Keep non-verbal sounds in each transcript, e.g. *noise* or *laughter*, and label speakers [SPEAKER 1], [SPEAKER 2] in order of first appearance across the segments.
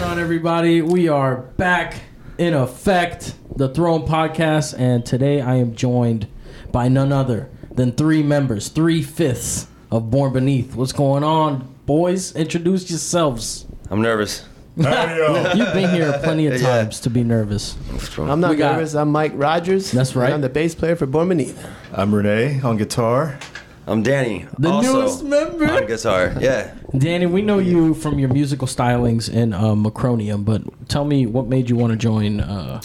[SPEAKER 1] everybody. We are back in effect, the Throne Podcast, and today I am joined by none other than three members, three fifths of Born Beneath. What's going on, boys? Introduce yourselves.
[SPEAKER 2] I'm nervous.
[SPEAKER 1] You've been
[SPEAKER 2] *laughs*
[SPEAKER 1] here plenty of
[SPEAKER 2] Yeah.
[SPEAKER 1] times to be nervous.
[SPEAKER 3] I'm
[SPEAKER 1] We
[SPEAKER 3] not
[SPEAKER 1] got-
[SPEAKER 3] nervous. I'm Mike Rogers.
[SPEAKER 1] That's
[SPEAKER 3] and
[SPEAKER 1] right.
[SPEAKER 3] I'm the bass player for Born Beneath.
[SPEAKER 4] I'm Renee on guitar.
[SPEAKER 2] I'm Danny.
[SPEAKER 1] The
[SPEAKER 2] also
[SPEAKER 1] newest member.
[SPEAKER 2] On guitar. Yeah.
[SPEAKER 1] Danny, we know you from your musical stylings in uh, Macronium, but tell me what made you want to join uh,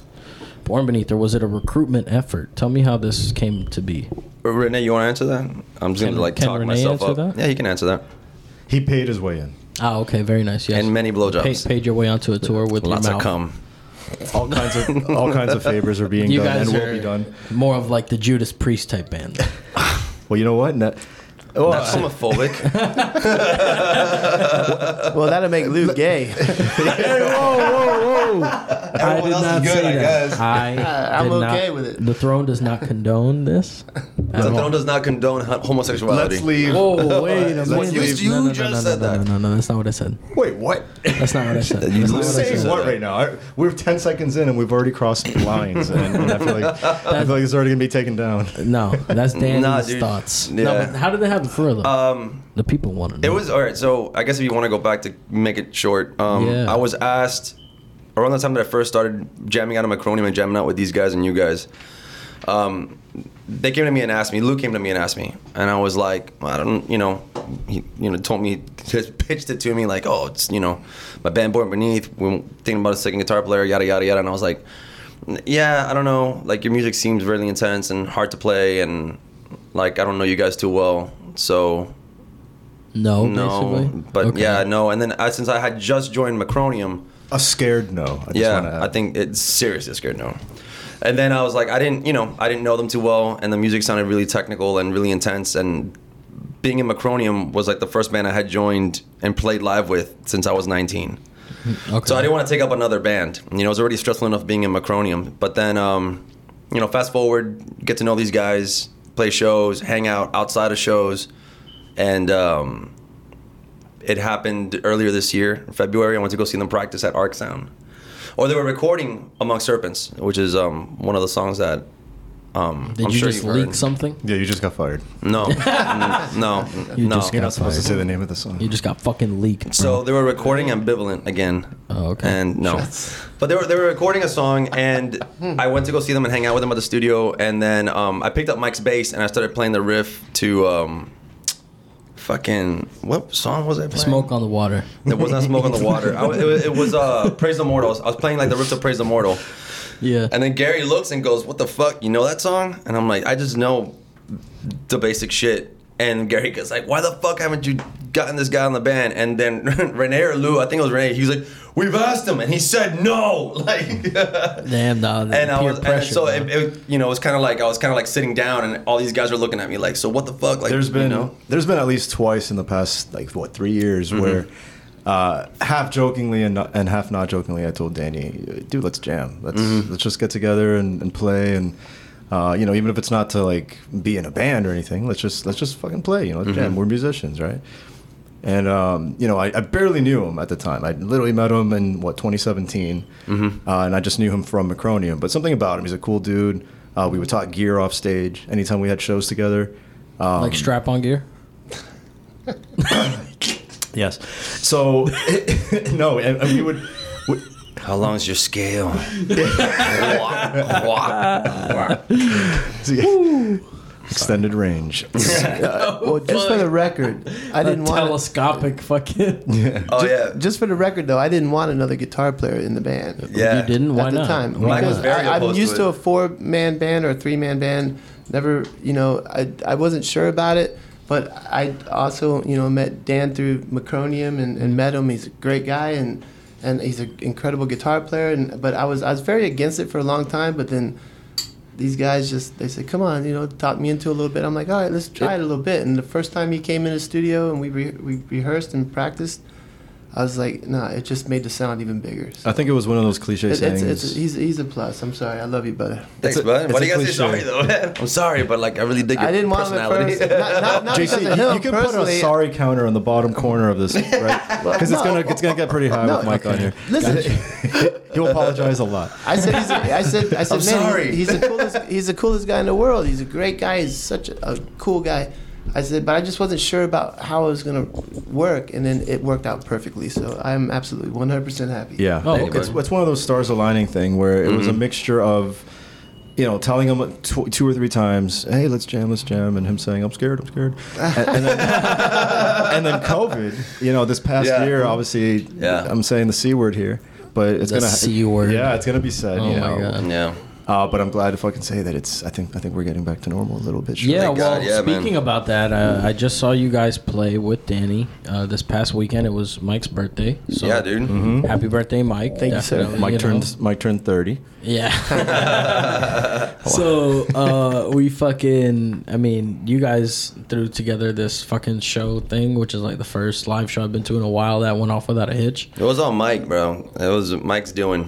[SPEAKER 1] Born Beneath, or was it a recruitment effort? Tell me how this came to be.
[SPEAKER 2] Renee, you want to answer that? I'm just
[SPEAKER 1] Can-
[SPEAKER 2] gonna like
[SPEAKER 1] can
[SPEAKER 2] talk
[SPEAKER 1] Renee
[SPEAKER 2] myself up.
[SPEAKER 1] answer that?
[SPEAKER 2] Yeah, you can answer that.
[SPEAKER 4] He paid his way in.
[SPEAKER 1] Ah, okay, very nice. Yes,
[SPEAKER 2] And many
[SPEAKER 1] Pa-
[SPEAKER 2] blowjobs.
[SPEAKER 1] paid your way onto a tour with
[SPEAKER 2] Lots
[SPEAKER 1] your mouth.
[SPEAKER 2] of cum.
[SPEAKER 4] All
[SPEAKER 2] *laughs*
[SPEAKER 4] kinds of all kinds of favors are being
[SPEAKER 1] You
[SPEAKER 4] done
[SPEAKER 1] guys
[SPEAKER 4] and
[SPEAKER 1] are
[SPEAKER 4] will be done.
[SPEAKER 1] more of like the Judas Priest type
[SPEAKER 2] *laughs*
[SPEAKER 1] band.
[SPEAKER 4] Well, you know what? Not, oh,
[SPEAKER 2] Not
[SPEAKER 4] *laughs*
[SPEAKER 2] homophobic.
[SPEAKER 3] Well, that'll make Lou
[SPEAKER 4] *laughs*
[SPEAKER 3] gay.
[SPEAKER 1] I did
[SPEAKER 2] else is
[SPEAKER 1] not
[SPEAKER 2] good,
[SPEAKER 1] say
[SPEAKER 2] I
[SPEAKER 1] that.
[SPEAKER 2] guess.
[SPEAKER 1] I
[SPEAKER 3] I'm
[SPEAKER 1] did
[SPEAKER 3] okay
[SPEAKER 1] not-
[SPEAKER 3] with it.
[SPEAKER 1] The throne does not condone
[SPEAKER 2] *laughs*
[SPEAKER 1] this. at
[SPEAKER 2] the
[SPEAKER 1] all.
[SPEAKER 2] throne does not condone ho- homosexuality.
[SPEAKER 4] let's leave.
[SPEAKER 1] Whoa, wait a
[SPEAKER 4] Let's
[SPEAKER 1] minute.
[SPEAKER 2] leave. You
[SPEAKER 1] no, no, no,
[SPEAKER 2] just
[SPEAKER 1] no, no,
[SPEAKER 2] said
[SPEAKER 1] no,
[SPEAKER 2] that.
[SPEAKER 1] No, no, no, that's not what I said.
[SPEAKER 4] Wait, what?
[SPEAKER 1] That's not what *laughs* I said.
[SPEAKER 2] You
[SPEAKER 1] That's not
[SPEAKER 2] lose
[SPEAKER 1] what I
[SPEAKER 2] it.
[SPEAKER 4] Saying
[SPEAKER 1] said.
[SPEAKER 2] said
[SPEAKER 4] what
[SPEAKER 2] that.
[SPEAKER 4] right now? I- We're ten seconds in and we've already crossed lines, and, and I feel like I feel like it's already gonna be taken down.
[SPEAKER 1] No, that's Danny's
[SPEAKER 2] Nah, dude.
[SPEAKER 1] thoughts. No,
[SPEAKER 2] Yeah.
[SPEAKER 1] but how did that happen for them?
[SPEAKER 2] Um,
[SPEAKER 1] the people want to know.
[SPEAKER 2] it was all right. So I guess if you want to go back to make it short, um,
[SPEAKER 1] Yeah.
[SPEAKER 2] I was asked around the time that I first started jamming out of Macronium and jamming out with these guys and you guys. um, they came to me and asked me. Luke came to me and asked me, and I was like, I don't, you know, he, you know, told me, *laughs* just pitched it to me like, oh, it's, you know, my band Born Beneath. We're thinking about a second guitar player, yada yada yada. And I was like, yeah, I don't know. Like your music seems really intense and hard to play, and like I don't know you guys too well, so
[SPEAKER 1] no,
[SPEAKER 2] no.
[SPEAKER 1] basically.
[SPEAKER 2] But
[SPEAKER 1] Okay.
[SPEAKER 2] yeah, no. And then I, since I had just joined Macronium,
[SPEAKER 4] A scared no. I just wanna
[SPEAKER 2] yeah,
[SPEAKER 4] add.
[SPEAKER 2] I think it's seriously scared no. And then I was like, I didn't, you know, I didn't know them too well, and the music sounded really technical and really intense. And being in Macronium was like the first band I had joined and played live with since I was 19.
[SPEAKER 1] Mm, Okay.
[SPEAKER 2] So I didn't want to take up another band. You know, it was already stressful enough being in Macronium. But then, um, you know, fast forward, get to know these guys, play shows, hang out outside of shows, and um, it happened earlier this year, in February. I went to go see them practice at Arc Sound, or they were recording Among Serpents, which is um, one of the songs that. Um,
[SPEAKER 1] Did
[SPEAKER 2] I'm
[SPEAKER 1] you
[SPEAKER 2] sure
[SPEAKER 1] just
[SPEAKER 2] you've
[SPEAKER 1] leak
[SPEAKER 2] heard.
[SPEAKER 1] something?
[SPEAKER 4] Yeah, you just got fired.
[SPEAKER 1] *laughs*
[SPEAKER 2] No, Mm, no,
[SPEAKER 1] You
[SPEAKER 2] no.
[SPEAKER 1] just
[SPEAKER 4] You're
[SPEAKER 1] got
[SPEAKER 4] not supposed to
[SPEAKER 1] fired.
[SPEAKER 4] say the name of the song.
[SPEAKER 1] You just got fucking leaked. bro.
[SPEAKER 2] So they were recording Ambivalent again.
[SPEAKER 1] Oh, okay.
[SPEAKER 2] And no, but they were they were recording a song, and
[SPEAKER 1] Hmm.
[SPEAKER 2] I went to go see them and hang out with them at the studio, and then um, I picked up Mike's bass and I started playing the riff to. Um, Fucking what song was I playing?
[SPEAKER 1] smoke on the water.
[SPEAKER 2] It was not smoke on the water. I, was- it was, it was uh, praise the mortal. I was playing like the riff to praise the mortal,
[SPEAKER 1] Yeah.
[SPEAKER 2] and then Gary looks and goes, "What the fuck? You know that song?" And I'm like, "I just know the basic shit." And Gary goes like, "Why the fuck haven't you gotten this guy on the band?" And then *laughs* Renee or Lou, I think it was Renee, he was like, "We've asked him," and he said no. *laughs* Like,
[SPEAKER 1] Damn, dog.
[SPEAKER 2] and I
[SPEAKER 1] peer
[SPEAKER 2] was, and
[SPEAKER 1] pressure,
[SPEAKER 2] so
[SPEAKER 1] bro.
[SPEAKER 2] it, it, you know, it was kind of like I was kind of like sitting down, and all these guys were looking at me like, "So what the fuck?" Like,
[SPEAKER 4] there's been
[SPEAKER 2] you know? Mm-hmm.
[SPEAKER 4] there's been at least twice in the past like what three years where uh, half jokingly and, not, and half not jokingly I told Danny dude let's jam let's
[SPEAKER 2] Mm-hmm.
[SPEAKER 4] let's just get together and, and play and uh, you know even if it's not to like be in a band or anything let's just let's just fucking play you know let's
[SPEAKER 2] Mm-hmm.
[SPEAKER 4] jam we're musicians right and um, you know I, I barely knew him at the time I literally met him in what 2017
[SPEAKER 2] Mm-hmm.
[SPEAKER 4] uh, and I just knew him from Macronium but something about him he's a cool dude uh, we would talk gear off stage anytime we had shows together um,
[SPEAKER 1] like strap on gear.
[SPEAKER 4] Yes. So *laughs* no, and, and we *laughs* would. We,
[SPEAKER 2] How long is your scale? *laughs* Wah, wah, wah.
[SPEAKER 4] extended range.
[SPEAKER 3] well, just for the record, I didn't want.
[SPEAKER 1] telescopic *laughs* fucking.
[SPEAKER 2] Oh yeah,
[SPEAKER 3] Just for the record, though, I didn't want another guitar player in the band
[SPEAKER 2] yeah.
[SPEAKER 1] You didn't. Why
[SPEAKER 3] at
[SPEAKER 1] not?
[SPEAKER 3] the time
[SPEAKER 1] Why
[SPEAKER 2] Mike was
[SPEAKER 1] not?
[SPEAKER 2] very
[SPEAKER 3] I, I'm
[SPEAKER 2] opposed to
[SPEAKER 3] used to
[SPEAKER 2] it.
[SPEAKER 3] a four-man band or a three-man band. Never, you know, I I wasn't sure about it, but I also, you know, met Dan through Macronium and, and met him. He's a great guy and and he's an incredible guitar player. And but I was I was very against it for a long time, but then these guys just they said, "Come on, you know, talk me into it a little bit." I'm like, "All right, let's try it a little bit." And the first time he came in the studio and we re- we rehearsed and practiced, I was like, nah, it just made the sound even bigger. So
[SPEAKER 4] I think it was one of those cliche
[SPEAKER 3] it,
[SPEAKER 4] sayings.
[SPEAKER 3] it's, it's, he's, he's a plus. I'm sorry. I love you, brother.
[SPEAKER 2] Thanks,
[SPEAKER 4] It's a-
[SPEAKER 2] bud.
[SPEAKER 4] it's
[SPEAKER 2] Why
[SPEAKER 4] a
[SPEAKER 2] do you guys say sorry
[SPEAKER 4] cliche.
[SPEAKER 2] though? I'm sorry, but like I really dig your
[SPEAKER 3] I didn't want him at
[SPEAKER 2] personality.
[SPEAKER 3] first. *laughs* Not, not,
[SPEAKER 4] *laughs*
[SPEAKER 3] not
[SPEAKER 4] JC,
[SPEAKER 3] because of
[SPEAKER 4] you,
[SPEAKER 3] him
[SPEAKER 4] you can put a
[SPEAKER 3] personally.
[SPEAKER 4] sorry counter on the bottom corner of this, right?
[SPEAKER 3] *laughs* Well,
[SPEAKER 4] Because it's
[SPEAKER 3] no.
[SPEAKER 4] gonna it's gonna get pretty high
[SPEAKER 3] No,
[SPEAKER 4] with Mike on here.
[SPEAKER 3] Listen,
[SPEAKER 4] He'll apologize a lot.
[SPEAKER 3] I said, he's a, I said, I said,
[SPEAKER 2] I'm
[SPEAKER 3] man, he's-
[SPEAKER 2] sorry."
[SPEAKER 3] He's, the coolest. He's the coolest guy in the world. He's a great guy. He's such a, a cool guy. I said, but I just wasn't sure about how it was gonna work, and then it worked out perfectly. So I'm absolutely 100% happy.
[SPEAKER 4] Yeah,
[SPEAKER 1] Oh,
[SPEAKER 4] It-
[SPEAKER 1] okay.
[SPEAKER 4] it's, it's one of those stars aligning thing where it was
[SPEAKER 2] Mm-hmm.
[SPEAKER 4] a mixture of, you know, telling him tw- two or three times, "Hey, let's jam, let's jam," and him saying, "I'm scared,
[SPEAKER 2] *laughs*
[SPEAKER 4] I'm scared," and, and then and then COVID. You know, this past
[SPEAKER 2] Yeah.
[SPEAKER 4] year, obviously,
[SPEAKER 2] Yeah.
[SPEAKER 4] I'm saying the c word here, but it's
[SPEAKER 1] The
[SPEAKER 4] gonna
[SPEAKER 1] C word.
[SPEAKER 4] Yeah, it's gonna be said.
[SPEAKER 1] Oh my
[SPEAKER 4] you know.
[SPEAKER 1] God.
[SPEAKER 2] *laughs* Yeah.
[SPEAKER 4] Uh, but I'm glad if I can say that it's. I think I think we're getting back to normal a little bit.
[SPEAKER 1] Yeah,
[SPEAKER 2] Thank
[SPEAKER 1] well,
[SPEAKER 2] God, yeah, man.
[SPEAKER 1] speaking about that, uh, I just saw you guys play with Danny uh, this past weekend. It was Mike's birthday. So
[SPEAKER 2] Yeah, dude.
[SPEAKER 1] Happy birthday, Mike.
[SPEAKER 3] Hmm? Thank you, sir.
[SPEAKER 1] Definitely,
[SPEAKER 4] Mike
[SPEAKER 1] you know.
[SPEAKER 4] turned Mike turned thirty.
[SPEAKER 1] Yeah. *laughs*
[SPEAKER 2] *laughs*
[SPEAKER 1] so uh, we fucking. I mean, you guys threw together this fucking show thing, which is like the first live show I've been to in a while that went off without a hitch.
[SPEAKER 2] It was all Mike, bro. It was Mike's doing.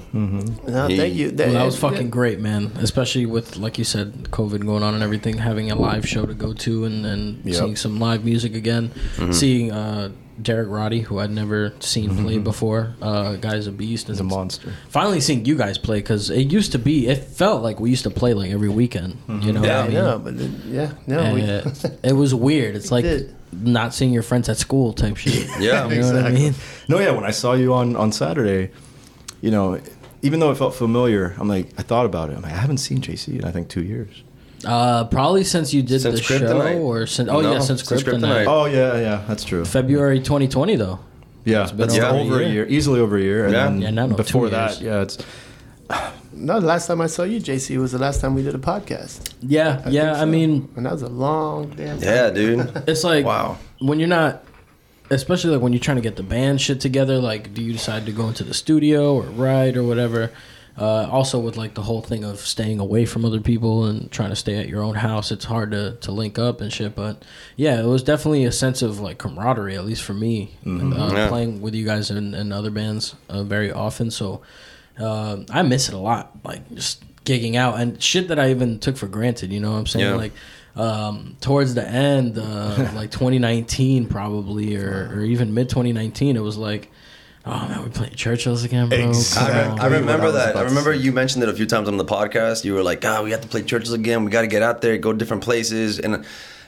[SPEAKER 3] No,
[SPEAKER 2] He-
[SPEAKER 3] thank you.
[SPEAKER 1] Well, that was fucking great, man. Especially with, like you said, COVID going on and everything, having a live show to go to and then
[SPEAKER 4] Yep.
[SPEAKER 1] seeing some live music again, seeing uh, Derek Roddy, who I'd never seen play before. Uh, guy's a beast.
[SPEAKER 4] He's a monster.
[SPEAKER 1] Finally seeing you guys play because it used to be, it felt like we used to play like every weekend. You know, what
[SPEAKER 2] Yeah,
[SPEAKER 1] I mean?
[SPEAKER 3] No, but then, yeah, no.
[SPEAKER 1] And
[SPEAKER 3] we, *laughs*
[SPEAKER 1] it, it was weird. It's like
[SPEAKER 3] did.
[SPEAKER 1] not seeing your friends at school type shit.
[SPEAKER 4] *laughs*
[SPEAKER 2] Yeah.
[SPEAKER 1] you know what I mean.
[SPEAKER 4] No, yeah. When I saw you on on Saturday, you know, even though it felt familiar, I'm like, I thought about it. I'm like, I haven't seen JC in I think two years.
[SPEAKER 1] Uh, probably since you did
[SPEAKER 2] Since
[SPEAKER 1] the show,
[SPEAKER 2] Kryptonite.
[SPEAKER 1] or since oh yeah,
[SPEAKER 2] No,
[SPEAKER 1] since,
[SPEAKER 2] since
[SPEAKER 1] Kryptonite.
[SPEAKER 2] Kryptonite.
[SPEAKER 4] Oh yeah, yeah, that's true.
[SPEAKER 1] February 2020 though.
[SPEAKER 4] Yeah, that's
[SPEAKER 2] over a
[SPEAKER 4] over a year, easily over a year. And
[SPEAKER 2] Yeah.
[SPEAKER 4] then
[SPEAKER 1] Yeah, no, no,
[SPEAKER 4] before
[SPEAKER 1] two
[SPEAKER 4] that,
[SPEAKER 1] years.
[SPEAKER 4] yeah, it's
[SPEAKER 3] no, the last time I saw you, JC, was the last time we did a podcast,
[SPEAKER 1] Yeah,
[SPEAKER 3] I
[SPEAKER 1] yeah.
[SPEAKER 3] think
[SPEAKER 1] I
[SPEAKER 3] so.
[SPEAKER 1] mean,
[SPEAKER 3] and that was a long damn. time.
[SPEAKER 2] Yeah, dude.
[SPEAKER 1] it's like
[SPEAKER 2] Wow.
[SPEAKER 1] when you're not, especially like when you're trying to get the band shit together. Like, do you decide to go into the studio or write or whatever? Uh, also, with like the whole thing of staying away from other people and trying to stay at your own house, it's hard to, to link up and shit. But yeah, it was definitely a sense of like camaraderie, at least for me, uh,
[SPEAKER 2] Yeah.
[SPEAKER 1] playing with you guys and, and other bands uh, very often. So uh, I miss it a lot, like just gigging out and shit that I even took for granted. You know what I'm saying?
[SPEAKER 2] Yeah.
[SPEAKER 1] Like um, towards the end, uh,
[SPEAKER 4] *laughs*
[SPEAKER 1] like 2019 probably, or, or even mid 2019, it was like, oh man, we playing Churchill's again, bro. Come
[SPEAKER 4] Exactly.
[SPEAKER 2] I,
[SPEAKER 1] on."
[SPEAKER 2] re- I remember
[SPEAKER 4] was
[SPEAKER 2] that.
[SPEAKER 4] about
[SPEAKER 2] I
[SPEAKER 4] to
[SPEAKER 2] remember you mentioned it a few times on the podcast. You were like, "God, we have to play churches again. We got to get out there, go different places." And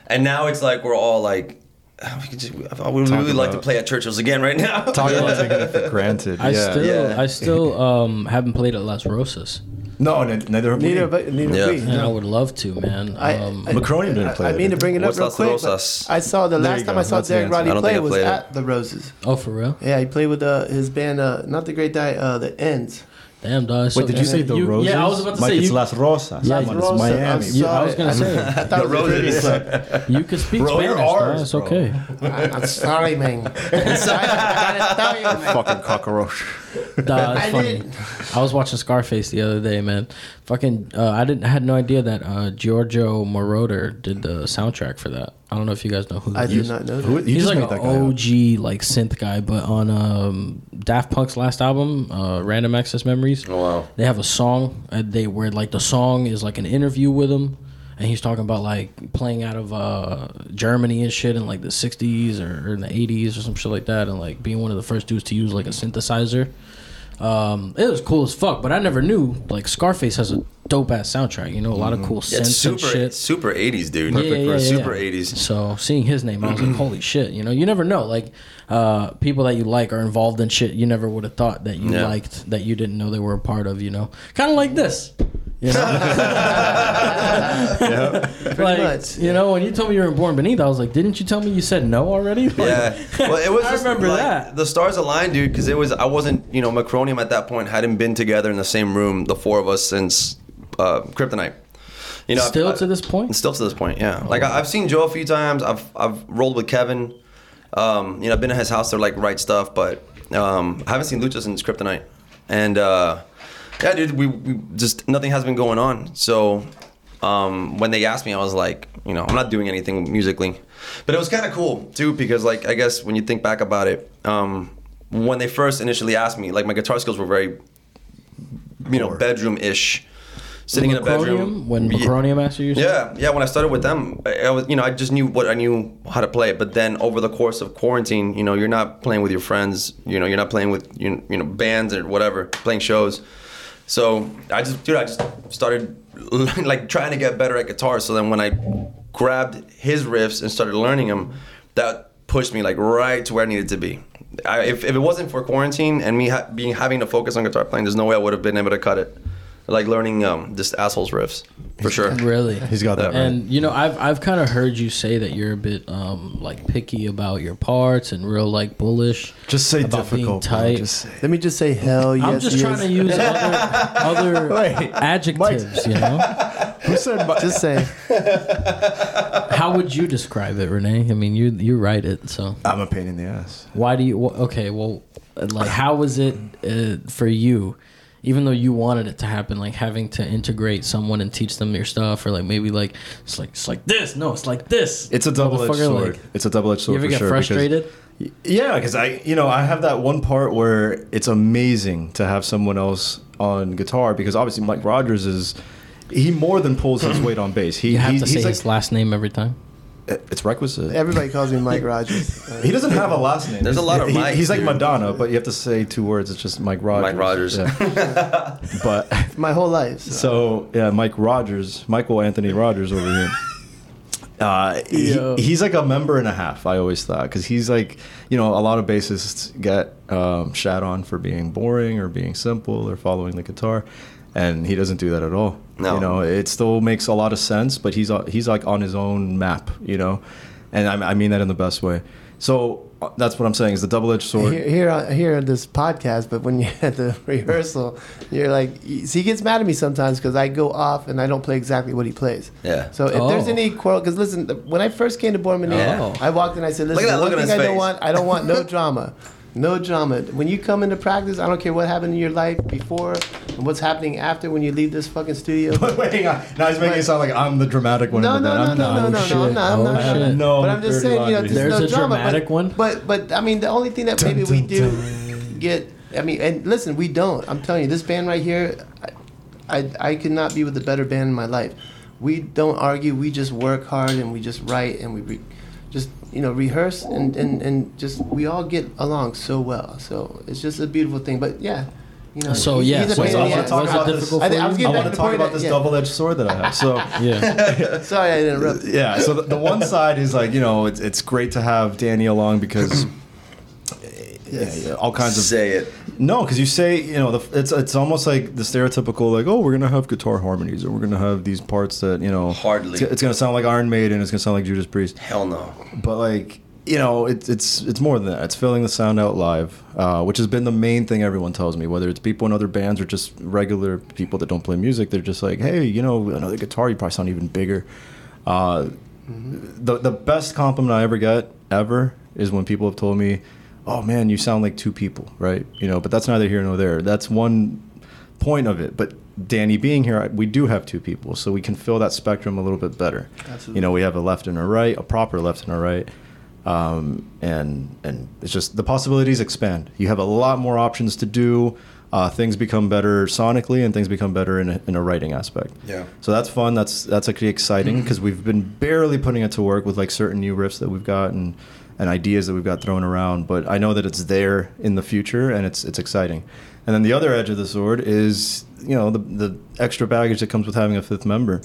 [SPEAKER 2] and now it's like we're all like, "Ah, "We could just, I would really like to
[SPEAKER 4] about-
[SPEAKER 2] play at Churchill's again right now."
[SPEAKER 4] talk
[SPEAKER 2] *laughs*
[SPEAKER 4] about taking it for *laughs* granted.
[SPEAKER 1] I
[SPEAKER 4] yeah.
[SPEAKER 1] still,
[SPEAKER 2] yeah.
[SPEAKER 1] I
[SPEAKER 4] *laughs*
[SPEAKER 1] still um, haven't played at Las Rosas,
[SPEAKER 4] no, n- neither have
[SPEAKER 3] Neither,
[SPEAKER 4] we.
[SPEAKER 3] but neither
[SPEAKER 2] Yeah.
[SPEAKER 3] we.
[SPEAKER 1] and I
[SPEAKER 3] No.
[SPEAKER 1] would love to, man.
[SPEAKER 3] I,
[SPEAKER 1] um,
[SPEAKER 3] I,
[SPEAKER 4] Macronium didn't play
[SPEAKER 3] I,
[SPEAKER 4] that,
[SPEAKER 3] mean to
[SPEAKER 4] did
[SPEAKER 3] bring it up
[SPEAKER 2] What's
[SPEAKER 3] real
[SPEAKER 2] Las
[SPEAKER 3] quick.
[SPEAKER 2] Rosas?
[SPEAKER 3] but I saw the
[SPEAKER 4] There
[SPEAKER 3] last
[SPEAKER 4] you
[SPEAKER 3] time
[SPEAKER 4] go.
[SPEAKER 3] I saw
[SPEAKER 4] That's the
[SPEAKER 3] Derek
[SPEAKER 4] answer.
[SPEAKER 3] Roddy
[SPEAKER 2] I don't
[SPEAKER 3] play
[SPEAKER 2] think I
[SPEAKER 3] was
[SPEAKER 2] played it.
[SPEAKER 3] at the Roses.
[SPEAKER 1] oh, for real?
[SPEAKER 3] Yeah, he played with uh, his band, uh, not the great guy, uh, the Ends.
[SPEAKER 1] Damn, dog.
[SPEAKER 4] Wait, did you say the roses?
[SPEAKER 1] Yeah, I was about to
[SPEAKER 4] Mike,
[SPEAKER 1] say
[SPEAKER 4] it's
[SPEAKER 1] you,
[SPEAKER 4] Las Rosas.
[SPEAKER 1] Yeah,
[SPEAKER 4] Come on,
[SPEAKER 3] Rosa,
[SPEAKER 4] it's
[SPEAKER 3] I'm
[SPEAKER 4] Miami.
[SPEAKER 3] sorry.
[SPEAKER 1] you- I was gonna say
[SPEAKER 3] *laughs* I thought
[SPEAKER 2] The
[SPEAKER 3] it was
[SPEAKER 2] Roses.
[SPEAKER 1] you could speak
[SPEAKER 4] Roll your
[SPEAKER 1] Spanish. dog.
[SPEAKER 4] Rs,
[SPEAKER 1] It's
[SPEAKER 4] bro.
[SPEAKER 1] okay.
[SPEAKER 4] *laughs*
[SPEAKER 3] I- I'm sorry, man. I'm sorry. I gotta tell you, man.
[SPEAKER 4] *laughs* Fucking cockroach.
[SPEAKER 1] Nah, it's
[SPEAKER 3] I
[SPEAKER 1] funny.
[SPEAKER 3] did.
[SPEAKER 1] I was watching Scarface the other day, man. Fucking, uh, I didn't I had no idea that uh, Giorgio Moroder did the soundtrack for that. I don't know if you guys know who.
[SPEAKER 3] I
[SPEAKER 1] that is.
[SPEAKER 3] did not know
[SPEAKER 4] Who-
[SPEAKER 3] that.
[SPEAKER 4] you
[SPEAKER 1] He's
[SPEAKER 4] just
[SPEAKER 1] like
[SPEAKER 4] made
[SPEAKER 1] an
[SPEAKER 4] that guy up.
[SPEAKER 1] OG like synth guy, but on um, Daft Punk's last album, uh, Random Access Memories,
[SPEAKER 2] Oh, wow.
[SPEAKER 1] they have a song. Uh, they where like the song is like an interview with him, and he's talking about like playing out of uh, Germany and shit in like the '60s or, or in the '80s or some shit like that, and like being one of the first dudes to use like a synthesizer. Um, it was cool as fuck, but I never knew like Scarface has a dope ass soundtrack. You know, a lot of cool
[SPEAKER 2] Yeah, it's
[SPEAKER 1] synths and
[SPEAKER 2] super
[SPEAKER 1] shit.
[SPEAKER 2] super 80s, dude.
[SPEAKER 1] Yeah, yeah, yeah,
[SPEAKER 2] super
[SPEAKER 1] yeah.
[SPEAKER 2] 80s.
[SPEAKER 1] So seeing his name, I was like,
[SPEAKER 2] *clears throat*
[SPEAKER 1] holy shit! You know, you never know. Like uh, people that you like are involved in shit you never would have thought that you
[SPEAKER 2] Yeah.
[SPEAKER 1] liked that you didn't know they were a part of. You know, kind of like this. You
[SPEAKER 2] *laughs*
[SPEAKER 1] know, like
[SPEAKER 3] much.
[SPEAKER 1] you know when you told me you were in Born Beneath, I was like, didn't you tell me you said no already? *laughs* Like,
[SPEAKER 2] *laughs* Yeah. Well, it
[SPEAKER 1] *laughs*
[SPEAKER 2] was.
[SPEAKER 1] I
[SPEAKER 2] just,
[SPEAKER 1] remember
[SPEAKER 2] like,
[SPEAKER 1] that.
[SPEAKER 2] The stars aligned, dude, because it was. I wasn't. You know, Macronium at that point hadn't been together in the same room, the four of us, since uh, Kryptonite. You know, I-
[SPEAKER 1] Still
[SPEAKER 2] uh, I-
[SPEAKER 1] to this point.
[SPEAKER 2] Still to this point, yeah. Like I, I've seen Joe a few times. I've I've rolled with Kevin. Um, you know, I've been at his house to like write stuff, but um, I haven't seen Lucha since Kryptonite. And uh, yeah, dude, we, we just nothing has been going on. So um, when they asked me, I was like, you know, I'm not doing anything musically, but it was kind of cool too because like I guess when you think back about it, um, when they first initially asked me, like my guitar skills were very, you know,
[SPEAKER 4] Poor.
[SPEAKER 2] bedroom ish. Sitting in a bedroom.
[SPEAKER 1] when
[SPEAKER 2] Yeah.
[SPEAKER 1] Macronium asked you.
[SPEAKER 2] Yeah, yeah. When I started with them, I, I was, you know, I just knew what I knew how to play. But then over the course of quarantine, you know, you're not playing with your friends. You know, you're not playing with you know, you know bands or whatever, playing shows. So I just, dude, I just started *laughs* like trying to get better at guitar. So then when I grabbed his riffs and started learning them, that pushed me like right to where I needed to be. I, if, if it wasn't for quarantine and me ha- being having to focus on guitar playing, there's no way I would have been able to cut it. Like learning um, just assholes riffs for sure.
[SPEAKER 1] Really?
[SPEAKER 4] He's got that. right.
[SPEAKER 1] And you know, I've I've kind of heard you say that you're a bit um like picky about your parts and real like bullish.
[SPEAKER 4] Just say
[SPEAKER 1] about being
[SPEAKER 4] difficult. bro.
[SPEAKER 1] tight.
[SPEAKER 4] Just say-
[SPEAKER 3] Let me just say hell yes.
[SPEAKER 1] I'm just trying
[SPEAKER 3] yes.
[SPEAKER 1] to use other, other
[SPEAKER 4] *laughs* Wait,
[SPEAKER 1] adjectives. You know,
[SPEAKER 4] Who
[SPEAKER 1] *laughs*
[SPEAKER 4] said? my-
[SPEAKER 3] Just say
[SPEAKER 1] how would you describe it, Renee? I mean, you you write it, so
[SPEAKER 4] I'm a pain in the ass.
[SPEAKER 1] why do you? wh- Okay, well, like how was it uh, for you? Even though you wanted it to happen, like having to integrate someone and teach them your stuff, or like maybe like it's like it's like this. No, it's like this.
[SPEAKER 4] It's a double-edged
[SPEAKER 1] Motherfucker,
[SPEAKER 4] sword.
[SPEAKER 1] like,
[SPEAKER 4] it's a double-edged sword
[SPEAKER 1] you ever
[SPEAKER 4] for
[SPEAKER 1] get
[SPEAKER 4] sure. because-
[SPEAKER 1] frustrated?
[SPEAKER 4] Yeah, because I, you know, I have that one part where it's amazing to have someone else on guitar because obviously Mike Rogers is, he more than pulls his weight on bass. He,
[SPEAKER 1] You have
[SPEAKER 4] he-
[SPEAKER 1] to
[SPEAKER 4] he's
[SPEAKER 1] say
[SPEAKER 4] like, uh,
[SPEAKER 1] his last name every time.
[SPEAKER 4] it's requisite.
[SPEAKER 3] everybody calls me Mike Rogers. Uh,
[SPEAKER 4] He doesn't have a last name.
[SPEAKER 2] There's a lot of
[SPEAKER 4] He- he-
[SPEAKER 2] Mikes,
[SPEAKER 4] He's like
[SPEAKER 2] dude.
[SPEAKER 4] Madonna, but you have to say two words. It's just Mike Rogers.
[SPEAKER 2] Mike Rogers. *laughs*
[SPEAKER 4] Yeah. but
[SPEAKER 3] my whole life. So.
[SPEAKER 4] so yeah, Mike Rogers, Michael Anthony Rogers over
[SPEAKER 3] *laughs*
[SPEAKER 4] here. Uh, he-
[SPEAKER 1] Yo.
[SPEAKER 4] he's like a member and a half. I always thought because he's like, you know, a lot of bassists get um, shat on for being boring or being simple or following the guitar, and he doesn't do that at all.
[SPEAKER 2] No.
[SPEAKER 4] You know, it still makes a lot of sense, but he's on- he's like on his own map, you know, and I, I mean that in the best way. So uh, that's what I'm saying is the double edged sword.
[SPEAKER 3] Here, here, on, here on this podcast, but when you *laughs* had the rehearsal, you're like, see, he gets mad at me sometimes because I go off and I don't play exactly what he plays.
[SPEAKER 2] Yeah.
[SPEAKER 3] So if there's
[SPEAKER 1] Oh.
[SPEAKER 3] any quarrel, because listen, the- when I first came to Bormanee,
[SPEAKER 2] Yeah.
[SPEAKER 3] I walked in, I said, listen,
[SPEAKER 2] that
[SPEAKER 3] the one
[SPEAKER 2] look on
[SPEAKER 3] thing
[SPEAKER 2] his
[SPEAKER 3] I don't
[SPEAKER 2] face.
[SPEAKER 3] want, I don't
[SPEAKER 2] *laughs*
[SPEAKER 3] want no drama. No drama. When you come into practice, I don't care what happened in your life before and what's happening after when you leave this fucking studio.
[SPEAKER 4] *laughs* Wait, now he's making it sound like I'm the dramatic one.
[SPEAKER 3] No,
[SPEAKER 4] in the
[SPEAKER 3] no,
[SPEAKER 4] band.
[SPEAKER 3] no,
[SPEAKER 4] I'm
[SPEAKER 3] no,
[SPEAKER 4] not.
[SPEAKER 3] no, no, no,
[SPEAKER 1] shit.
[SPEAKER 3] I'm not.
[SPEAKER 1] Oh,
[SPEAKER 3] I'm not. I'm not.
[SPEAKER 1] shit.
[SPEAKER 4] No,
[SPEAKER 3] but I'm just
[SPEAKER 4] dirty
[SPEAKER 3] saying, you know,
[SPEAKER 4] laundry.
[SPEAKER 3] there's
[SPEAKER 1] There's
[SPEAKER 3] no
[SPEAKER 1] a
[SPEAKER 3] drama.
[SPEAKER 1] dramatic
[SPEAKER 3] but,
[SPEAKER 1] one?
[SPEAKER 3] But, but I mean, the only thing that maybe we do get, I mean, and listen, we don't. I'm telling you, this band right here, I, I, I could not be with a better band in my life. We don't argue. We just work hard and we just write and we re, just you know rehearse and, and and just we all get along so well. So it's just a beautiful thing. But yeah, you know.
[SPEAKER 1] So,
[SPEAKER 3] he's
[SPEAKER 1] yeah,
[SPEAKER 3] a
[SPEAKER 1] so
[SPEAKER 3] pain
[SPEAKER 4] Wait,
[SPEAKER 1] it's
[SPEAKER 4] so
[SPEAKER 3] in
[SPEAKER 4] I
[SPEAKER 1] Yeah,
[SPEAKER 3] the
[SPEAKER 1] was it
[SPEAKER 3] ass.
[SPEAKER 4] want to talk about this.
[SPEAKER 1] difficult
[SPEAKER 4] I,
[SPEAKER 3] for
[SPEAKER 4] I
[SPEAKER 3] you?
[SPEAKER 4] was getting
[SPEAKER 3] I
[SPEAKER 4] back
[SPEAKER 3] wanna
[SPEAKER 4] to the
[SPEAKER 3] talk
[SPEAKER 4] point
[SPEAKER 3] about
[SPEAKER 4] about this
[SPEAKER 3] yeah.
[SPEAKER 4] double-edged sword that I have. So
[SPEAKER 1] *laughs* Yeah.
[SPEAKER 3] Sorry, I interrupted.
[SPEAKER 4] yeah, so the, the one side is like you know it's it's great to have Danny along because. *clears throat* yeah, yeah, all kinds of
[SPEAKER 2] Say it.
[SPEAKER 4] no, because you say you know the, it's it's almost like the stereotypical like oh we're gonna have guitar harmonies or we're gonna have these parts that you know
[SPEAKER 2] Hardly.
[SPEAKER 4] it's, it's gonna sound like Iron Maiden it's gonna sound like Judas Priest
[SPEAKER 2] Hell no.
[SPEAKER 4] but like you know it's it's it's more than that it's filling the sound out live uh, which has been the main thing everyone tells me whether it's people in other bands or just regular people that don't play music they're just like hey you know another guitar you probably sound even bigger uh, the, the best compliment i ever got ever is when people have told me oh man you sound like two people right you know but that's neither here nor there that's one point of it but danny being here I- we do have two people so we can fill that spectrum a little bit better
[SPEAKER 3] Absolutely.
[SPEAKER 4] you know we have a left and a right a proper left and a right um, and and it's just the possibilities expand. You have a lot more options to do. Uh, things become better sonically, and things become better in a, in a writing aspect.
[SPEAKER 2] Yeah.
[SPEAKER 4] So that's fun. That's that's actually exciting because we've been barely putting it to work with like certain new riffs that we've got and and ideas that we've got thrown around. But I know that it's there in the future, and it's it's exciting. And then the other edge of the sword is you know the the extra baggage that comes with having a fifth member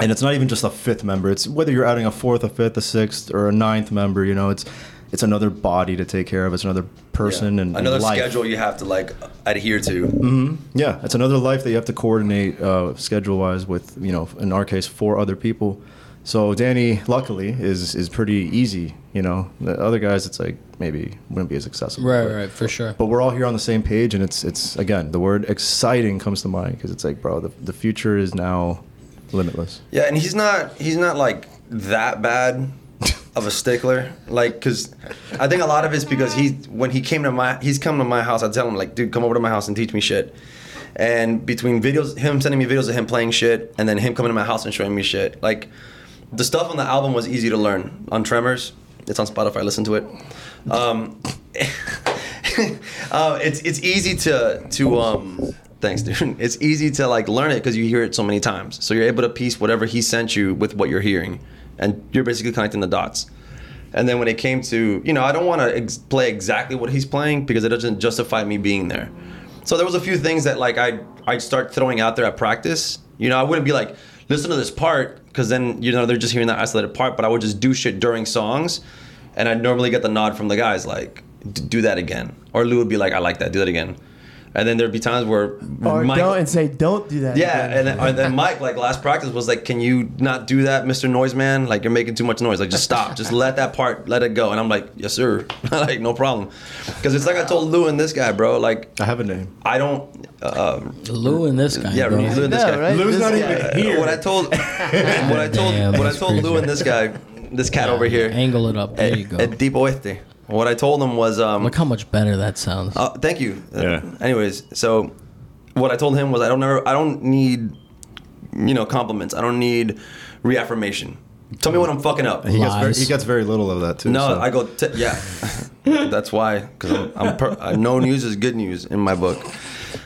[SPEAKER 4] and it's not even just a fifth member. It's whether you're adding a fourth, a fifth, a sixth, or a ninth member. You know, it's it's another body to take care of. It's another person
[SPEAKER 2] Yeah.
[SPEAKER 4] and
[SPEAKER 2] another
[SPEAKER 4] life. Mm-hmm.
[SPEAKER 2] schedule you have to like adhere to.
[SPEAKER 4] Yeah, it's another life that you have to coordinate uh, schedule wise with you know in our case four other people. So Danny, luckily, is is pretty easy. You know, the other guys, it's like maybe wouldn't be as accessible.
[SPEAKER 1] Right,
[SPEAKER 4] but-
[SPEAKER 1] right, for sure.
[SPEAKER 4] but we're all here on the same page and it's it's again the word exciting comes to mind because it's like bro the, the future is now limitless
[SPEAKER 2] Yeah, and he's not he's not like that bad of a stickler. Like, cause I think a lot of it's because he when he came to my he's come to my house. I tell him like, dude, come over to my house and teach me shit. And between videos, him sending me videos of him playing shit, and then him coming to my house and showing me shit. Like, the stuff on the album was easy to learn on Tremors. It's on Spotify. Listen to it. Um, uh, it's it's easy to to um thanks dude *laughs* it's easy to like learn it because you hear it so many times so you're able to piece whatever he sent you with what you're hearing and you're basically connecting the dots and then when it came to you know i don't want to ex- play exactly what he's playing because it doesn't justify me being there so there was a few things that like i i'd start throwing out there at practice you know i wouldn't be like listen to this part because then you know they're just hearing that isolated part but i would just do shit during songs and I'd normally get the nod from the guys like, "D- "Do that again," or Lou would be like, "I like that. Do that again." And then there'd be times where
[SPEAKER 3] Or
[SPEAKER 2] Mike,
[SPEAKER 3] don't and say don't do that.
[SPEAKER 2] yeah,
[SPEAKER 3] again.
[SPEAKER 2] and then, and then Mike like last practice was like, "Can you not do that, Mister Noiseman? Like you're making too much noise. Like just stop. just let that part, let it go." And I'm like, "Yes, sir. *laughs* like no problem," because it's like I told Lou and this guy, bro. Like
[SPEAKER 4] I have a name.
[SPEAKER 2] I don't. Uh,
[SPEAKER 1] Lou and this guy.
[SPEAKER 2] yeah,
[SPEAKER 1] bro.
[SPEAKER 2] Lou and this
[SPEAKER 3] know,
[SPEAKER 2] guy.
[SPEAKER 3] right?
[SPEAKER 4] Lou's
[SPEAKER 3] This
[SPEAKER 4] not
[SPEAKER 3] guy-
[SPEAKER 4] even here.
[SPEAKER 2] What I told, what I told,
[SPEAKER 1] Damn,
[SPEAKER 2] what I
[SPEAKER 1] that's
[SPEAKER 2] told Lou
[SPEAKER 1] crazy.
[SPEAKER 2] and this guy, this cat over here.
[SPEAKER 1] Angle it up. There you go.
[SPEAKER 2] At Deep Oeste. What I told him was, um,
[SPEAKER 1] Look how much better that sounds.
[SPEAKER 2] uh, thank you. Uh,
[SPEAKER 4] Yeah.
[SPEAKER 2] anyways, so what I told him was, I don't ever, I don't need, you know, compliments. I don't need reaffirmation. Tell me when I'm fucking up.
[SPEAKER 4] He gets, very,
[SPEAKER 1] Lies.
[SPEAKER 4] he gets very little of that too.
[SPEAKER 2] No,
[SPEAKER 4] so.
[SPEAKER 2] I go. T- yeah, *laughs* that's why. Because I'm, I'm per- uh, no news is good news in my book.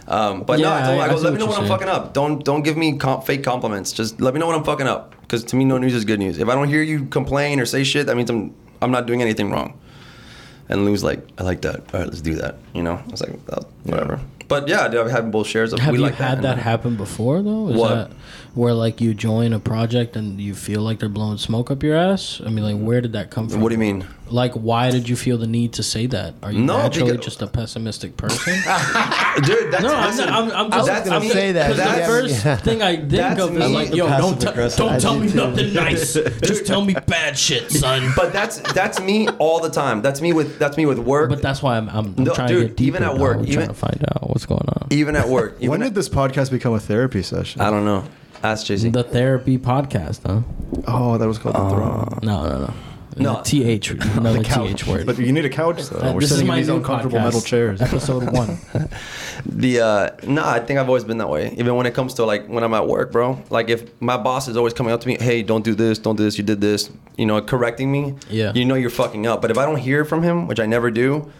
[SPEAKER 2] Um, but no, I,
[SPEAKER 1] Yeah,
[SPEAKER 2] told him,
[SPEAKER 1] I-
[SPEAKER 2] I
[SPEAKER 1] I
[SPEAKER 2] go.
[SPEAKER 1] see what
[SPEAKER 2] let me know when
[SPEAKER 1] you're
[SPEAKER 2] I'm
[SPEAKER 1] saying.
[SPEAKER 2] fucking up. Don't don't give me com- fake compliments. Just let me know when I'm fucking up. Because to me, no news is good news. If I don't hear you complain or say shit, that means I'm I'm not doing anything wrong. And Lou's like, I like that. All right, let's do that. You know, I was like, oh, whatever. But yeah, dude, I've had both shares of.
[SPEAKER 1] Have
[SPEAKER 2] we
[SPEAKER 1] you
[SPEAKER 2] like
[SPEAKER 1] had
[SPEAKER 2] and-
[SPEAKER 1] that, happen before though? Is
[SPEAKER 2] What?
[SPEAKER 1] that where like you join a project and you feel like they're blowing smoke up your ass? I mean, like where did that come from?
[SPEAKER 2] What do you mean?
[SPEAKER 1] Like, why did you feel the need to say that? Are you
[SPEAKER 2] No,
[SPEAKER 1] naturally
[SPEAKER 2] because-
[SPEAKER 1] just a pessimistic person?
[SPEAKER 2] Dude, *laughs* that's
[SPEAKER 1] no, I'm,
[SPEAKER 2] listen,
[SPEAKER 1] not, I'm, I'm
[SPEAKER 2] I
[SPEAKER 1] just
[SPEAKER 2] was
[SPEAKER 1] that's-
[SPEAKER 2] gonna
[SPEAKER 1] I'm-
[SPEAKER 3] say that.
[SPEAKER 1] 'cause The
[SPEAKER 2] That's-
[SPEAKER 1] first
[SPEAKER 3] yeah.
[SPEAKER 1] thing I think
[SPEAKER 2] That's
[SPEAKER 1] of
[SPEAKER 2] me.
[SPEAKER 1] is like,
[SPEAKER 2] I like
[SPEAKER 1] yo,
[SPEAKER 4] the
[SPEAKER 1] don't,
[SPEAKER 4] passive
[SPEAKER 1] t-
[SPEAKER 4] aggressive.
[SPEAKER 1] don't
[SPEAKER 4] I
[SPEAKER 1] tell
[SPEAKER 3] do
[SPEAKER 1] me
[SPEAKER 3] too.
[SPEAKER 4] *laughs*
[SPEAKER 1] nothing nice. just tell me bad shit, son.
[SPEAKER 2] But that's that's me all the time. That's me with that's me with work.
[SPEAKER 1] But that's why I'm, I'm, I'm
[SPEAKER 2] No,
[SPEAKER 1] trying to
[SPEAKER 2] dude,
[SPEAKER 1] get deeper.
[SPEAKER 2] even at
[SPEAKER 1] dog.
[SPEAKER 2] work,
[SPEAKER 1] I'm
[SPEAKER 2] even-
[SPEAKER 1] trying to find out what's going on.
[SPEAKER 2] even at work. Even
[SPEAKER 4] when
[SPEAKER 2] at-
[SPEAKER 4] did this podcast become a therapy session?
[SPEAKER 2] I don't know. Ask Jay Z.
[SPEAKER 1] The therapy podcast, huh?
[SPEAKER 4] oh, that was called the throne.
[SPEAKER 1] No, no, no.
[SPEAKER 2] No.
[SPEAKER 1] Uh, The th, another th word.
[SPEAKER 4] But you need a couch though.
[SPEAKER 1] Uh,
[SPEAKER 4] Oh, We're
[SPEAKER 1] this is
[SPEAKER 4] sitting in
[SPEAKER 1] my
[SPEAKER 4] these
[SPEAKER 1] new
[SPEAKER 4] uncomfortable
[SPEAKER 1] podcast,
[SPEAKER 4] metal chairs.
[SPEAKER 1] Episode *laughs* one.
[SPEAKER 2] The uh, no, I think I've always been that way. Even when it comes to like when I'm at work, bro. Like if my boss is always coming up to me, hey, don't do this, don't do this, you did this, you know, correcting me.
[SPEAKER 1] Yeah.
[SPEAKER 2] You know you're fucking up. But if I don't hear from him, which I never do,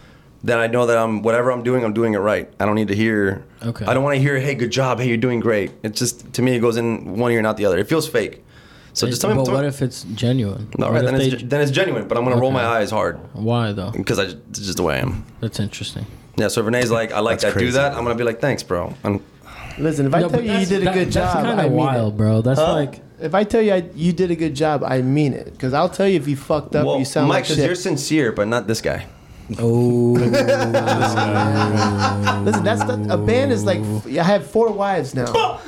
[SPEAKER 2] then I know that I'm whatever I'm doing, I'm doing it right. I don't need to hear.
[SPEAKER 1] Okay.
[SPEAKER 2] I don't want to hear, hey, good job, hey, you're doing great. It's just to me, it goes in one ear and out the other. It feels fake. So just tell me.
[SPEAKER 1] but
[SPEAKER 2] tell me-
[SPEAKER 1] what if it's genuine?
[SPEAKER 2] No,
[SPEAKER 1] What
[SPEAKER 2] right,
[SPEAKER 1] if
[SPEAKER 2] then it's,
[SPEAKER 1] they-
[SPEAKER 2] ge- then it's genuine. But I'm gonna roll
[SPEAKER 1] Okay.
[SPEAKER 2] my eyes hard
[SPEAKER 1] why though?
[SPEAKER 2] because I just, it's just the way I am.
[SPEAKER 1] That's interesting.
[SPEAKER 2] Yeah. So if Renee's like, I like
[SPEAKER 4] That's
[SPEAKER 2] that. Do
[SPEAKER 4] crazy.
[SPEAKER 2] that. I'm gonna be like, thanks, bro. I'm,
[SPEAKER 3] Listen, if I tell you you did a good
[SPEAKER 1] That's
[SPEAKER 3] job,
[SPEAKER 1] kind
[SPEAKER 3] I
[SPEAKER 1] of
[SPEAKER 3] mean
[SPEAKER 1] wild,
[SPEAKER 3] it.
[SPEAKER 1] bro. That's like
[SPEAKER 3] If I tell you I, you did a good job, I mean it. Because I'll tell you if you fucked up,
[SPEAKER 2] well,
[SPEAKER 3] Oh, you sound
[SPEAKER 2] Mike,
[SPEAKER 3] like
[SPEAKER 2] you're
[SPEAKER 3] shit.
[SPEAKER 2] sincere, but not this guy.
[SPEAKER 1] oh,
[SPEAKER 3] Listen, that's the, a band is like I have four wives now.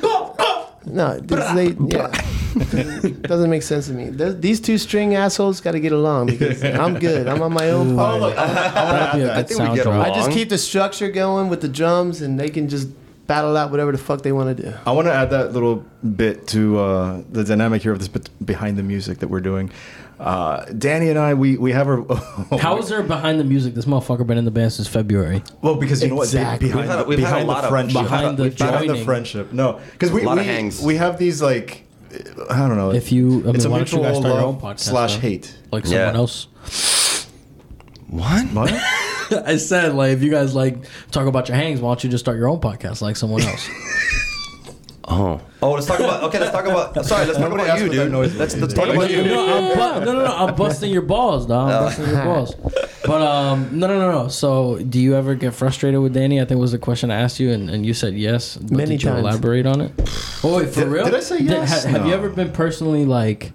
[SPEAKER 3] No, this, they, yeah, *laughs* it doesn't make sense to me. Th these two string assholes got to get
[SPEAKER 2] *laughs*
[SPEAKER 3] along because I'm good. I'm on my own. part.
[SPEAKER 1] that'd be a
[SPEAKER 2] I
[SPEAKER 1] good
[SPEAKER 2] think we
[SPEAKER 1] sound
[SPEAKER 2] get
[SPEAKER 1] drop.
[SPEAKER 3] I just
[SPEAKER 2] Long.
[SPEAKER 3] keep the structure going with the drums, and they can just battle out whatever the fuck they want to do.
[SPEAKER 4] I want to add that little bit to uh, the dynamic here of this bit behind the music that we're doing. Uh, Danny and I, we, we have our. *laughs*
[SPEAKER 1] How is there behind the music? This motherfucker been in the band since February.
[SPEAKER 4] Well, because you know what? Be-
[SPEAKER 3] Exactly.
[SPEAKER 4] Behind,
[SPEAKER 2] We've had a-
[SPEAKER 4] the-
[SPEAKER 2] we've had a
[SPEAKER 4] behind
[SPEAKER 2] lot
[SPEAKER 4] the
[SPEAKER 2] of-
[SPEAKER 4] friendship.
[SPEAKER 1] behind the
[SPEAKER 4] behind the
[SPEAKER 1] joining.
[SPEAKER 4] friendship. No, because we,
[SPEAKER 2] A lot
[SPEAKER 4] we,
[SPEAKER 2] of hangs.
[SPEAKER 4] we have these, like, I don't know.
[SPEAKER 1] If you- I
[SPEAKER 4] it's
[SPEAKER 1] mean,
[SPEAKER 4] a
[SPEAKER 1] why don't you
[SPEAKER 4] mutual
[SPEAKER 1] guys start your
[SPEAKER 4] love
[SPEAKER 1] own podcast,
[SPEAKER 4] slash
[SPEAKER 1] though?
[SPEAKER 4] hate.
[SPEAKER 1] Like
[SPEAKER 2] Yeah.
[SPEAKER 1] someone else.
[SPEAKER 2] What?
[SPEAKER 4] What?
[SPEAKER 1] *laughs* I said like if you guys like talk about your hangs, why don't you just start your own podcast like someone *laughs* else?
[SPEAKER 2] Oh. Oh, let's talk about. Okay, let's talk about. Sorry, let's talk
[SPEAKER 4] Nobody
[SPEAKER 2] about
[SPEAKER 4] asked
[SPEAKER 2] you,
[SPEAKER 4] what that
[SPEAKER 2] dude.
[SPEAKER 4] noise was.
[SPEAKER 2] Let's, let's talk
[SPEAKER 4] Wait,
[SPEAKER 2] about
[SPEAKER 4] what
[SPEAKER 2] you.
[SPEAKER 1] no, I'm bu- no, no, no, I'm busting your balls, dog.
[SPEAKER 2] Oh.
[SPEAKER 1] I'm busting your balls. But um, no, no, no, no. So, do you ever get frustrated with Danny? I think was the question I asked you, and, and you said yes. But
[SPEAKER 3] Many
[SPEAKER 1] did you
[SPEAKER 3] times.
[SPEAKER 1] elaborate on it? Oh, wait, for
[SPEAKER 4] Did-
[SPEAKER 1] real?
[SPEAKER 4] did I say yes?
[SPEAKER 1] ha- Have you
[SPEAKER 4] No.
[SPEAKER 1] ever been personally like?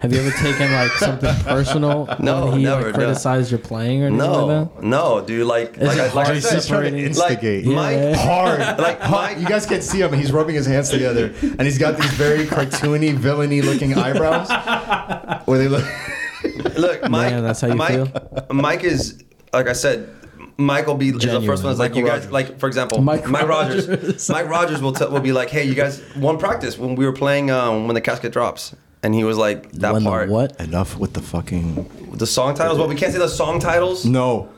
[SPEAKER 1] Have you ever taken like
[SPEAKER 2] *laughs*
[SPEAKER 1] something personal?
[SPEAKER 2] No,
[SPEAKER 1] when he
[SPEAKER 2] never,
[SPEAKER 1] like,
[SPEAKER 2] no.
[SPEAKER 1] criticized your playing or anything like
[SPEAKER 2] No,
[SPEAKER 1] that?
[SPEAKER 2] no, dude. Like, like, I,
[SPEAKER 1] it
[SPEAKER 2] like I
[SPEAKER 1] hard
[SPEAKER 2] said,
[SPEAKER 4] He's trying to
[SPEAKER 1] separating-
[SPEAKER 4] instigate.
[SPEAKER 2] like Mike.
[SPEAKER 1] Yeah.
[SPEAKER 4] Hard.
[SPEAKER 2] Like Mike.
[SPEAKER 4] You guys can't see him. He's rubbing his hands together, and he's got these very cartoony, villainy looking eyebrows. Where they look. *laughs*
[SPEAKER 2] Look, Mike.
[SPEAKER 1] that's how you
[SPEAKER 2] Mike,
[SPEAKER 1] feel?
[SPEAKER 2] Mike is like I said. Mike will be is the
[SPEAKER 1] Genuine.
[SPEAKER 2] first one. that's Like
[SPEAKER 4] Michael
[SPEAKER 2] you guys,
[SPEAKER 4] Rogers.
[SPEAKER 2] like for example,
[SPEAKER 1] Mike
[SPEAKER 2] Mike, Rogers. *laughs* Mike Rogers will tell will be like, "Hey, you guys, one practice when we were playing um, when the casket drops." And he was like, "That
[SPEAKER 1] When the
[SPEAKER 2] part,
[SPEAKER 1] what?
[SPEAKER 4] Enough with the fucking.
[SPEAKER 2] the song titles? Well, we can't say the song titles.
[SPEAKER 4] No.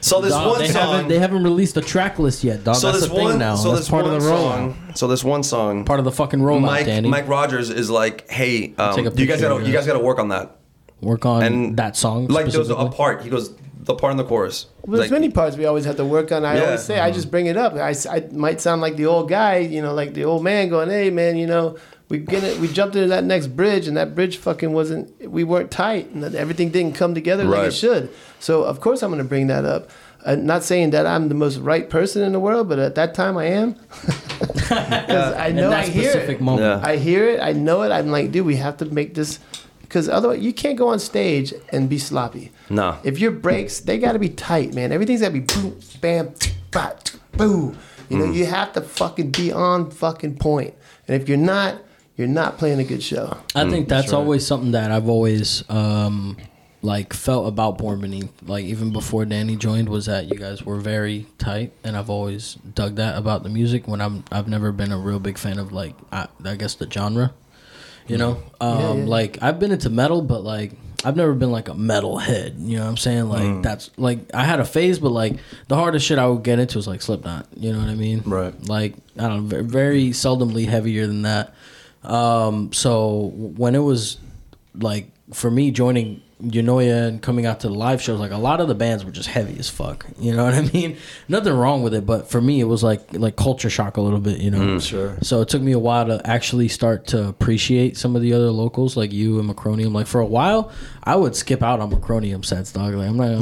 [SPEAKER 2] So this
[SPEAKER 1] Dog,
[SPEAKER 2] one
[SPEAKER 1] they
[SPEAKER 2] song,
[SPEAKER 1] haven't they haven't released the track list yet, dog.
[SPEAKER 2] so
[SPEAKER 1] That's
[SPEAKER 2] this
[SPEAKER 1] the thing
[SPEAKER 2] one,
[SPEAKER 1] now.
[SPEAKER 2] so
[SPEAKER 1] That's
[SPEAKER 2] this
[SPEAKER 1] part
[SPEAKER 2] one
[SPEAKER 1] of the rollout.
[SPEAKER 2] song, so this one song,
[SPEAKER 1] Part of the fucking rollout,
[SPEAKER 2] Mike
[SPEAKER 1] Danny.
[SPEAKER 2] Mike Rogers is like, "Hey,
[SPEAKER 1] take a
[SPEAKER 2] um, you guys
[SPEAKER 1] picture
[SPEAKER 2] gotta
[SPEAKER 1] of
[SPEAKER 2] you
[SPEAKER 1] it.
[SPEAKER 2] guys gotta work on that."
[SPEAKER 1] Work on
[SPEAKER 2] And
[SPEAKER 1] that song.
[SPEAKER 2] like there's a
[SPEAKER 1] specifically?
[SPEAKER 2] part. He goes, the part in the chorus.
[SPEAKER 3] Well, there's
[SPEAKER 2] Like,
[SPEAKER 3] many parts we always have to work on. I
[SPEAKER 2] Yeah.
[SPEAKER 3] always say, I just bring it up. I, s- I might sound like the old guy, you know, like the old man going, "Hey, man, you know, we get it. We jumped into that next bridge, and that bridge fucking wasn't. We weren't tight, and that everything didn't come together like
[SPEAKER 2] Right.
[SPEAKER 3] it should. So of course I'm going to bring that up. Uh, not saying that I'm the most right person in the world, but at that time I am. *laughs* 'Cause I know
[SPEAKER 1] in that
[SPEAKER 3] I hear
[SPEAKER 1] specific
[SPEAKER 3] it.
[SPEAKER 1] moment.
[SPEAKER 2] Yeah.
[SPEAKER 3] I hear it. I know it. I'm like, dude, we have to make this because otherwise you can't go on stage and be sloppy.
[SPEAKER 2] Nah.
[SPEAKER 3] If your breaks, they got to be tight, man. Everything's got to be boom, bam, bah, boo. You
[SPEAKER 1] Mm.
[SPEAKER 3] know, you have to fucking be on fucking point. And if you're not, you're not playing a good show.
[SPEAKER 1] I think that's always something that I've always um, like felt about Born Beneath. Like even before Danny joined, was that you guys were very tight, and I've always dug that about the music. When I'm, I've never been a real big fan of like I, I guess the genre. You know, um,
[SPEAKER 3] yeah.
[SPEAKER 1] like I've been into metal, but like I've never been like a metal head. You know what I'm saying? Like that's like I had a phase, but like the hardest shit I would get into was like Slipknot. You know what I mean?
[SPEAKER 4] Right.
[SPEAKER 1] Like I don't know, ve- very seldomly heavier than that. Um, so when it was like for me joining Yonoya and coming out to the live shows, like a lot of the bands were just heavy as fuck. *laughs* You know what I mean? Nothing wrong with it, but for me it was like like culture shock a little bit. You know,
[SPEAKER 4] Mm, Sure.
[SPEAKER 1] so it took me a while to actually start to appreciate some of the other locals like you and Macronium. Like for a while, I would skip out on Macronium sets, dog. Like I'm
[SPEAKER 4] *laughs*
[SPEAKER 1] not gonna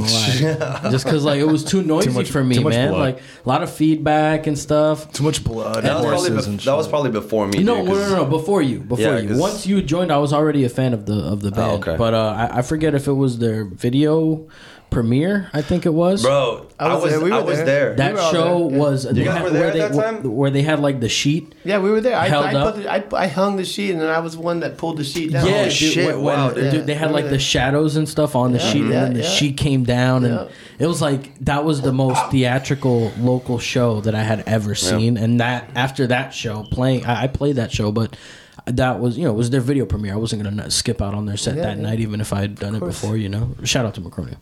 [SPEAKER 1] lie, just because like it was too noisy
[SPEAKER 4] much-
[SPEAKER 1] for me,
[SPEAKER 4] too much
[SPEAKER 1] man.
[SPEAKER 4] blood.
[SPEAKER 1] Like a lot of feedback and stuff.
[SPEAKER 4] Too much blood.
[SPEAKER 2] That was, probably
[SPEAKER 4] horses
[SPEAKER 2] bef-
[SPEAKER 4] and
[SPEAKER 2] that was
[SPEAKER 4] shit.
[SPEAKER 2] probably before me.
[SPEAKER 1] No,
[SPEAKER 2] dude,
[SPEAKER 1] no,
[SPEAKER 2] 'cause-
[SPEAKER 1] no, no, before you, before
[SPEAKER 2] Yeah,
[SPEAKER 1] you.
[SPEAKER 2] 'cause- Oh,
[SPEAKER 1] Once you joined, I was already a fan of the of the band,
[SPEAKER 2] okay.
[SPEAKER 1] but uh, I, I forget if it was their video premiere. I think it was.
[SPEAKER 2] Bro, I was, I was there.
[SPEAKER 3] we were there.
[SPEAKER 1] that
[SPEAKER 3] We were all
[SPEAKER 1] show
[SPEAKER 3] there, yeah.
[SPEAKER 1] was. they
[SPEAKER 2] guys
[SPEAKER 1] had-
[SPEAKER 2] were there
[SPEAKER 1] where
[SPEAKER 2] at
[SPEAKER 1] they,
[SPEAKER 2] that
[SPEAKER 1] wh-
[SPEAKER 2] time?
[SPEAKER 1] Where they had like the sheet.
[SPEAKER 3] Yeah, we were there. I,
[SPEAKER 1] Held
[SPEAKER 3] I,
[SPEAKER 1] up?
[SPEAKER 3] put the, I, I hung the sheet, and I was the one that pulled the sheet down.
[SPEAKER 1] Yeah,
[SPEAKER 2] Oh,
[SPEAKER 1] dude,
[SPEAKER 2] shit,
[SPEAKER 1] when-
[SPEAKER 2] wow,
[SPEAKER 1] when-
[SPEAKER 2] dude.
[SPEAKER 1] dude, they had like
[SPEAKER 3] Yeah.
[SPEAKER 1] the shadows and stuff on the sheet,
[SPEAKER 3] yeah,
[SPEAKER 1] and then the
[SPEAKER 3] yeah.
[SPEAKER 1] sheet came down, and
[SPEAKER 3] Yeah.
[SPEAKER 1] it was like that was the most theatrical local show that I had ever seen. And that after that show, playing, I, I played that show, but that was you know it was their video premiere. I wasn't gonna not skip out on their set
[SPEAKER 3] Yeah,
[SPEAKER 1] that
[SPEAKER 3] yeah.
[SPEAKER 1] night, even if I had done it before. You know, shout out to Macronia,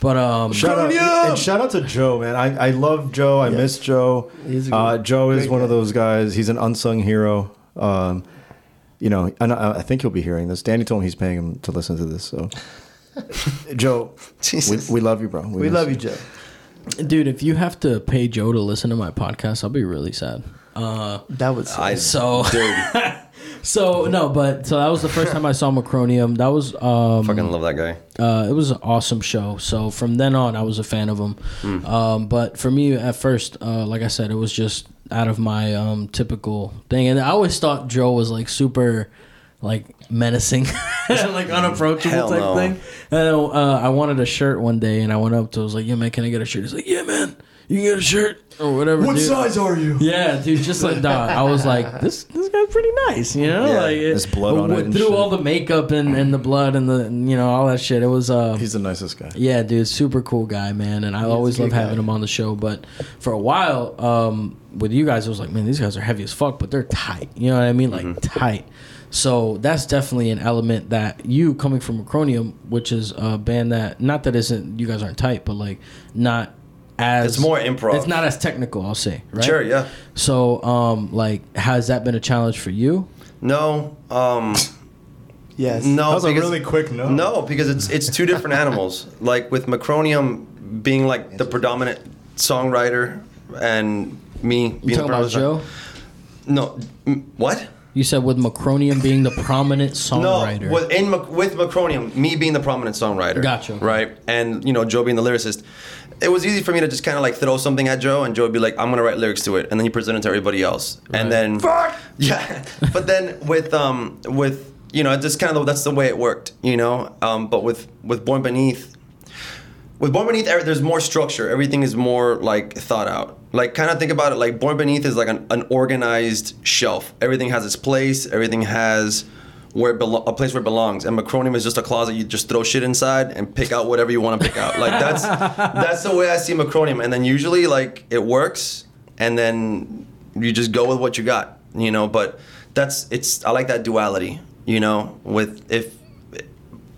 [SPEAKER 1] but um,
[SPEAKER 4] Shout out,
[SPEAKER 2] Junior!
[SPEAKER 4] and shout out to Joe, man. I, I love Joe. I miss Joe.
[SPEAKER 3] He's a
[SPEAKER 4] Uh,
[SPEAKER 3] good-
[SPEAKER 4] Joe is
[SPEAKER 3] great
[SPEAKER 4] one of
[SPEAKER 3] guy.
[SPEAKER 4] those guys. He's an unsung hero. Um, you know, and I, I think he'll be hearing this. Danny told me he's paying him to listen to this.
[SPEAKER 2] *laughs*
[SPEAKER 4] So, Joe, we,
[SPEAKER 2] Jesus.
[SPEAKER 4] we love you, bro.
[SPEAKER 3] We
[SPEAKER 4] miss
[SPEAKER 3] love you, Joe.
[SPEAKER 1] dude, if you have to pay Joe to listen to my podcast, I'll be really sad. Uh,
[SPEAKER 3] That was
[SPEAKER 2] I,
[SPEAKER 1] so.
[SPEAKER 2] *laughs* dude,
[SPEAKER 1] So no, but so that was the first time I saw Macronium. That was um
[SPEAKER 2] fucking love that guy.
[SPEAKER 1] uh, it was an awesome show. So from then on, I was a fan of him.
[SPEAKER 4] Hmm.
[SPEAKER 1] Um, but for me, at first, uh, like I said, it was just out of my um, typical thing, and I always thought Joe was like super, like menacing, *laughs* like unapproachable
[SPEAKER 2] Hell
[SPEAKER 1] type
[SPEAKER 2] no.
[SPEAKER 1] thing. And uh, I wanted a shirt one day, and I went up to, him, I was like, "Yeah, man, can I get a shirt?" He's like, "Yeah, man, you can get a shirt or whatever." dude."
[SPEAKER 4] are you?
[SPEAKER 1] Yeah, dude, just like dog. I was like, this this guy's pretty nice, you know.
[SPEAKER 2] Yeah,
[SPEAKER 1] like it-
[SPEAKER 4] there's blood on it
[SPEAKER 1] with-
[SPEAKER 4] and
[SPEAKER 1] Through
[SPEAKER 4] shit.
[SPEAKER 1] all the makeup and, and the blood and the and, you know all that shit. It was uh,
[SPEAKER 4] He's the nicest guy.
[SPEAKER 1] yeah, dude, super cool guy, man. And I always
[SPEAKER 3] a
[SPEAKER 1] love
[SPEAKER 3] good
[SPEAKER 1] having
[SPEAKER 3] guy.
[SPEAKER 1] him on the show. But for a while, um, with you guys, it was like, man, these guys are heavy as fuck, but they're tight. You know what I mean? Like
[SPEAKER 2] Mm-hmm.
[SPEAKER 1] tight. So that's definitely an element that you coming from Acronium, which is a band that not that isn't you guys aren't tight, but like not as
[SPEAKER 2] It's more improv.
[SPEAKER 1] It's not as technical, I'll say. Right?
[SPEAKER 2] Sure, yeah.
[SPEAKER 1] So, um, like, has that been a challenge for you?
[SPEAKER 2] No, um,
[SPEAKER 3] yes.
[SPEAKER 2] no.
[SPEAKER 4] That was a
[SPEAKER 2] because-
[SPEAKER 4] really quick no.
[SPEAKER 2] No, because it's it's two different animals. Like with Macronium being like the predominant songwriter, and me being
[SPEAKER 1] You
[SPEAKER 2] the
[SPEAKER 1] talking about
[SPEAKER 2] predominant-
[SPEAKER 1] Joe?
[SPEAKER 2] No, m- what?
[SPEAKER 1] You said with Macronium being the prominent songwriter.
[SPEAKER 2] *laughs* No, with, in Mac- with Macronium, me being the prominent songwriter.
[SPEAKER 1] Gotcha.
[SPEAKER 2] Right, and you know Joe being the lyricist, it was easy for me to just kind of like throw something at Joe, and Joe would be like, "I'm gonna write lyrics to it," and then you present it to everybody else, and then *laughs* yeah. but then with um with you know just kind of that's the way it worked, you know. Um, but with with Born Beneath, with Born Beneath, every- there's more structure. Everything is more like thought out. Like kind of think about it. Like Born Beneath is like an, an organized shelf. Everything has its place. Everything has where it belo- a place where it belongs. And Macronium is just a closet. You just throw shit inside and pick out whatever you want to pick out. Like that's that's the way I see Macronium. And then usually like it works. And then you just go with what you got. You know. But that's it's. I like that duality. You know. With if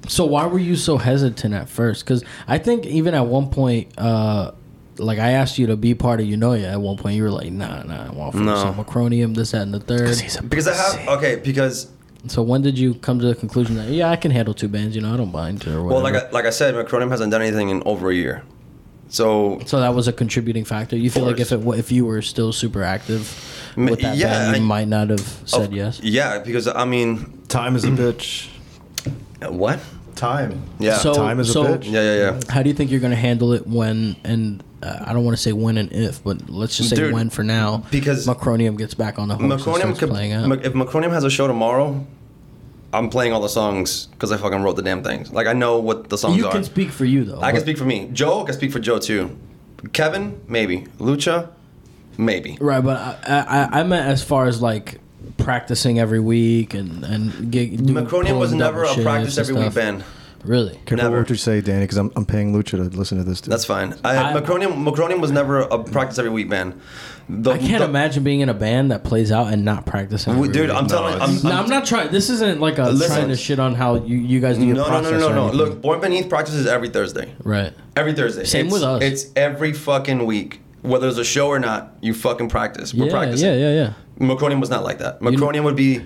[SPEAKER 1] So why were you so hesitant at first? Because I think even at one point, uh, like I asked you to be part of Unoya at one point, you were like, "Nah, nah, I want to focus
[SPEAKER 2] No.
[SPEAKER 1] on Macronium, this, that, and the third.
[SPEAKER 2] Because I have okay. Because
[SPEAKER 1] So when did you come to the conclusion that yeah, I can handle two bands? You know, I don't mind. Or whatever.
[SPEAKER 2] Well, like I, like I said, Macronium hasn't done anything in over a year. So
[SPEAKER 1] so that was a contributing factor. You feel like if
[SPEAKER 2] course.
[SPEAKER 1] it wa- if you were still super active
[SPEAKER 2] M-
[SPEAKER 1] with that
[SPEAKER 2] yeah,
[SPEAKER 1] band, you
[SPEAKER 2] I-
[SPEAKER 1] might not have said yes.
[SPEAKER 2] yeah, because I mean,
[SPEAKER 4] Time is a bitch.
[SPEAKER 2] what?
[SPEAKER 4] Time.
[SPEAKER 2] Yeah,
[SPEAKER 1] So-
[SPEAKER 4] Time is
[SPEAKER 1] so-
[SPEAKER 4] a bitch.
[SPEAKER 2] yeah, yeah, yeah.
[SPEAKER 1] How do you think you're going to handle it when and uh, I don't want to say when and if, but let's just say
[SPEAKER 2] Dude,
[SPEAKER 1] when for now
[SPEAKER 2] because-
[SPEAKER 1] Macronium gets back on the horse and
[SPEAKER 2] Macronium
[SPEAKER 1] starts
[SPEAKER 2] could-
[SPEAKER 1] playing out.
[SPEAKER 2] Ma- if Macronium has a show tomorrow, I'm playing all the songs because I fucking wrote the damn things. Like I know what the songs
[SPEAKER 1] you
[SPEAKER 2] are.
[SPEAKER 1] can speak for you though.
[SPEAKER 2] I can speak for me. Joe can speak for Joe too. Kevin, maybe. Lucha, maybe.
[SPEAKER 1] Right, but I, I I meant as far as like practicing every week and and gig, doing-
[SPEAKER 2] Macronium was
[SPEAKER 1] pulling
[SPEAKER 2] never
[SPEAKER 1] double
[SPEAKER 2] a practice
[SPEAKER 1] shifts
[SPEAKER 2] every
[SPEAKER 1] and
[SPEAKER 2] week
[SPEAKER 1] stuff.
[SPEAKER 2] band.
[SPEAKER 1] Really?
[SPEAKER 4] Careful
[SPEAKER 2] Never.
[SPEAKER 4] what you say, Danny, because I'm, I'm paying Lucha to listen to this. Too.
[SPEAKER 2] That's fine. I,
[SPEAKER 1] I-
[SPEAKER 2] Macronium, Macronium was never a practice every week band. The-
[SPEAKER 1] I can't
[SPEAKER 2] the-
[SPEAKER 1] imagine being in a band that plays out and not practicing.
[SPEAKER 2] we-
[SPEAKER 1] every
[SPEAKER 2] Dude,
[SPEAKER 1] week.
[SPEAKER 2] I'm telling I'm,
[SPEAKER 1] No, I'm not trying. This isn't like a
[SPEAKER 2] Listen.
[SPEAKER 1] trying to shit on how you, you guys do your
[SPEAKER 2] no, no,
[SPEAKER 1] process.
[SPEAKER 2] no, no,
[SPEAKER 1] or
[SPEAKER 2] no, no.
[SPEAKER 1] anything.
[SPEAKER 2] Look, Born Beneath practices every Thursday.
[SPEAKER 1] right.
[SPEAKER 2] Every Thursday.
[SPEAKER 1] Same
[SPEAKER 2] It's-
[SPEAKER 1] with us.
[SPEAKER 2] It's every fucking week. Whether it's a show or not, you fucking practice. We're
[SPEAKER 1] yeah,
[SPEAKER 2] practicing.
[SPEAKER 1] yeah, yeah, yeah.
[SPEAKER 2] Macronium was not like that. Macronium would be,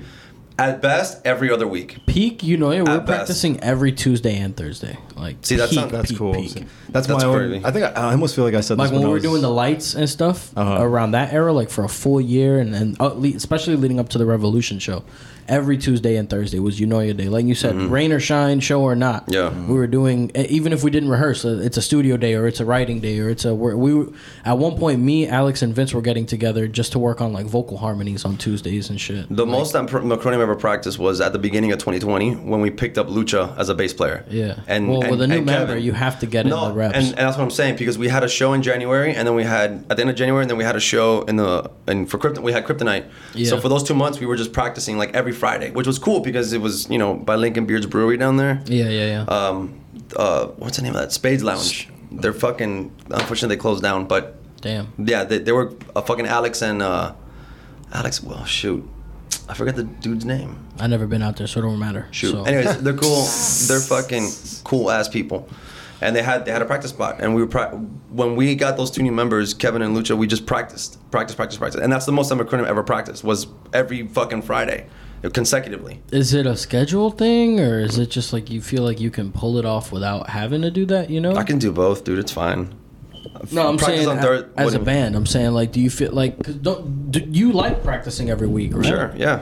[SPEAKER 2] at best, every other week.
[SPEAKER 1] Peak, you know, yeah, we're
[SPEAKER 2] best.
[SPEAKER 1] practicing every Tuesday and Thursday. Like,
[SPEAKER 2] See, that
[SPEAKER 1] peak,
[SPEAKER 2] sound-
[SPEAKER 4] That's
[SPEAKER 1] peak,
[SPEAKER 4] cool.
[SPEAKER 1] peak.
[SPEAKER 4] That's,
[SPEAKER 2] That's
[SPEAKER 4] my own.
[SPEAKER 2] crazy.
[SPEAKER 4] I think I, I almost feel like I said
[SPEAKER 1] Like
[SPEAKER 4] this
[SPEAKER 1] when
[SPEAKER 4] I
[SPEAKER 1] we were
[SPEAKER 4] was-
[SPEAKER 1] doing the lights and stuff
[SPEAKER 4] Uh-huh.
[SPEAKER 1] around that era, like for a full year, and and uh, le- especially leading up to the Revolution show, every Tuesday and Thursday was You Know Your Day. Like you said, rain or shine, show or not.
[SPEAKER 2] Mm-hmm. Yeah.
[SPEAKER 1] we were doing e- even if we didn't rehearse. uh, It's a studio day or it's a writing day or it's a we're- we. were- At one point, me, Alex, and Vince were getting together just to work on like vocal harmonies on Tuesdays and shit.
[SPEAKER 2] The most that Pr- Macronium ever practiced was at the beginning of 2020 when we picked up Lucha as a bass player.
[SPEAKER 1] Yeah.
[SPEAKER 2] And
[SPEAKER 1] well,
[SPEAKER 2] and,
[SPEAKER 1] with a new
[SPEAKER 2] and
[SPEAKER 1] member,
[SPEAKER 2] Kevin.
[SPEAKER 1] you have to get in
[SPEAKER 2] no,
[SPEAKER 1] the reps.
[SPEAKER 2] and, and that's what I'm saying because we had a show in January, and then we had at the end of January, and then we had a show in the and for Krypton we had Kryptonite.
[SPEAKER 1] Yeah.
[SPEAKER 2] So for those two months, we were just practicing like every Friday, which was cool because it was you know by Lincoln Beard's Brewery down there.
[SPEAKER 1] yeah, yeah, yeah.
[SPEAKER 2] Um, uh, what's the name of that Spades Lounge? They're fucking unfortunately they closed down, but
[SPEAKER 1] Damn.
[SPEAKER 2] yeah, they, they were a fucking Alex and uh, Alex. Well, shoot, I forgot the dude's name.
[SPEAKER 1] I've never been out there, so it don't matter.
[SPEAKER 2] Shoot.
[SPEAKER 1] So.
[SPEAKER 2] Anyways, they're cool. They're fucking cool ass people, and they had they had a practice spot, and we were pra- when we got those two new members, Kevin and Lucha, we just practiced, practice, practice, practice, and that's the most Eminem ever practiced was every fucking Friday, consecutively.
[SPEAKER 1] Is it a schedule thing, or is it just like you feel like you can pull it off without having to do that? You know,
[SPEAKER 2] I can do both, dude. It's fine.
[SPEAKER 1] no, I'm
[SPEAKER 2] practice
[SPEAKER 1] saying
[SPEAKER 2] on Thurs-
[SPEAKER 1] as
[SPEAKER 2] what do
[SPEAKER 1] a
[SPEAKER 2] you mean?
[SPEAKER 1] band, I'm saying like, do you feel like 'cause don't do you like practicing every week? Right?
[SPEAKER 2] Sure. Yeah.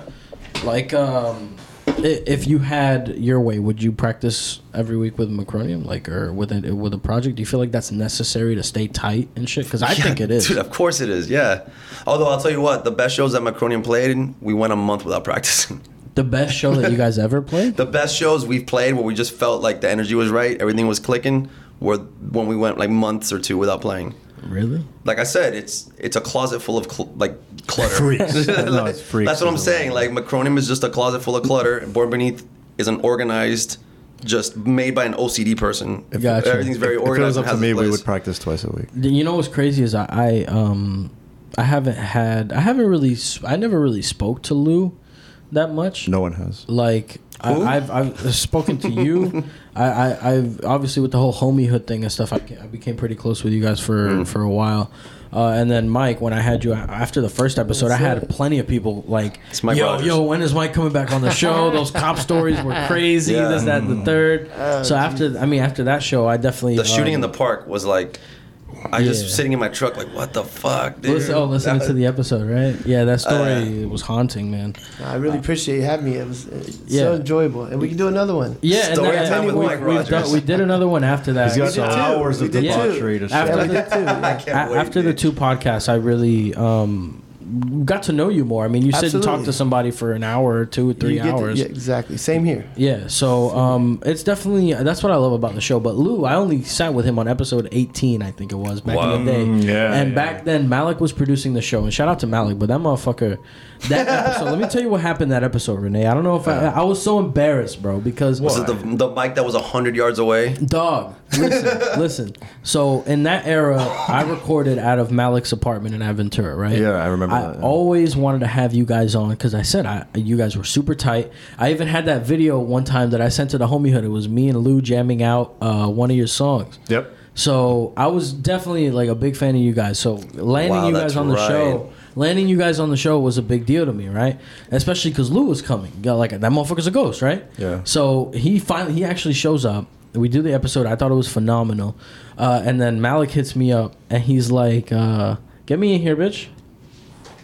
[SPEAKER 1] Like, um, i- if you had your way, would you practice every week with Macronium, like, or with a, with a project? Do you feel like that's necessary to stay tight and shit? Because I
[SPEAKER 2] Yeah,
[SPEAKER 1] think it is.
[SPEAKER 2] Dude, of course it is. Yeah. Although I'll tell you what, the best shows that Macronium played, we went a month without *laughs* practicing.
[SPEAKER 1] the best show that you guys ever played.
[SPEAKER 2] The best shows we've played where we just felt like the energy was right, everything was clicking, were when we went like months or two without playing.
[SPEAKER 1] really?
[SPEAKER 2] Like I said, it's it's a closet full of cl- like clutter. *laughs*
[SPEAKER 4] *laughs* Freaks. No, it's freaks
[SPEAKER 2] That's what I'm
[SPEAKER 4] is the
[SPEAKER 2] saying. Like Macronium is just a closet full of clutter, and Born Beneath is an organized, just made by an OCD person.
[SPEAKER 1] Gotcha.
[SPEAKER 2] Everything's very
[SPEAKER 4] If it was
[SPEAKER 2] organized.
[SPEAKER 4] up
[SPEAKER 2] and
[SPEAKER 4] to
[SPEAKER 2] has a
[SPEAKER 4] me, we
[SPEAKER 2] place.
[SPEAKER 4] would practice twice a week.
[SPEAKER 1] You know what's crazy is I, I um I haven't had I haven't really s- I never really spoke to Lou that much.
[SPEAKER 4] No one has.
[SPEAKER 1] Like I,
[SPEAKER 2] Who?
[SPEAKER 1] I've I've spoken to
[SPEAKER 2] *laughs*
[SPEAKER 1] you. I, I I've obviously with the whole homiehood thing and stuff. I, ca- I became pretty close with you guys for
[SPEAKER 2] Mm.
[SPEAKER 1] for a while. Uh, and then Mike, when I had you a- after the first episode, I had plenty of people like,
[SPEAKER 2] my
[SPEAKER 1] "Yo,
[SPEAKER 2] brothers.
[SPEAKER 1] yo, when is Mike coming back on the show? Those cop stories were crazy.
[SPEAKER 2] Yeah. Mm.
[SPEAKER 1] This, that, and the third. so after, I mean, after that show, I definitely
[SPEAKER 2] the shooting
[SPEAKER 1] um,
[SPEAKER 2] in the park was like I
[SPEAKER 1] Yeah.
[SPEAKER 2] just sitting in my truck like what the fuck dude?
[SPEAKER 1] Listen, oh, listening to the episode, right? Yeah, that story
[SPEAKER 2] Uh,
[SPEAKER 1] was haunting, man.
[SPEAKER 3] I really appreciate you having me. It was uh,
[SPEAKER 1] Yeah.
[SPEAKER 3] so enjoyable, and we can do another one.
[SPEAKER 1] Yeah, and
[SPEAKER 2] Story
[SPEAKER 1] that-
[SPEAKER 2] time with
[SPEAKER 1] we,
[SPEAKER 2] Mike
[SPEAKER 1] we've done-
[SPEAKER 2] Rogers.
[SPEAKER 1] we did another one after that.
[SPEAKER 4] He's got
[SPEAKER 3] did too.
[SPEAKER 4] hours
[SPEAKER 3] We
[SPEAKER 4] of
[SPEAKER 3] did too.
[SPEAKER 4] debauchery to
[SPEAKER 1] After
[SPEAKER 4] show.
[SPEAKER 1] the-
[SPEAKER 3] That too.
[SPEAKER 2] I
[SPEAKER 3] yeah.
[SPEAKER 2] can't
[SPEAKER 1] A-
[SPEAKER 2] wait,
[SPEAKER 1] after the
[SPEAKER 2] dude.
[SPEAKER 1] two podcasts, I really um, got to know you more. I mean, you sit and talk
[SPEAKER 3] Absolutely.
[SPEAKER 1] to somebody for an hour, or two, or three
[SPEAKER 3] You get to-
[SPEAKER 1] hours.
[SPEAKER 3] yeah, exactly. Same here.
[SPEAKER 1] Yeah, so um, it's definitely that's what I love about the show. But Lou, I only sat with him on episode eighteen, I think it was back in the day.
[SPEAKER 4] Mm, yeah,
[SPEAKER 1] and
[SPEAKER 4] yeah.
[SPEAKER 1] back then Malik was producing the show, and shout out to Malik. But that motherfucker,
[SPEAKER 4] *laughs*
[SPEAKER 1] that episode. let me tell you what happened that episode, Renee. I don't know if I, I was so embarrassed, bro, because
[SPEAKER 2] was it the, the mic that was 100 yards away
[SPEAKER 1] Dog,
[SPEAKER 4] *laughs*
[SPEAKER 1] listen, listen. So in that era, I recorded out of Malik's apartment in Aventura, right?
[SPEAKER 4] Yeah, I remember
[SPEAKER 1] I
[SPEAKER 4] that, yeah.
[SPEAKER 1] always wanted to have you guys on because I said I, you guys were super tight. I even had that video one time that I sent to the homiehood. It was me and Lou jamming out uh, one of your songs.
[SPEAKER 4] Yep.
[SPEAKER 1] So I was definitely like a big fan of you guys. So landing
[SPEAKER 2] Wow,
[SPEAKER 1] you
[SPEAKER 2] that's
[SPEAKER 1] guys on the
[SPEAKER 2] right.
[SPEAKER 1] show landing you guys on the show was a big deal to me, right? Especially because Lou was coming. You got like that motherfucker's a ghost, right?
[SPEAKER 4] Yeah.
[SPEAKER 1] So he finally he actually shows up. We do the episode. I thought it was phenomenal, uh, and then Malik hits me up and he's like, uh, "Get me in here, bitch."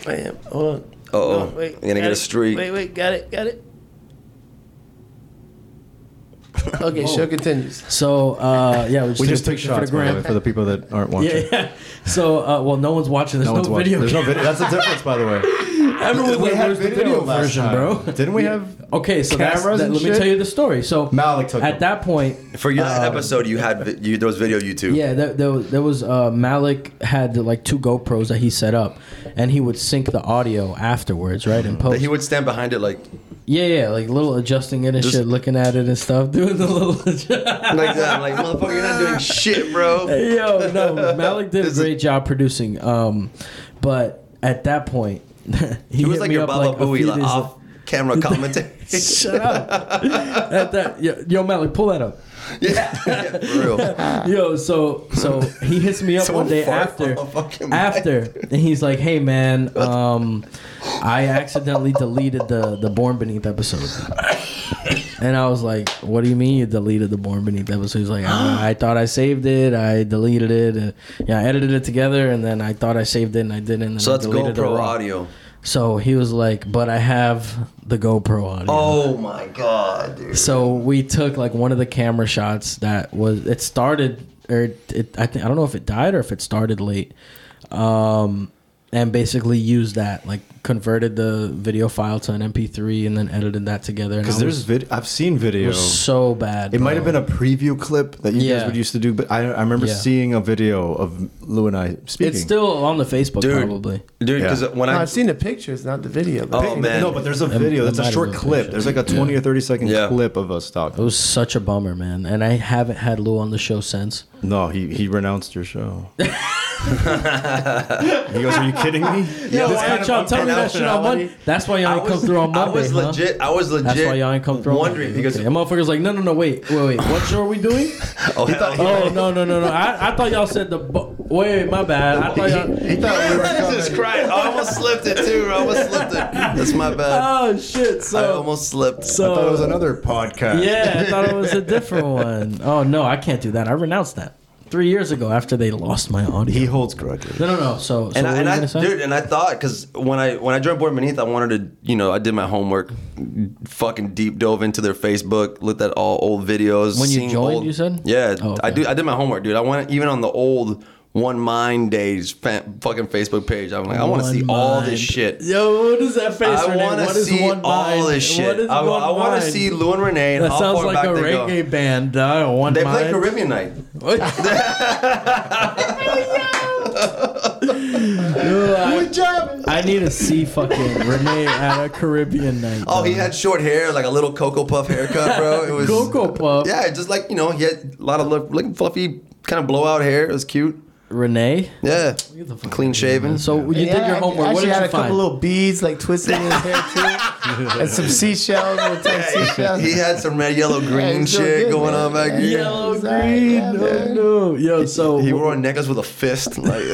[SPEAKER 3] I am. Hold on.
[SPEAKER 2] Uh-oh.
[SPEAKER 3] No, wait,
[SPEAKER 2] You're Oh, gonna
[SPEAKER 3] got
[SPEAKER 2] get a
[SPEAKER 3] it.
[SPEAKER 2] streak.
[SPEAKER 3] Wait, wait, got it, got it. Okay, show continues.
[SPEAKER 1] So uh, yeah, we just,
[SPEAKER 4] *laughs* We
[SPEAKER 1] took
[SPEAKER 4] just
[SPEAKER 1] a
[SPEAKER 4] took
[SPEAKER 1] picture
[SPEAKER 4] shots
[SPEAKER 1] for the
[SPEAKER 4] by the
[SPEAKER 1] gram.
[SPEAKER 4] way, for the people that aren't watching.
[SPEAKER 1] *laughs* Yeah, yeah. So uh, well, no one's watching. There's
[SPEAKER 4] No
[SPEAKER 1] no,
[SPEAKER 4] one's watching.
[SPEAKER 1] video.
[SPEAKER 4] There's no video. That's the difference, by the way.
[SPEAKER 1] Everyone's
[SPEAKER 4] *laughs*
[SPEAKER 1] like, "Where's the video
[SPEAKER 4] last
[SPEAKER 1] version,
[SPEAKER 4] time.
[SPEAKER 1] bro?"
[SPEAKER 4] *laughs* Didn't we have?
[SPEAKER 1] Okay, so that's,
[SPEAKER 4] Cameras
[SPEAKER 1] that,
[SPEAKER 4] and
[SPEAKER 1] let me
[SPEAKER 4] shit?
[SPEAKER 1] tell you the story. So
[SPEAKER 4] Malik took
[SPEAKER 1] at
[SPEAKER 4] them.
[SPEAKER 1] that point,
[SPEAKER 2] For your episode, you had vi- you, there was video YouTube.
[SPEAKER 1] Uh, yeah, there, there, was- there was uh, Malik had like two GoPros that he set up, and he would sync the audio afterwards, right? And
[SPEAKER 2] That
[SPEAKER 1] post.
[SPEAKER 2] he would stand behind it like
[SPEAKER 1] *laughs* yeah, yeah, like little adjusting it and
[SPEAKER 2] Just-
[SPEAKER 1] shit, looking at it and stuff, *laughs* doing the little.
[SPEAKER 2] like that. I'm like, motherfucker, you're not doing shit, bro.
[SPEAKER 1] Yo, no, Malik did a great job producing. Um, but at that point, *laughs* he,
[SPEAKER 2] He was
[SPEAKER 1] hit
[SPEAKER 2] like
[SPEAKER 1] me
[SPEAKER 2] your
[SPEAKER 1] up,
[SPEAKER 2] Baba
[SPEAKER 1] like, a
[SPEAKER 2] Booey,
[SPEAKER 1] few
[SPEAKER 2] like "Ah,
[SPEAKER 1] days
[SPEAKER 2] off
[SPEAKER 1] *laughs*
[SPEAKER 2] camera commentary. *laughs*
[SPEAKER 1] Shut up. *laughs* At that, yo, yo, Malik, pull that up.
[SPEAKER 2] yeah, yeah, for real.
[SPEAKER 1] *laughs* Yo, so so he hits me up
[SPEAKER 2] Someone
[SPEAKER 1] one day
[SPEAKER 2] fart
[SPEAKER 1] after
[SPEAKER 2] on my fucking mic.
[SPEAKER 1] after, and he's like, "Hey man, um, I accidentally deleted the the Born Beneath episode." And I was like, "What do you mean you deleted the Born Beneath episode?" He's like, "I, I thought I saved it. I deleted it. And, yeah, I edited it together, and then I thought I saved it, and I didn't." And then
[SPEAKER 2] So
[SPEAKER 1] I
[SPEAKER 2] that's
[SPEAKER 1] deleted the
[SPEAKER 2] GoPro
[SPEAKER 1] raw."
[SPEAKER 2] audio.
[SPEAKER 1] So he was like, "But I have the GoPro audio."
[SPEAKER 2] Oh my god, dude.
[SPEAKER 1] So we took like one of the camera shots that was it started or it, it I think I don't know if it died or if it started late, um, and basically used that like converted the video file to an MP3 and then edited that together. And
[SPEAKER 4] Because
[SPEAKER 1] I
[SPEAKER 4] there's
[SPEAKER 1] was-
[SPEAKER 4] vid- I've seen video.
[SPEAKER 1] it was so bad.
[SPEAKER 4] It might have
[SPEAKER 1] bro.
[SPEAKER 4] been a preview clip that you
[SPEAKER 1] Yeah.
[SPEAKER 4] guys would used to do, but I, I remember
[SPEAKER 1] Yeah.
[SPEAKER 4] seeing a video of Lou and I speaking.
[SPEAKER 1] It's still on the Facebook
[SPEAKER 2] dude,
[SPEAKER 1] probably.
[SPEAKER 2] dude, because
[SPEAKER 4] Yeah.
[SPEAKER 2] when
[SPEAKER 3] No,
[SPEAKER 2] I
[SPEAKER 3] I've seen the pictures, not the video. But
[SPEAKER 2] Oh, man.
[SPEAKER 4] No, but there's a
[SPEAKER 1] That-
[SPEAKER 4] video.
[SPEAKER 1] that
[SPEAKER 4] That's a
[SPEAKER 1] might
[SPEAKER 4] short
[SPEAKER 1] have been
[SPEAKER 4] clip.
[SPEAKER 1] picture.
[SPEAKER 4] There's like a 20 or 30 second
[SPEAKER 2] Yeah.
[SPEAKER 4] clip of us talking.
[SPEAKER 1] It was such a bummer, man. And I haven't had Lou on the show since.
[SPEAKER 4] No, he, he renounced
[SPEAKER 2] *laughs*
[SPEAKER 4] your show. he goes, "Are you kidding me?"
[SPEAKER 2] Yo,
[SPEAKER 1] This
[SPEAKER 2] why
[SPEAKER 1] guy
[SPEAKER 2] ain't
[SPEAKER 1] y'all tell me that
[SPEAKER 2] unpronounce
[SPEAKER 1] shit on Monday? That's why y'all ain't come through on
[SPEAKER 2] I
[SPEAKER 1] Monday.
[SPEAKER 2] was
[SPEAKER 1] huh?
[SPEAKER 2] legit. I was legit.
[SPEAKER 1] That's why y'all ain't come through. on
[SPEAKER 2] Wondering
[SPEAKER 1] Monday.
[SPEAKER 2] because
[SPEAKER 1] okay. that motherfucker's like, no, no, no, wait, wait, wait. What show are we
[SPEAKER 2] *laughs*
[SPEAKER 1] doing?
[SPEAKER 2] oh, he
[SPEAKER 1] *laughs*
[SPEAKER 2] thought
[SPEAKER 1] Oh no no no no! I, I thought y'all said the bu- wait. My bad. I thought
[SPEAKER 2] *laughs*
[SPEAKER 1] y'all.
[SPEAKER 4] He thought
[SPEAKER 1] *laughs*
[SPEAKER 4] we were
[SPEAKER 2] Jesus Christ! I almost slipped it too. I almost slipped it. That's
[SPEAKER 1] *laughs*
[SPEAKER 2] my bad.
[SPEAKER 1] Oh shit!
[SPEAKER 2] I
[SPEAKER 1] So
[SPEAKER 2] almost slipped.
[SPEAKER 1] so
[SPEAKER 4] I thought it was another podcast.
[SPEAKER 1] yeah. I
[SPEAKER 2] *laughs*
[SPEAKER 1] thought it was a different one. Oh no, I can't do that. I renounced that three years ago after they lost my
[SPEAKER 4] He
[SPEAKER 1] audio.
[SPEAKER 4] holds grudges.
[SPEAKER 1] No no no. So, so what
[SPEAKER 2] and I,
[SPEAKER 1] were
[SPEAKER 2] and
[SPEAKER 1] you
[SPEAKER 2] I
[SPEAKER 1] gonna say?
[SPEAKER 2] dude, and I thought because when I when I joined Born Beneath, I wanted to, you know, I did my homework, fucking deep dove into their Facebook, looked at all old videos.
[SPEAKER 1] When you
[SPEAKER 2] seen
[SPEAKER 1] joined,
[SPEAKER 2] old-
[SPEAKER 1] you said?
[SPEAKER 2] yeah,
[SPEAKER 1] Oh, okay.
[SPEAKER 2] I do. I did my homework, dude. I went even on the old One Mind Days fa- fucking Facebook page. I'm like, I want to
[SPEAKER 1] One
[SPEAKER 2] see all this
[SPEAKER 1] mind.
[SPEAKER 2] shit.
[SPEAKER 1] Yo, what is that face?
[SPEAKER 2] I
[SPEAKER 1] Renee?
[SPEAKER 2] want
[SPEAKER 1] What
[SPEAKER 2] to
[SPEAKER 1] is
[SPEAKER 2] see
[SPEAKER 1] one
[SPEAKER 2] all
[SPEAKER 1] mind?
[SPEAKER 2] this
[SPEAKER 1] What
[SPEAKER 2] shit.
[SPEAKER 1] is
[SPEAKER 2] I,
[SPEAKER 1] one
[SPEAKER 2] I want to
[SPEAKER 1] mind?
[SPEAKER 2] see Lou and Renee. And
[SPEAKER 1] That
[SPEAKER 2] how
[SPEAKER 1] sounds
[SPEAKER 2] far
[SPEAKER 1] like a
[SPEAKER 2] back they go.
[SPEAKER 1] reggae band. dog. one
[SPEAKER 2] They play
[SPEAKER 1] mind.
[SPEAKER 2] Caribbean night.
[SPEAKER 1] Yo, I, I need to see fucking Renee at a Caribbean night.
[SPEAKER 2] Oh, he
[SPEAKER 1] dog.
[SPEAKER 2] had short hair, like a little Cocoa Puff haircut, bro.
[SPEAKER 1] *laughs*
[SPEAKER 2] It was
[SPEAKER 1] Cocoa Puff?
[SPEAKER 2] Yeah, just like you know, he had a lot of look, looking fluffy, kind of blowout hair. It was cute.
[SPEAKER 1] Renee.
[SPEAKER 2] Yeah,
[SPEAKER 1] the fuck
[SPEAKER 2] clean shaven.
[SPEAKER 1] So you did your homework.
[SPEAKER 3] I
[SPEAKER 1] what did
[SPEAKER 3] actually
[SPEAKER 1] you
[SPEAKER 3] had a
[SPEAKER 1] find?
[SPEAKER 3] couple little beads like twisted in his hair too, and some seashells. Little tiny seashells.
[SPEAKER 2] he had some red, yellow,
[SPEAKER 3] *laughs* Yeah,
[SPEAKER 2] green
[SPEAKER 3] he's doing
[SPEAKER 2] shit
[SPEAKER 3] good,
[SPEAKER 2] going
[SPEAKER 3] man.
[SPEAKER 2] on back here.
[SPEAKER 1] Yellow,
[SPEAKER 3] He's alright,
[SPEAKER 1] green,
[SPEAKER 3] yeah,
[SPEAKER 1] no,
[SPEAKER 3] man.
[SPEAKER 1] no. Yo, so
[SPEAKER 2] He
[SPEAKER 1] what
[SPEAKER 2] wore a necklace with a fist. Like,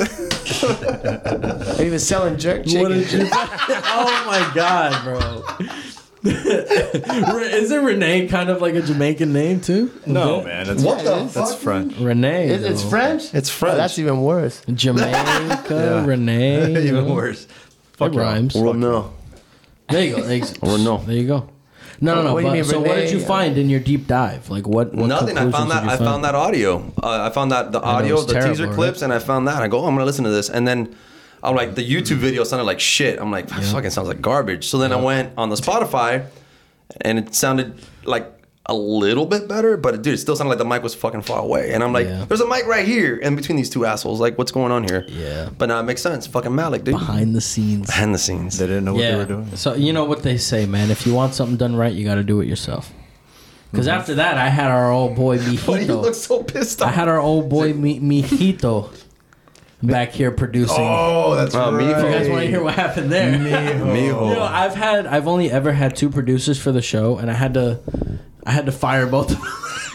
[SPEAKER 2] *laughs*
[SPEAKER 3] He was selling jerk chicken.
[SPEAKER 1] did you? *laughs* oh my god, bro. *laughs* Re- Isn't Renee kind of like a Jamaican name too?
[SPEAKER 4] No, man, that's
[SPEAKER 2] what the
[SPEAKER 3] it is.
[SPEAKER 4] that's
[SPEAKER 2] fuck?
[SPEAKER 4] French.
[SPEAKER 1] Renee.
[SPEAKER 3] It- it's
[SPEAKER 1] though.
[SPEAKER 3] French.
[SPEAKER 2] It's French.
[SPEAKER 3] Oh, that's even worse.
[SPEAKER 1] *laughs* Jamaica.
[SPEAKER 2] *laughs*
[SPEAKER 1] Renee.
[SPEAKER 2] Even worse.
[SPEAKER 1] Fuck rhymes.
[SPEAKER 2] Well, no.
[SPEAKER 1] There you go. Thanks.
[SPEAKER 2] Or no.
[SPEAKER 1] There you go. No, no, no.
[SPEAKER 3] What do you
[SPEAKER 1] but-
[SPEAKER 3] mean,
[SPEAKER 1] so, what did you
[SPEAKER 3] Renee?
[SPEAKER 1] find in your deep dive? Like, what? what
[SPEAKER 2] Nothing. I
[SPEAKER 1] conclusions
[SPEAKER 2] found that.
[SPEAKER 1] did you
[SPEAKER 2] I
[SPEAKER 1] find?
[SPEAKER 2] found that audio. Uh, I found that the
[SPEAKER 1] know, it
[SPEAKER 2] audio,
[SPEAKER 1] was
[SPEAKER 2] the
[SPEAKER 1] terrible,
[SPEAKER 2] teaser
[SPEAKER 1] right?
[SPEAKER 2] clips, and I found that. I go, oh, I'm gonna listen to this, and then I'm like, the YouTube
[SPEAKER 1] Mm.
[SPEAKER 2] video sounded like shit. I'm like, fucking sounds like garbage. So then I went on the Spotify, and it sounded like a little bit better, but dude, it still sounded like the mic was fucking far away. And I'm like,
[SPEAKER 1] Yeah.
[SPEAKER 2] there's a mic right here, in between these two assholes. Like, what's going on here?
[SPEAKER 1] Yeah.
[SPEAKER 2] But now it makes sense. Fucking Malik, dude. Behind,
[SPEAKER 1] behind the
[SPEAKER 4] *laughs*
[SPEAKER 1] scenes.
[SPEAKER 2] the scenes. *laughs*
[SPEAKER 4] They didn't know what
[SPEAKER 1] yeah.
[SPEAKER 4] they were doing.
[SPEAKER 1] So you know what they say, man. If you want something done right, you got to do it yourself. Because
[SPEAKER 4] Mm-hmm.
[SPEAKER 1] after that, I had our old
[SPEAKER 4] *laughs*
[SPEAKER 1] boy
[SPEAKER 2] Why do you
[SPEAKER 1] Mijito.
[SPEAKER 2] look so pissed
[SPEAKER 1] I
[SPEAKER 2] off?
[SPEAKER 1] had our old boy Mi- Mijito back here producing.
[SPEAKER 4] Oh, that's
[SPEAKER 2] Oh, me
[SPEAKER 4] right.
[SPEAKER 1] you guys want to hear what happened there?
[SPEAKER 4] *laughs* Mijo.
[SPEAKER 1] Yo, I've had I've only ever had two producers for the show, and I had to I had to fire both.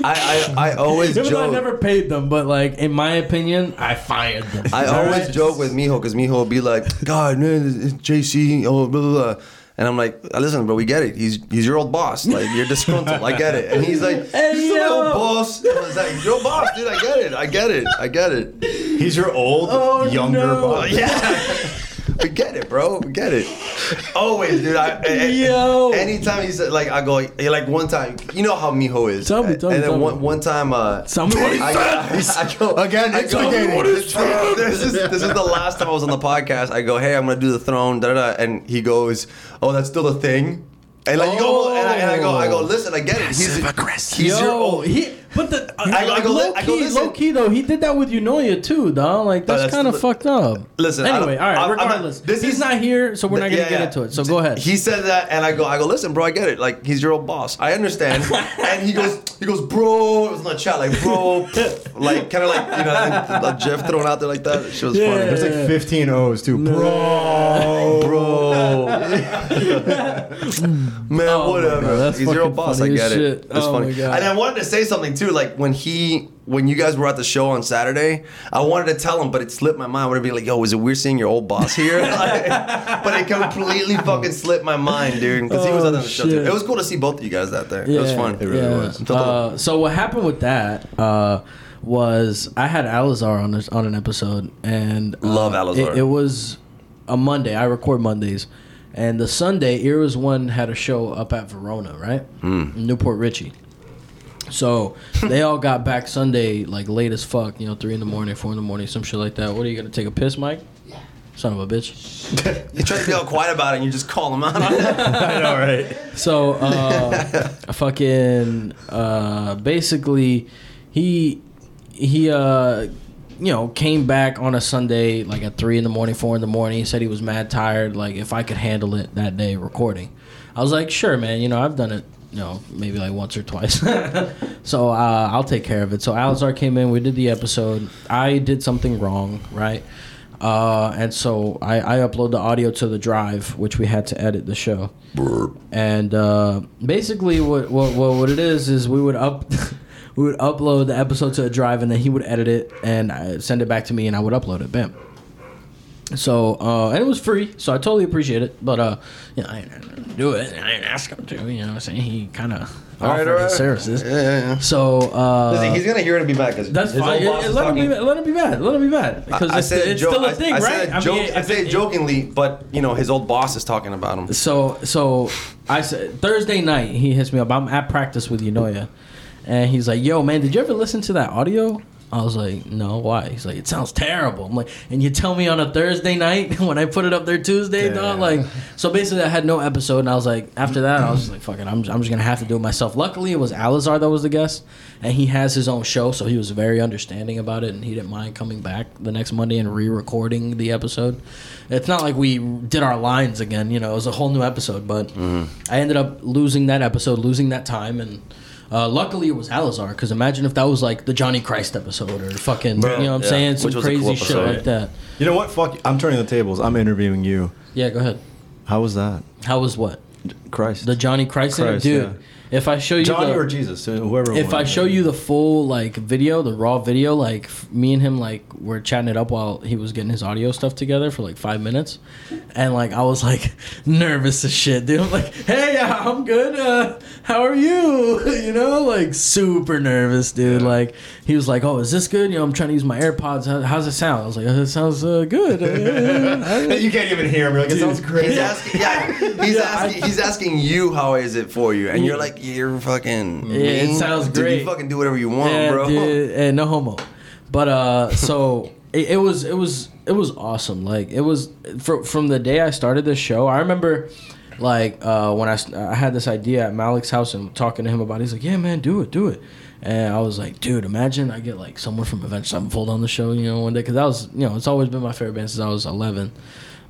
[SPEAKER 2] I, I, I always
[SPEAKER 1] Even though *laughs* I
[SPEAKER 2] joke.
[SPEAKER 1] never paid them, but like in my opinion, I fired them.
[SPEAKER 2] I
[SPEAKER 1] All
[SPEAKER 2] always
[SPEAKER 1] right?
[SPEAKER 2] joke with Mijo because Mijo will be like, God, man, it's- it's JC, oh, blah, blah, blah. And I'm like, listen, bro, we get it. He's he's your old boss. Like, you're disgruntled. I get it. And he's
[SPEAKER 1] *laughs*
[SPEAKER 2] like,
[SPEAKER 1] Hey,
[SPEAKER 2] he's your
[SPEAKER 1] yo.
[SPEAKER 2] old boss. I was like, your boss, dude. I get it. I get it. I get it.
[SPEAKER 4] He's your old,
[SPEAKER 1] Oh,
[SPEAKER 4] younger
[SPEAKER 1] no.
[SPEAKER 4] boss.
[SPEAKER 2] We get it, bro. We get it. Always, dude. I, I,
[SPEAKER 1] Yo.
[SPEAKER 2] Anytime he said, like, I go, like, one time, you know how Mijo is.
[SPEAKER 1] Tell me, tell me,
[SPEAKER 2] And then
[SPEAKER 1] tell me.
[SPEAKER 2] one, one time, uh,
[SPEAKER 1] Tell me what he
[SPEAKER 2] I- I- I go-
[SPEAKER 4] Again,
[SPEAKER 2] I
[SPEAKER 4] it's
[SPEAKER 2] go,
[SPEAKER 4] beginning.
[SPEAKER 2] "What is throne?" *laughs* this, is, this is the last time I was on the podcast. I go, hey, I'm gonna do the throne, da da, da," and he goes, oh, that's still a thing. And like, you go, and I, and I go, I go, listen, I get it. He's, he's your
[SPEAKER 1] Yo,
[SPEAKER 2] old.
[SPEAKER 1] he, but the
[SPEAKER 2] I- I
[SPEAKER 1] like,
[SPEAKER 2] go-
[SPEAKER 1] low
[SPEAKER 2] I go
[SPEAKER 1] key,
[SPEAKER 2] listen. Oh,
[SPEAKER 1] low key though, he did that with Unoya too, dog. Like that's,
[SPEAKER 2] that's
[SPEAKER 1] kind of
[SPEAKER 2] li-
[SPEAKER 1] fucked up.
[SPEAKER 2] Listen, I don't-
[SPEAKER 1] anyway, all right.
[SPEAKER 2] I'm- I'm not-
[SPEAKER 1] regardless,
[SPEAKER 2] this
[SPEAKER 1] he's
[SPEAKER 2] is-
[SPEAKER 1] not here, so we're not gonna
[SPEAKER 2] Yeah,
[SPEAKER 1] get
[SPEAKER 2] yeah.
[SPEAKER 1] into it. So go ahead.
[SPEAKER 2] He said that, and I go, I go, listen, bro, I get it. Like he's your old boss, I understand. and he goes, he goes, bro. It was in the chat, like bro, like kind of like you know, a gif thrown out there like that. She was
[SPEAKER 1] Yeah.
[SPEAKER 2] funny.
[SPEAKER 4] There's like 15 O's too, bro. *laughs*
[SPEAKER 2] bro. *laughs* Man,
[SPEAKER 1] Oh my
[SPEAKER 2] whatever.
[SPEAKER 1] God, that's
[SPEAKER 2] He's your
[SPEAKER 1] fucking
[SPEAKER 2] old boss. I
[SPEAKER 1] funny as
[SPEAKER 2] get
[SPEAKER 1] shit.
[SPEAKER 2] it. It's
[SPEAKER 1] Oh
[SPEAKER 2] funny.
[SPEAKER 1] my God.
[SPEAKER 2] And I wanted to say something too. Like when he, when you guys were at the show on Saturday, I wanted to tell him, but it slipped my mind. I wanted to be like, "Yo, was it weird seeing your old boss here?" *laughs* Like, but
[SPEAKER 1] *laughs*
[SPEAKER 2] it completely fucking slipped my mind, dude. Because he was
[SPEAKER 1] Oh,
[SPEAKER 2] on the show too.
[SPEAKER 1] shit.
[SPEAKER 2] It was cool to see both of you guys out there. It was fun.
[SPEAKER 4] It really was.
[SPEAKER 2] Totally.
[SPEAKER 1] Uh, so what happened with that uh, was I had Alizar on this, on an episode and uh,
[SPEAKER 2] Love Alizar.
[SPEAKER 1] It, it was a Monday. I record Mondays, and the Sunday Eras One had a show up at Verona, right?
[SPEAKER 4] Hmm.
[SPEAKER 1] Newport Richie. So they all got back Sunday like late as fuck. You know, three in the morning, four in the morning, some shit like that. What are you gonna take a piss, Mike? Yeah. Son of a bitch.
[SPEAKER 2] You try to be all quiet about it, and you just
[SPEAKER 1] *laughs*
[SPEAKER 2] call him out. *laughs* on it.
[SPEAKER 4] I know, right?
[SPEAKER 1] So, uh, fucking, uh, basically, he he uh, you know came back on a Sunday like at three in the morning, four in the morning. He said he was mad tired. Like if I could handle it that day recording, I was like, sure, man. You know I've done it. You know maybe like once or twice. *laughs* so uh, I'll take care of it. So Alizar came in. We did the episode. I did something wrong, right? Uh, and so I, I upload the audio to the drive, which we had to edit the show. And uh, basically, what, what what what it is is we would up *laughs* we would upload the episode to a drive, and then he would edit it and uh, send it back to me, and I would upload it. Bam. So uh, and it was free, so I totally appreciate it. But uh, you know, I didn't do it. I didn't ask him to. You know, what I'm saying he kind of offered
[SPEAKER 2] right, all
[SPEAKER 1] his
[SPEAKER 2] right.
[SPEAKER 1] services.
[SPEAKER 2] Yeah, yeah, yeah.
[SPEAKER 1] So uh,
[SPEAKER 2] Listen, he's gonna hear it and be back.
[SPEAKER 1] that's fine. Yeah, let him be mad. Let him be mad. Let him be mad. Because
[SPEAKER 2] I
[SPEAKER 1] it's,
[SPEAKER 2] said it
[SPEAKER 1] it's
[SPEAKER 2] joke-
[SPEAKER 1] still
[SPEAKER 2] I-
[SPEAKER 1] a thing,
[SPEAKER 2] I
[SPEAKER 1] right?
[SPEAKER 2] said it joke- I
[SPEAKER 1] if
[SPEAKER 2] said
[SPEAKER 1] it-
[SPEAKER 2] it jokingly, but you know his old boss is talking about him.
[SPEAKER 1] So so I said Thursday night he hits me up. I'm at practice with Unoya, and he's like, "Yo, man, did you ever listen to that audio?" I was like, "No, why?" He's like, "It sounds terrible." I'm like, "And you tell me on a Thursday night *laughs* when I put it up there Tuesday, dog."
[SPEAKER 4] Damn.
[SPEAKER 1] Like, so basically I had no episode, and I was like, after that I was just like, "Fuck it, I'm I'm just gonna have to do it myself." Luckily it was Alizar that was the guest, and he has his own show, so he was very understanding about it, and he didn't mind coming back the next Monday and re-recording the episode. It's not like we did our lines again, you know. It was a whole new episode, but
[SPEAKER 2] Mm-hmm.
[SPEAKER 1] I ended up losing that episode, losing that time, and uh, luckily it was Alizar. Because imagine if that was like the Johnny Christ episode or fucking, you know, what I'm
[SPEAKER 2] Yeah.
[SPEAKER 1] saying some
[SPEAKER 2] Which was a
[SPEAKER 1] crazy
[SPEAKER 2] cool
[SPEAKER 1] shit
[SPEAKER 2] episode.
[SPEAKER 1] like that.
[SPEAKER 4] You know what? Fuck. you. I'm turning the tables. I'm interviewing you.
[SPEAKER 1] Yeah, go ahead.
[SPEAKER 4] How was that?
[SPEAKER 1] How was what
[SPEAKER 4] Christ.
[SPEAKER 1] the Johnny Christ, inter-
[SPEAKER 4] Christ,
[SPEAKER 1] dude? If I show you
[SPEAKER 4] Johnny
[SPEAKER 1] the-
[SPEAKER 4] or Jesus, uh, whoever.
[SPEAKER 1] if I
[SPEAKER 4] won.
[SPEAKER 1] show you the full like video, the raw video, like f- me and him like were chatting it up while he was getting his audio stuff together for like five minutes, and like I was like *laughs* nervous as shit, dude. I'm like, hey, *laughs* I'm good. Uh, how are you? *laughs* You know, like super nervous, dude. Like he was like, oh, is this good? You know, I'm trying to use my AirPods. How, how's it sound? I was like, "Uh, it sounds uh, *laughs*
[SPEAKER 4] *laughs*
[SPEAKER 1] good.
[SPEAKER 4] you can't even hear him. You're like, it sounds
[SPEAKER 2] He's
[SPEAKER 4] crazy.
[SPEAKER 2] asking, *laughs* yeah, he's, asking, he's asking you how is it for you, and you're like, you're fucking. Yeah,
[SPEAKER 1] it sounds
[SPEAKER 2] You
[SPEAKER 1] great.
[SPEAKER 2] fucking do whatever you want, bro.
[SPEAKER 1] dude, and no homo. But uh, so *laughs* it, it was it was it was awesome. Like it was from from the day I started this show. I remember like uh, when I s- I had this idea at Malik's house and talking to him about. it. He's like, "Yeah, man, do it, do it." And I was like, "Dude, imagine I get like someone from Avenged Sevenfold on the show, you know, one day." Because that was you know it's always been my favorite band since I was eleven.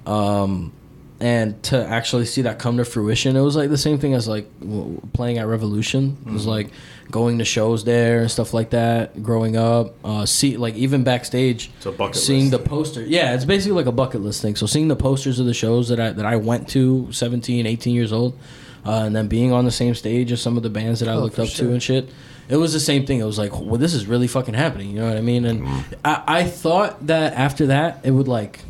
[SPEAKER 1] Um, and to actually see that come to fruition, it was like the same thing as like w- playing at Revolution. It
[SPEAKER 4] Mm-hmm.
[SPEAKER 1] was like going to shows there and stuff like that. Growing up, uh, see like even backstage,
[SPEAKER 4] a bucket
[SPEAKER 1] seeing
[SPEAKER 4] list
[SPEAKER 1] the
[SPEAKER 4] thing.
[SPEAKER 1] poster. Yeah, it's basically like a bucket list thing. So seeing the posters of the shows that I that I went to, 17, 18 years old, uh, and then being on the same stage as some of the bands that I looked
[SPEAKER 3] Oh,
[SPEAKER 1] up
[SPEAKER 3] for sure.
[SPEAKER 1] to and shit. it was the same thing. It was like, well, this is really fucking happening. You know what I mean? And
[SPEAKER 4] Mm-hmm.
[SPEAKER 1] I, I thought that after that, it would like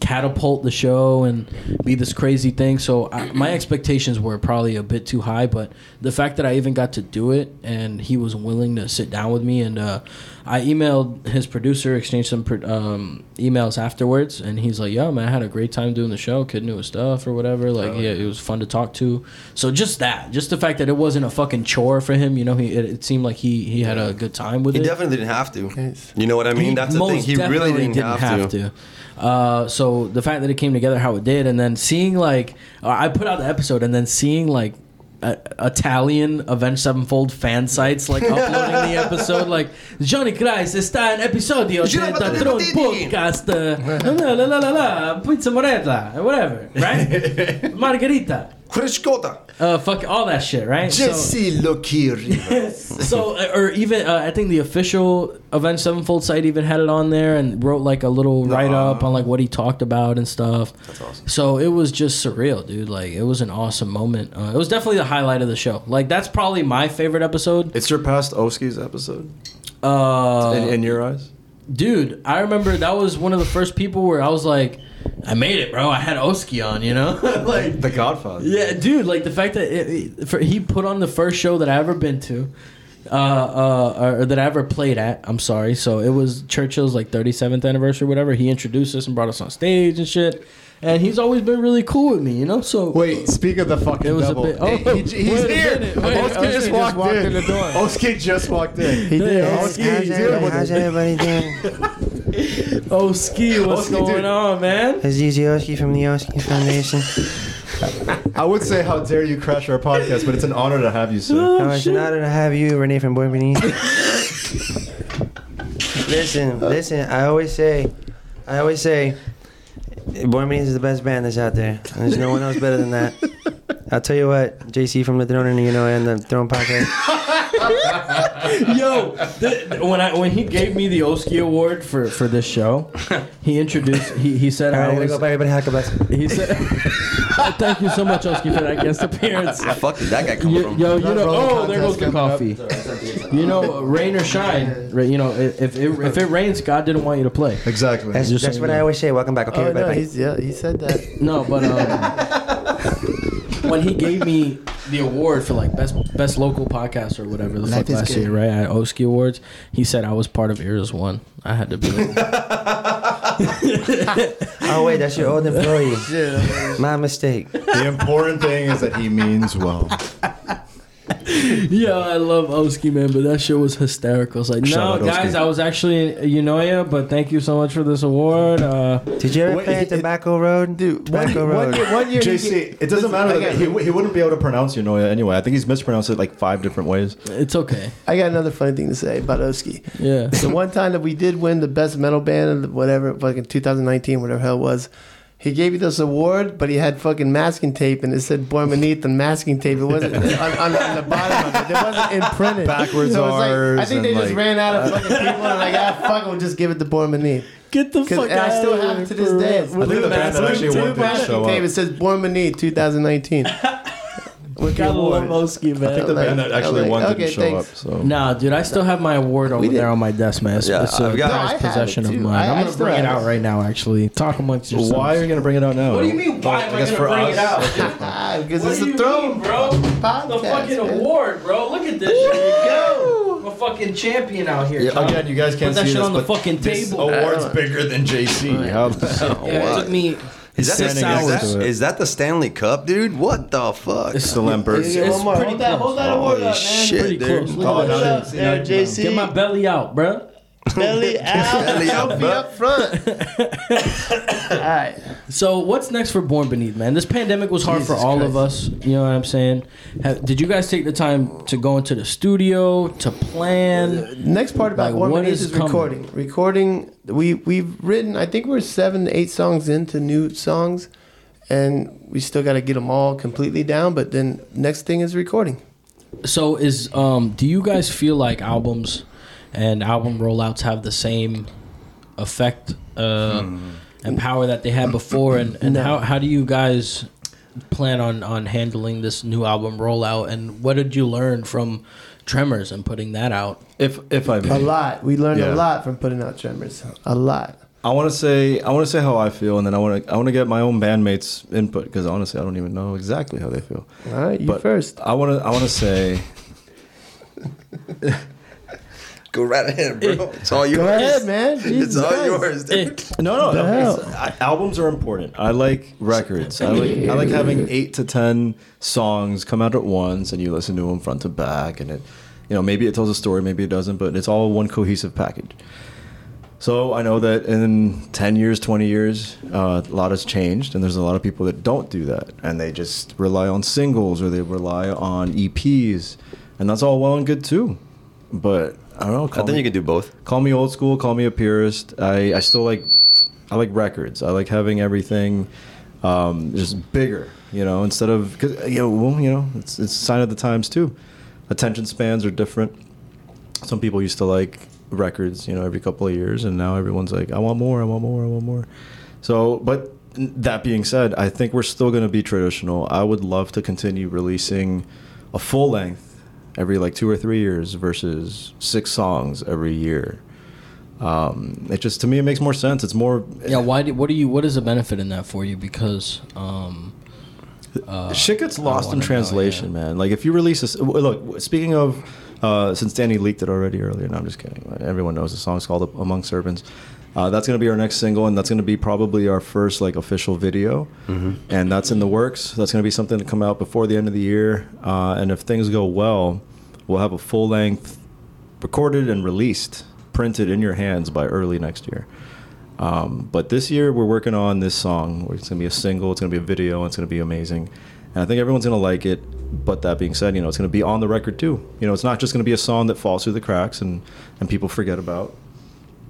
[SPEAKER 1] catapult the show and be this crazy thing. So I, my expectations were probably a bit too high, but the fact that I even got to do it and he was willing to sit down with me and uh, I emailed his producer, exchanged some pro- um, emails afterwards, and he's like, "Yo, man, I had a great time doing the show. Kid knew his stuff or whatever. Like, yeah, it was fun to talk to." So just that, just the fact that it wasn't a fucking chore for him, you know, he it, it seemed like he he had a good time with
[SPEAKER 2] *laughs* He
[SPEAKER 1] it.
[SPEAKER 2] definitely didn't have to.
[SPEAKER 3] Yes.
[SPEAKER 2] You know what I mean? That's the
[SPEAKER 1] most
[SPEAKER 2] thing. He really
[SPEAKER 1] definitely
[SPEAKER 2] didn't, have, to.
[SPEAKER 1] Uh, so the fact that it came together how it did, and then seeing like uh, I put out the episode, and then seeing like uh, Italian Avenged Sevenfold fan sites
[SPEAKER 2] *laughs*
[SPEAKER 1] like uploading the episode, like Johnny Christ está en episodio
[SPEAKER 2] Girato
[SPEAKER 1] del
[SPEAKER 2] dei
[SPEAKER 1] Tron
[SPEAKER 2] Potini."
[SPEAKER 1] podcast, uh, la la la la la, pizza morella, whatever,
[SPEAKER 2] *laughs*
[SPEAKER 1] right? Margherita,
[SPEAKER 2] Crishkota.
[SPEAKER 1] uh, fuck all that shit, right? So-
[SPEAKER 2] *laughs*
[SPEAKER 3] Jesse Lokiri.
[SPEAKER 1] so uh, or even uh, I think the official Avenged Sevenfold site even had it on there and wrote like a little write up on like what he talked about and stuff. That's
[SPEAKER 2] awesome.
[SPEAKER 1] So it was just surreal, dude. Like it was an awesome moment. Uh, it was definitely the highlight of the show. Like that's probably my favorite episode.
[SPEAKER 4] It surpassed Oski's episode
[SPEAKER 1] Uh,
[SPEAKER 4] in, in your eyes.
[SPEAKER 1] dude, I remember that was one of the first people where I was like, I made it, bro. I had Oski on, you know, *laughs* like
[SPEAKER 4] The Godfather.
[SPEAKER 1] Yeah, dude. Like the fact that it, it- for, he put on the first show that I ever been to, uh, uh, or that I ever played at. I'm sorry. So it was Churchill's like 37th anniversary, whatever. He introduced us and brought us on stage and shit. And he's always been really cool with me, you know. So
[SPEAKER 4] Wait, speak of
[SPEAKER 3] *laughs*
[SPEAKER 4] the fucking
[SPEAKER 1] It was a
[SPEAKER 4] devil.
[SPEAKER 1] bit- oh,
[SPEAKER 4] He- he- he's
[SPEAKER 1] wait a
[SPEAKER 4] here.
[SPEAKER 1] minute, wait,
[SPEAKER 4] Oski
[SPEAKER 1] Oski
[SPEAKER 4] just
[SPEAKER 1] just
[SPEAKER 4] walked,
[SPEAKER 3] walked
[SPEAKER 4] in.
[SPEAKER 3] in the door.
[SPEAKER 4] Oski just walked in. He
[SPEAKER 1] did.
[SPEAKER 4] Oski,
[SPEAKER 5] How's
[SPEAKER 4] dude,
[SPEAKER 5] everybody,
[SPEAKER 4] what
[SPEAKER 5] how's
[SPEAKER 4] the-
[SPEAKER 5] everybody doing?
[SPEAKER 1] oh, ski, what's
[SPEAKER 4] Oski, dude.
[SPEAKER 1] going on, man?
[SPEAKER 5] This is Yoski from the Yoski Foundation.
[SPEAKER 4] I would say how dare you crash our podcast, but it's an honor to have you, sir.
[SPEAKER 1] *laughs*
[SPEAKER 5] Oh, it's an honor to have you, Renee from Boy Beneath. listen, listen, I always say, I always say, Boy Beneath is the best band that's out there. There's no one else better than that. I'll tell you what, JC from the Throne and you know and the Throne Podcast.
[SPEAKER 1] Yo, th- when I when he gave me the Oski Award for for this show, he introduced he he said
[SPEAKER 5] All
[SPEAKER 1] I
[SPEAKER 5] right, I'm gonna
[SPEAKER 1] always
[SPEAKER 5] go by everybody. Hack a bless.
[SPEAKER 1] he said *laughs* thank you so much Oski for that guest appearance.
[SPEAKER 2] The fuck did that guy come
[SPEAKER 1] Yo,
[SPEAKER 2] from?
[SPEAKER 1] yo, you know,
[SPEAKER 4] Roll the
[SPEAKER 1] oh, there goes
[SPEAKER 4] contest
[SPEAKER 1] the coffee.
[SPEAKER 4] coming
[SPEAKER 1] You know, rain or shine, ra- you know, i- if it, if it rains, God didn't want you to play.
[SPEAKER 4] Exactly.
[SPEAKER 5] That's,
[SPEAKER 1] Just
[SPEAKER 5] that's
[SPEAKER 1] saying
[SPEAKER 5] what
[SPEAKER 1] that.
[SPEAKER 5] I always say. Welcome back. Okay,
[SPEAKER 3] Oh,
[SPEAKER 5] *laughs* everybody.
[SPEAKER 3] no,
[SPEAKER 5] back.
[SPEAKER 3] he's, yeah, he said that.
[SPEAKER 1] No, but um, when he gave me the award for like best best local podcast or whatever the
[SPEAKER 3] Life
[SPEAKER 1] fuck
[SPEAKER 3] is
[SPEAKER 1] last
[SPEAKER 3] good.
[SPEAKER 1] year, right? At Oski Awards, he said I was part of Eras One. I had to be. Like,
[SPEAKER 5] Oh wait, that's your old employee.
[SPEAKER 3] Yeah.
[SPEAKER 5] My mistake.
[SPEAKER 4] the important thing is that he means well.
[SPEAKER 1] yeah, I love Oski man, but that shit was hysterical. It's like,
[SPEAKER 4] Shout
[SPEAKER 1] no,
[SPEAKER 4] out
[SPEAKER 1] guys,
[SPEAKER 4] Oski.
[SPEAKER 1] I was actually in Unoya, but thank you so much for this award. Uh,
[SPEAKER 5] Did you ever
[SPEAKER 4] Wait,
[SPEAKER 5] play at
[SPEAKER 4] it-
[SPEAKER 5] Tobacco Road?
[SPEAKER 3] Dude, one,
[SPEAKER 5] Tobacco Road.
[SPEAKER 3] one year, one year he
[SPEAKER 4] JC,
[SPEAKER 3] get-
[SPEAKER 4] it doesn't
[SPEAKER 3] listen,
[SPEAKER 4] matter.
[SPEAKER 3] I
[SPEAKER 4] That
[SPEAKER 3] got-
[SPEAKER 4] he, he wouldn't be able to pronounce your Noya anyway. I think he's mispronounced it like five different ways.
[SPEAKER 1] it's okay.
[SPEAKER 3] I got another funny thing to say about Oski. *laughs*
[SPEAKER 1] Yeah.
[SPEAKER 3] The
[SPEAKER 4] *laughs*
[SPEAKER 3] one time that we did win the best metal band of the- whatever, fucking 2019, whatever the hell it was, he gave you this award, but he had fucking masking tape and it said Born Beneath and masking tape. It
[SPEAKER 4] *laughs*
[SPEAKER 3] wasn't on, on, on the bottom of it. It wasn't imprinted.
[SPEAKER 4] Backwards
[SPEAKER 3] it was like- I
[SPEAKER 4] Rs
[SPEAKER 3] think they
[SPEAKER 4] and
[SPEAKER 3] just
[SPEAKER 4] like-
[SPEAKER 3] ran
[SPEAKER 4] *laughs*
[SPEAKER 3] out of fucking people and like, ah, fuck, we'll just give it to Born Beneath.
[SPEAKER 1] Get the
[SPEAKER 3] 'Cause-
[SPEAKER 1] fuck
[SPEAKER 3] and
[SPEAKER 1] out
[SPEAKER 3] I still
[SPEAKER 1] of
[SPEAKER 3] have
[SPEAKER 1] here
[SPEAKER 3] to this
[SPEAKER 1] for
[SPEAKER 3] day.
[SPEAKER 1] real.
[SPEAKER 3] I
[SPEAKER 1] With
[SPEAKER 4] think
[SPEAKER 1] the
[SPEAKER 4] the band that
[SPEAKER 1] mask-
[SPEAKER 4] actually won
[SPEAKER 1] with the
[SPEAKER 4] didn't
[SPEAKER 1] mask-
[SPEAKER 4] show up.
[SPEAKER 3] Tape, it says Born Beneath
[SPEAKER 4] *laughs*
[SPEAKER 3] 2019. With the
[SPEAKER 1] Gotta love
[SPEAKER 3] award. *laughs*
[SPEAKER 1] Oski, man.
[SPEAKER 4] The
[SPEAKER 3] Like,
[SPEAKER 4] band that actually
[SPEAKER 3] I'm like,
[SPEAKER 4] won
[SPEAKER 3] okay,
[SPEAKER 4] didn't show
[SPEAKER 3] thanks.
[SPEAKER 4] up. So
[SPEAKER 1] Nah, dude, I still have my award over
[SPEAKER 3] did.
[SPEAKER 1] there on my desk, man. It's,
[SPEAKER 2] Yeah,
[SPEAKER 1] it's a
[SPEAKER 2] I've got-
[SPEAKER 3] No, I
[SPEAKER 1] prized
[SPEAKER 3] have
[SPEAKER 1] possession
[SPEAKER 3] it,
[SPEAKER 1] of
[SPEAKER 3] too.
[SPEAKER 1] mine.
[SPEAKER 3] I-
[SPEAKER 1] I'm
[SPEAKER 3] I
[SPEAKER 1] gonna
[SPEAKER 3] still
[SPEAKER 1] bring it
[SPEAKER 3] have
[SPEAKER 1] out
[SPEAKER 3] it.
[SPEAKER 1] right now. Actually, talk amongst yourselves.
[SPEAKER 4] why are you gonna bring it out now?
[SPEAKER 1] What do you mean? Why am I,
[SPEAKER 4] guess
[SPEAKER 1] gonna
[SPEAKER 4] for
[SPEAKER 1] bring it
[SPEAKER 4] us-
[SPEAKER 1] out?
[SPEAKER 3] Ah, because
[SPEAKER 1] What
[SPEAKER 3] it's
[SPEAKER 1] do you
[SPEAKER 3] a throne.
[SPEAKER 1] mean, bro? the
[SPEAKER 3] podcast,
[SPEAKER 1] fucking
[SPEAKER 3] man.
[SPEAKER 1] award, bro. Look at this. Here you go. I'm a fucking champion out here. Tom.
[SPEAKER 4] *laughs* Again, you guys can't
[SPEAKER 1] Put that
[SPEAKER 4] see
[SPEAKER 1] shit
[SPEAKER 4] this,
[SPEAKER 1] on the
[SPEAKER 4] but
[SPEAKER 1] fucking
[SPEAKER 4] this
[SPEAKER 1] table.
[SPEAKER 4] Award's bigger than JC. How-
[SPEAKER 1] yeah, it took me.
[SPEAKER 2] Is that, the,
[SPEAKER 4] Standing
[SPEAKER 2] is,
[SPEAKER 4] next
[SPEAKER 2] that,
[SPEAKER 4] to it.
[SPEAKER 2] is that the Stanley Cup, dude? What the fuck?
[SPEAKER 4] It's the Lambert.
[SPEAKER 1] It's, it's
[SPEAKER 3] Omar,
[SPEAKER 1] pretty
[SPEAKER 3] hold that,
[SPEAKER 1] close.
[SPEAKER 3] hold that award
[SPEAKER 2] Holy
[SPEAKER 3] up, man.
[SPEAKER 1] Pretty
[SPEAKER 2] shit,
[SPEAKER 1] close.
[SPEAKER 2] dude. Oh,
[SPEAKER 1] Look at that shit.
[SPEAKER 3] Up there, JC.
[SPEAKER 1] Get my belly out, bro.
[SPEAKER 3] belly out.
[SPEAKER 2] Belly out,
[SPEAKER 3] Sophie
[SPEAKER 2] bro.
[SPEAKER 3] up front. All right.
[SPEAKER 1] So what's next for Born Beneath, man? This pandemic was hard for
[SPEAKER 3] Jesus
[SPEAKER 1] all of us.
[SPEAKER 3] Christ.
[SPEAKER 1] You know what I'm saying? Ha did you guys take the time to go into the studio to plan?
[SPEAKER 3] Next part about
[SPEAKER 1] Like,
[SPEAKER 3] one
[SPEAKER 1] what
[SPEAKER 3] minute
[SPEAKER 1] is
[SPEAKER 3] is,
[SPEAKER 1] coming?
[SPEAKER 3] recording. Recording. We we've written. I think we're seven to eight songs into new songs, and we still got to get them all completely down. But then next thing is recording.
[SPEAKER 1] So is um? Do you guys feel like albums and album rollouts have the same Hmm. effect uh, and power that they had before? And and
[SPEAKER 3] No.
[SPEAKER 1] how how do you guys plan on on handling this new album rollout? And what did you learn from Tremors and putting that out?
[SPEAKER 4] If if I may.
[SPEAKER 1] *clears throat*
[SPEAKER 3] A lot. We learned
[SPEAKER 4] Yeah.
[SPEAKER 3] a lot from putting out Tremors. A lot.
[SPEAKER 4] I want to say I want to say how I feel, and then I want to I want to get my own bandmates' input because honestly, I don't even know exactly how they feel.
[SPEAKER 3] All right, you first.
[SPEAKER 4] I want to I want to say
[SPEAKER 2] Go right ahead, *laughs* bro. It's all yours.
[SPEAKER 3] Go ahead, man.
[SPEAKER 2] *laughs* It's
[SPEAKER 3] Jesus
[SPEAKER 2] all
[SPEAKER 3] Christ.
[SPEAKER 2] yours, dude.
[SPEAKER 4] no, no, no.
[SPEAKER 3] hell?
[SPEAKER 4] it's- I, albums are important. I like records. I like I like having eight to ten songs come out at once, and you listen to them front to back, and it, you know, maybe it tells a story, maybe it doesn't, but it's all one cohesive package. So I know that in 10 years, 20 years, uh, a lot has changed, and there's a lot of people that don't do that, and they just rely on singles or they rely on EPs, and that's all well and good too. But I don't know.
[SPEAKER 2] I
[SPEAKER 4] call
[SPEAKER 2] think
[SPEAKER 4] me-
[SPEAKER 2] you can do both.
[SPEAKER 4] call me old school call me a purist i, I still like i like records i like having everything um, just bigger you know instead of cause, you know, well, you know it's, it's a sign of the times too attention spans are different some people used to like records you know every couple of years and now everyone's like i want more i want more i want more so but that being said i think we're still going to be traditional i would love to continue releasing a full length every like two or three years versus six songs every year um, it just to me it makes more sense it's more
[SPEAKER 1] Yeah, why? Do, what do you? What is the benefit in that for you? Because um,
[SPEAKER 4] shit gets lost
[SPEAKER 1] wanna
[SPEAKER 4] in
[SPEAKER 1] know,
[SPEAKER 4] translation, man. Like if you release this, w- look. Speaking of, uh, since Danny leaked it already earlier, no, I'm just kidding. Everyone knows the song's called "Among Serpents." Uh, that's gonna be our next single, and that's gonna be probably our first like official video,
[SPEAKER 1] Mm-hmm.
[SPEAKER 4] and that's in the works. That's gonna be something to come out before the end of the year, uh, and if things go well, we'll have a full length recorded and released, printed in your hands by early next year. Um, but this year we're working on this song. It's gonna be a single. It's gonna be a video. and It's gonna be amazing, and I think everyone's gonna like it. But that being said, you know it's gonna be on the record too. You know it's not just gonna be a song that falls through the cracks and and people forget about.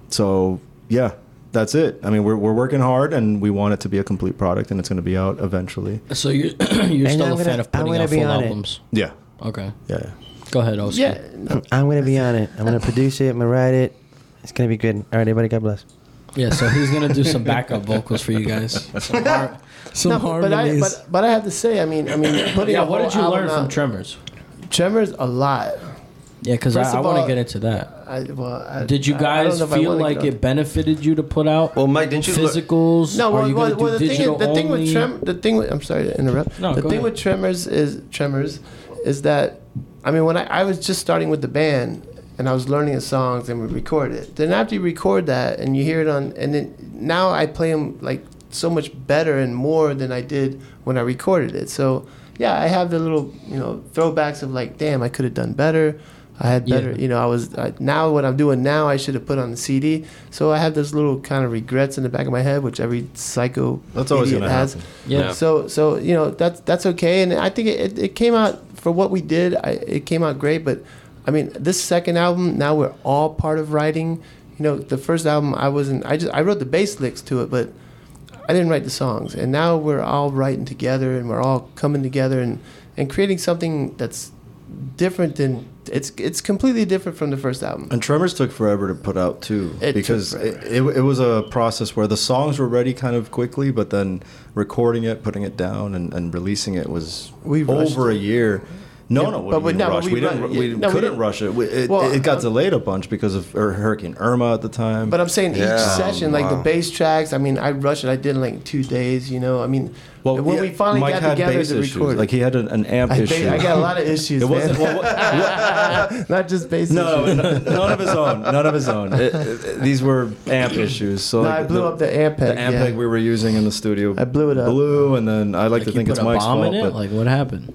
[SPEAKER 4] So yeah, that's it. I mean we're we're working hard and we want it to be a complete product and it's gonna be out eventually.
[SPEAKER 1] so *clears throat* you're you're
[SPEAKER 5] And
[SPEAKER 1] still
[SPEAKER 5] I'm
[SPEAKER 1] a
[SPEAKER 5] gonna-
[SPEAKER 1] fan of
[SPEAKER 5] I'm
[SPEAKER 1] putting
[SPEAKER 5] gonna
[SPEAKER 1] out
[SPEAKER 5] be
[SPEAKER 1] full
[SPEAKER 5] on it.
[SPEAKER 1] albums.
[SPEAKER 4] Yeah,
[SPEAKER 1] Okay,
[SPEAKER 4] yeah.
[SPEAKER 1] go ahead, Oscar.
[SPEAKER 3] Yeah.
[SPEAKER 5] I'm gonna be on it. I'm gonna produce it. I'm gonna write it. It's gonna be good. All right, everybody. God bless.
[SPEAKER 1] Yeah, so he's gonna do some backup vocals for you
[SPEAKER 4] *laughs*
[SPEAKER 1] guys. Some, har- some
[SPEAKER 3] No, but I
[SPEAKER 1] harmonies.
[SPEAKER 3] but, but I have to say, I mean, I mean,
[SPEAKER 1] *clears throat*
[SPEAKER 3] putting
[SPEAKER 1] yeah,
[SPEAKER 3] a
[SPEAKER 1] what
[SPEAKER 3] whole
[SPEAKER 1] did you learn
[SPEAKER 3] album
[SPEAKER 1] from
[SPEAKER 3] out-
[SPEAKER 1] Tremors?
[SPEAKER 3] Tremors? A lot.
[SPEAKER 1] Yeah, because
[SPEAKER 3] First
[SPEAKER 1] I, I
[SPEAKER 3] of
[SPEAKER 1] want
[SPEAKER 3] all-
[SPEAKER 1] to get into that.
[SPEAKER 3] I, well, I,
[SPEAKER 1] Did you
[SPEAKER 3] I- I don't
[SPEAKER 1] guys
[SPEAKER 3] know if I
[SPEAKER 1] feel
[SPEAKER 3] wanna
[SPEAKER 1] like
[SPEAKER 3] get
[SPEAKER 1] it benefited you to put out
[SPEAKER 2] Well, Mike, didn't you lear-
[SPEAKER 1] physicals?
[SPEAKER 3] No,
[SPEAKER 1] Are
[SPEAKER 3] well,
[SPEAKER 1] you
[SPEAKER 3] well,
[SPEAKER 1] gonna do
[SPEAKER 3] well, the, thing is,
[SPEAKER 1] digital
[SPEAKER 3] the thing with
[SPEAKER 1] only?
[SPEAKER 3] trem- the thing with, I'm sorry to interrupt.
[SPEAKER 1] No,
[SPEAKER 3] the
[SPEAKER 1] go
[SPEAKER 3] thing
[SPEAKER 1] ahead.
[SPEAKER 3] with tremors is tremors is that I mean when I, I was just starting with the band and I was learning the songs and we recorded it. Then after you record that and you hear it on and then now I play them like so much better and more than I did when I recorded it. So yeah, I have the little you know throwbacks of like, damn, I could have done better. I had
[SPEAKER 1] Yeah.
[SPEAKER 3] better, you know. I was I, now what I'm doing now. I should have put on the CD. So I have this little kind of regrets in the back of my head, which every psycho
[SPEAKER 4] That's always
[SPEAKER 3] idiot
[SPEAKER 4] gonna
[SPEAKER 3] has.
[SPEAKER 4] happen.
[SPEAKER 1] Yeah.
[SPEAKER 3] So so you know that's that's okay, and I think it, it, it came out for what we did. I, it came out great, but I mean this second album now we're all part of writing. You know the first album I wasn't. I just I wrote the bass licks to it, but I didn't write the songs, and now we're all writing together, and we're all coming together and and creating something that's different than it's it's completely different from the first album.
[SPEAKER 4] And Tremors took forever to put out too,
[SPEAKER 3] It took
[SPEAKER 4] because
[SPEAKER 3] forever.
[SPEAKER 4] it, it, it was a process where the songs were ready kind of quickly, but then recording it, putting it down, and, and releasing it was
[SPEAKER 3] We rushed
[SPEAKER 4] over a year. No,
[SPEAKER 3] Yeah,
[SPEAKER 4] no,
[SPEAKER 3] but
[SPEAKER 4] what
[SPEAKER 3] we-
[SPEAKER 4] do you mean
[SPEAKER 3] no, but
[SPEAKER 4] rush?
[SPEAKER 3] we
[SPEAKER 4] We didn't.
[SPEAKER 3] run-
[SPEAKER 4] we
[SPEAKER 3] yeah, no, we
[SPEAKER 4] couldn't
[SPEAKER 3] didn't-
[SPEAKER 4] rush it. We- It,
[SPEAKER 3] Well,
[SPEAKER 4] it got
[SPEAKER 3] uh,
[SPEAKER 4] delayed a bunch because of Hur- Hurricane Irma at the time.
[SPEAKER 3] But I'm saying each
[SPEAKER 2] Yeah.
[SPEAKER 3] session, like the
[SPEAKER 2] Wow.
[SPEAKER 3] bass tracks. I mean, I rushed it. I did it like in two days. You know, I mean, when
[SPEAKER 4] yeah,
[SPEAKER 3] we finally
[SPEAKER 4] Mike
[SPEAKER 3] got
[SPEAKER 4] had
[SPEAKER 3] together
[SPEAKER 4] bass
[SPEAKER 3] to
[SPEAKER 4] issues.
[SPEAKER 3] record,
[SPEAKER 4] like he had an, an amp
[SPEAKER 3] I,
[SPEAKER 4] issue.
[SPEAKER 3] ba- I got a lot of issues,
[SPEAKER 4] *laughs* It wasn't.
[SPEAKER 3] man.
[SPEAKER 4] Well, what-
[SPEAKER 3] Not just bass
[SPEAKER 4] no, *laughs*
[SPEAKER 3] issues.
[SPEAKER 4] no, none of his own. None of his own. It- it- these were amp issues. So
[SPEAKER 3] No,
[SPEAKER 4] like
[SPEAKER 3] I blew up the Ampeg.
[SPEAKER 4] the amp
[SPEAKER 3] yeah.
[SPEAKER 4] peg we were using in the studio.
[SPEAKER 3] I blew it up.
[SPEAKER 4] Blew, and then I like, to
[SPEAKER 1] you
[SPEAKER 4] think
[SPEAKER 1] put
[SPEAKER 4] it's
[SPEAKER 1] a
[SPEAKER 4] Mike's
[SPEAKER 1] bomb
[SPEAKER 4] fault.
[SPEAKER 1] in it?
[SPEAKER 4] But
[SPEAKER 1] Like what happened?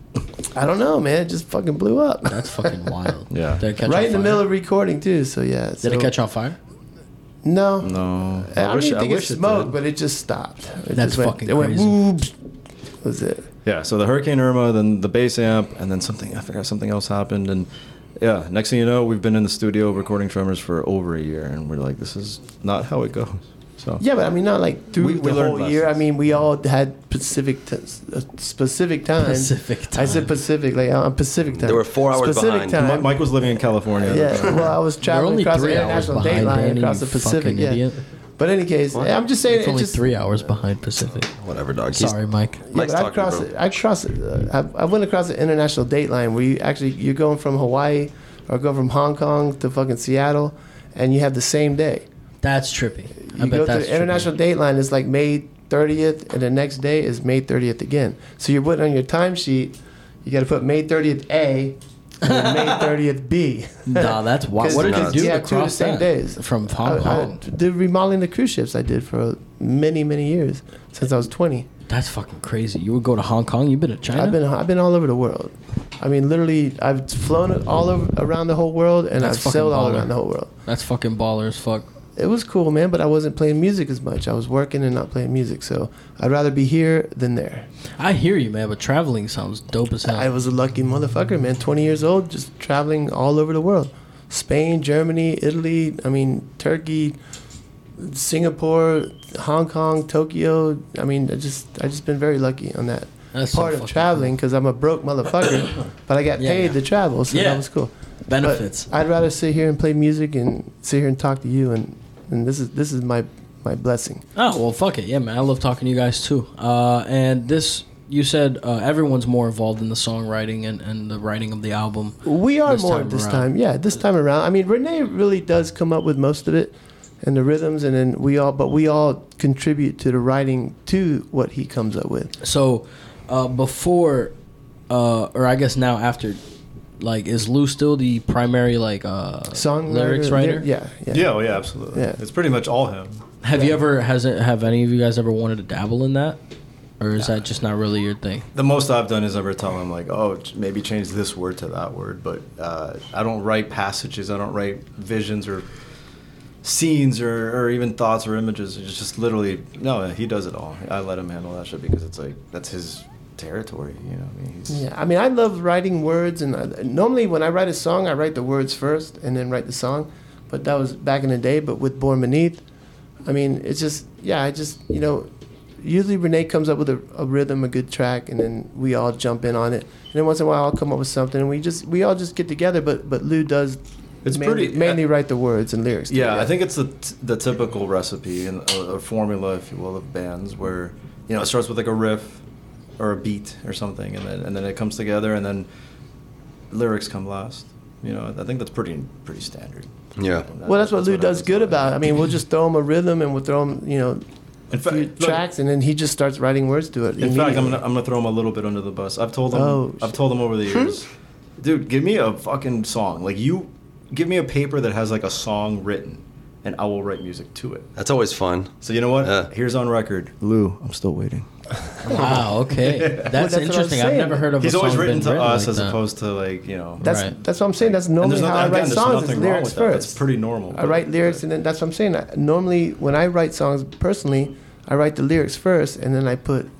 [SPEAKER 3] I don't know, man. It just fucking blew up. *laughs*
[SPEAKER 1] That's fucking wild.
[SPEAKER 4] *laughs* Yeah.
[SPEAKER 1] Did it catch on
[SPEAKER 3] right in the
[SPEAKER 1] fire?
[SPEAKER 3] middle of recording too. So yeah.
[SPEAKER 1] Did
[SPEAKER 3] so-
[SPEAKER 1] it catch on fire?
[SPEAKER 3] No.
[SPEAKER 4] no,
[SPEAKER 3] I, don't
[SPEAKER 4] wish-
[SPEAKER 3] even think it
[SPEAKER 4] wish did.
[SPEAKER 3] smoked, but it just stopped. It
[SPEAKER 1] That's
[SPEAKER 3] just went-
[SPEAKER 1] fucking
[SPEAKER 3] it went,
[SPEAKER 1] crazy.
[SPEAKER 3] "Whoop." That was it?
[SPEAKER 4] yeah. So the Hurricane Irma, then the bass amp, and then something I forgot something else happened, and yeah. Next thing you know, we've been in the studio recording Tremors for over a year, and we're like, this is not how it goes. So
[SPEAKER 3] Yeah, but I mean, not like through
[SPEAKER 4] We-
[SPEAKER 3] the
[SPEAKER 4] we learned
[SPEAKER 3] whole year. I
[SPEAKER 4] lessons.
[SPEAKER 3] mean, we all had specific t- s- uh, specific time.
[SPEAKER 1] Pacific
[SPEAKER 3] I
[SPEAKER 1] time.
[SPEAKER 3] said Pacific, like I'm Pacific time.
[SPEAKER 2] They were four hours
[SPEAKER 3] Pacific
[SPEAKER 2] behind.
[SPEAKER 3] Time.
[SPEAKER 4] Mi- Mike was living in California. at the
[SPEAKER 3] yeah,
[SPEAKER 4] time.
[SPEAKER 3] well, I was traveling across the
[SPEAKER 1] hours
[SPEAKER 3] international
[SPEAKER 1] behind
[SPEAKER 3] dateline
[SPEAKER 1] Danny,
[SPEAKER 3] across
[SPEAKER 1] you
[SPEAKER 3] the Pacific.
[SPEAKER 1] fucking
[SPEAKER 3] Yeah.
[SPEAKER 1] idiot.
[SPEAKER 3] But any case, I'm just saying
[SPEAKER 1] It's
[SPEAKER 3] it
[SPEAKER 1] only
[SPEAKER 3] just-
[SPEAKER 1] three hours behind Pacific.
[SPEAKER 2] Whatever, dog. He's-
[SPEAKER 1] Sorry, Mike.
[SPEAKER 3] Yeah,
[SPEAKER 2] Mike's
[SPEAKER 3] but I
[SPEAKER 2] talking,
[SPEAKER 3] crossed.
[SPEAKER 2] bro.
[SPEAKER 3] it- I crossed. it, Uh, I, I went across the international date line where you actually you're going from Hawaii or go from Hong Kong to fucking Seattle, and you have the same day.
[SPEAKER 1] That's trippy. I bet
[SPEAKER 3] You go to
[SPEAKER 1] that's
[SPEAKER 3] the international date line is like May 30th, and the next day is May 30th again. So you're putting on your timesheet. You got to put May 30th A and then May
[SPEAKER 1] *laughs*
[SPEAKER 3] 30th B.
[SPEAKER 1] trippy.
[SPEAKER 3] *laughs*
[SPEAKER 1] Nah, that's wild.
[SPEAKER 3] 'Cause-
[SPEAKER 1] What did you
[SPEAKER 2] because
[SPEAKER 1] do
[SPEAKER 3] you have two of the
[SPEAKER 1] across
[SPEAKER 3] same
[SPEAKER 1] that?
[SPEAKER 3] days.
[SPEAKER 1] From
[SPEAKER 3] I,
[SPEAKER 1] Hong
[SPEAKER 3] I,
[SPEAKER 1] Kong?
[SPEAKER 3] the remodeling the cruise ships I did for many many years since I was 20.
[SPEAKER 1] That's fucking crazy. You would go to Hong Kong. You've been to China.
[SPEAKER 3] I've been I've been all over the world. I mean, literally, I've flown all over around the whole world, and
[SPEAKER 1] That's
[SPEAKER 3] I've
[SPEAKER 1] fucking
[SPEAKER 3] sailed all
[SPEAKER 1] baller.
[SPEAKER 3] around the whole world.
[SPEAKER 1] That's fucking baller as fuck.
[SPEAKER 3] It was cool, man, but I wasn't playing music as much. I was working and not playing music, so I'd rather be here than there.
[SPEAKER 1] I hear you, man. But traveling sounds dope as hell.
[SPEAKER 3] I was a lucky motherfucker, man. Twenty years old, just traveling all over the world: Spain, Germany, Italy. I mean, Turkey, Singapore, Hong Kong, Tokyo. I mean, I just I just been very lucky on that.
[SPEAKER 1] That's so
[SPEAKER 3] part of
[SPEAKER 1] fucking
[SPEAKER 3] traveling because I'm a broke
[SPEAKER 1] *coughs*
[SPEAKER 3] motherfucker, but I got
[SPEAKER 1] Yeah,
[SPEAKER 3] paid
[SPEAKER 1] yeah.
[SPEAKER 3] to travel, so
[SPEAKER 1] Yeah.
[SPEAKER 3] that was cool. But
[SPEAKER 1] benefits.
[SPEAKER 3] I'd rather sit here and play music and sit here and talk to you, and, and this is this is my my blessing.
[SPEAKER 1] Oh well, fuck it, yeah, man. I love talking to you guys too. Uh, and this, you said uh, everyone's more involved in the songwriting and, and the writing of the album.
[SPEAKER 3] We are
[SPEAKER 1] This
[SPEAKER 3] more
[SPEAKER 1] time
[SPEAKER 3] this
[SPEAKER 1] around.
[SPEAKER 3] time, yeah, this time around. I mean, Renee really does come up with most of it, and the rhythms, and then we all, but we all contribute to the writing to what he comes up with.
[SPEAKER 1] So, uh, before, uh, or I guess now after, like, is Lou still the primary like uh,
[SPEAKER 3] Song
[SPEAKER 1] lyrics writer?
[SPEAKER 3] yeah, yeah,
[SPEAKER 4] Yeah, oh yeah, absolutely.
[SPEAKER 3] Yeah.
[SPEAKER 4] It's pretty much all him.
[SPEAKER 1] Have you ever has it, have any of you guys ever wanted to dabble in that, or is that just not really your thing?
[SPEAKER 4] The most I've done is ever tell him like, oh, ch- maybe change this word to that word, but uh, I don't write passages, I don't write visions or scenes or, or even thoughts or images. It's just literally no. He does it all. I let him handle that shit because it's like that's his territory. You know, what I mean, he's,
[SPEAKER 3] Yeah, I mean, I love writing words, and I, normally when I write a song, I write the words first and then write the song. But that was back in the day. But with Born Beneath, I mean, it's just yeah, I just you know, usually Renee comes up with a, a rhythm, a good track, and then we all jump in on it. And then once in a while, I'll come up with something, and we just we all just get together. But but Lou does.
[SPEAKER 4] It's
[SPEAKER 3] mainly,
[SPEAKER 4] pretty-
[SPEAKER 3] mainly write the words and lyrics. to it,
[SPEAKER 4] Yeah, I think it's the the typical recipe and uh, a, a formula, if you will, of bands where you know it starts with like a riff or a beat or something, and then and then it comes together, and then lyrics come last. You know, I think that's pretty pretty standard.
[SPEAKER 2] Yeah.
[SPEAKER 3] Well, that's what Lou does
[SPEAKER 4] happens.
[SPEAKER 3] good about. it. I mean, we'll just throw him a rhythm, and we'll throw him you know.
[SPEAKER 4] In fact,
[SPEAKER 3] few
[SPEAKER 4] look-
[SPEAKER 3] tracks, and then he just starts writing words to it.
[SPEAKER 4] In fact, I'm
[SPEAKER 3] immediately.
[SPEAKER 4] gonna, I'm gonna throw him a little bit under the bus. I've told him
[SPEAKER 3] Oh,
[SPEAKER 4] I've told him over the years, dude, give me a fucking song. Like you, give me a paper that has like a song written, and I will write music to it.
[SPEAKER 2] That's always fun. *laughs*
[SPEAKER 4] So you know what?
[SPEAKER 2] Yeah.
[SPEAKER 4] Here's on record, Lou. I'm still waiting.
[SPEAKER 1] Wow,
[SPEAKER 4] *laughs*
[SPEAKER 1] okay, that's,
[SPEAKER 3] that's what I'm
[SPEAKER 1] interesting. I've
[SPEAKER 3] saying.
[SPEAKER 1] never heard of.
[SPEAKER 4] He's
[SPEAKER 1] a
[SPEAKER 4] always
[SPEAKER 1] song
[SPEAKER 4] written
[SPEAKER 1] being
[SPEAKER 4] to us
[SPEAKER 1] like
[SPEAKER 4] as
[SPEAKER 1] that.
[SPEAKER 4] opposed to like you know.
[SPEAKER 3] That's
[SPEAKER 1] Right.
[SPEAKER 3] that's what I'm saying. That's
[SPEAKER 4] and
[SPEAKER 3] normally how I write
[SPEAKER 4] again,
[SPEAKER 3] songs. Is
[SPEAKER 4] nothing wrong
[SPEAKER 3] lyrics
[SPEAKER 4] with that. That's
[SPEAKER 3] first.
[SPEAKER 4] pretty normal.
[SPEAKER 3] I write lyrics, and then that's what I'm saying. I, normally, when I write songs personally, I write the lyrics first, and then I put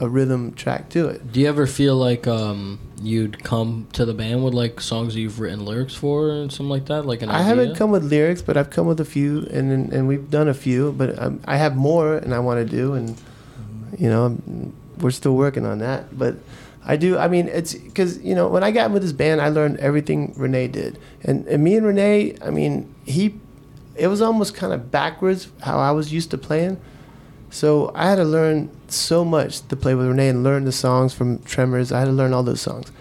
[SPEAKER 3] a rhythm track to it.
[SPEAKER 1] Do you ever feel like um, you'd come to the band with like songs that you've written lyrics for and something like that? Like an
[SPEAKER 3] I
[SPEAKER 1] idea?
[SPEAKER 3] haven't come with lyrics, but I've come with a few, and and, and we've done a few. But um, I have more, and I want to do, and
[SPEAKER 1] Mm-hmm.
[SPEAKER 3] you know, I'm- we're still working on that. But I do. I mean, it's because you know, when I got with this band, I learned everything Renee did, and, and me and Renee. I mean, he, it was almost kind of backwards how I was used to playing. So I had to learn so much to play with Renee and learn the songs from Tremors. I had to learn all those songs,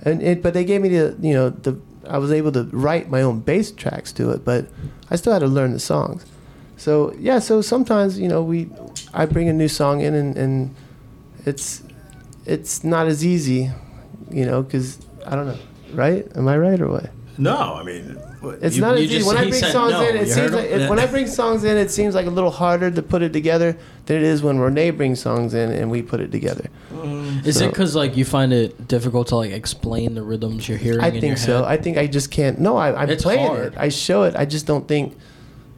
[SPEAKER 3] and it, but they gave me the you know the I was able to write my own bass tracks to it, but I still had to learn the songs. So yeah, so sometimes you know we I bring a new song in and, and it's it's not as easy, you know, because I don't know, right? Am I right or what?
[SPEAKER 4] No, I mean, what-
[SPEAKER 3] It's
[SPEAKER 4] you-
[SPEAKER 3] not
[SPEAKER 1] you
[SPEAKER 3] as easy.
[SPEAKER 1] just-
[SPEAKER 3] When I
[SPEAKER 1] he
[SPEAKER 3] bring
[SPEAKER 1] said
[SPEAKER 3] songs
[SPEAKER 1] no.
[SPEAKER 3] in,
[SPEAKER 1] You
[SPEAKER 3] it
[SPEAKER 1] heard
[SPEAKER 3] seems like,
[SPEAKER 1] him?
[SPEAKER 3] it, when I bring songs in, it seems like a little harder to put it together than it is when Renee brings songs in and we put it together.
[SPEAKER 1] Is it
[SPEAKER 3] So-
[SPEAKER 1] because like you find it difficult to like explain the rhythms you're hearing?
[SPEAKER 3] I
[SPEAKER 1] in your
[SPEAKER 3] think so.
[SPEAKER 1] Head?
[SPEAKER 3] I think I just can't. No, I, I'm
[SPEAKER 1] It's
[SPEAKER 3] playing
[SPEAKER 1] hard.
[SPEAKER 3] it. I show it. I just don't think.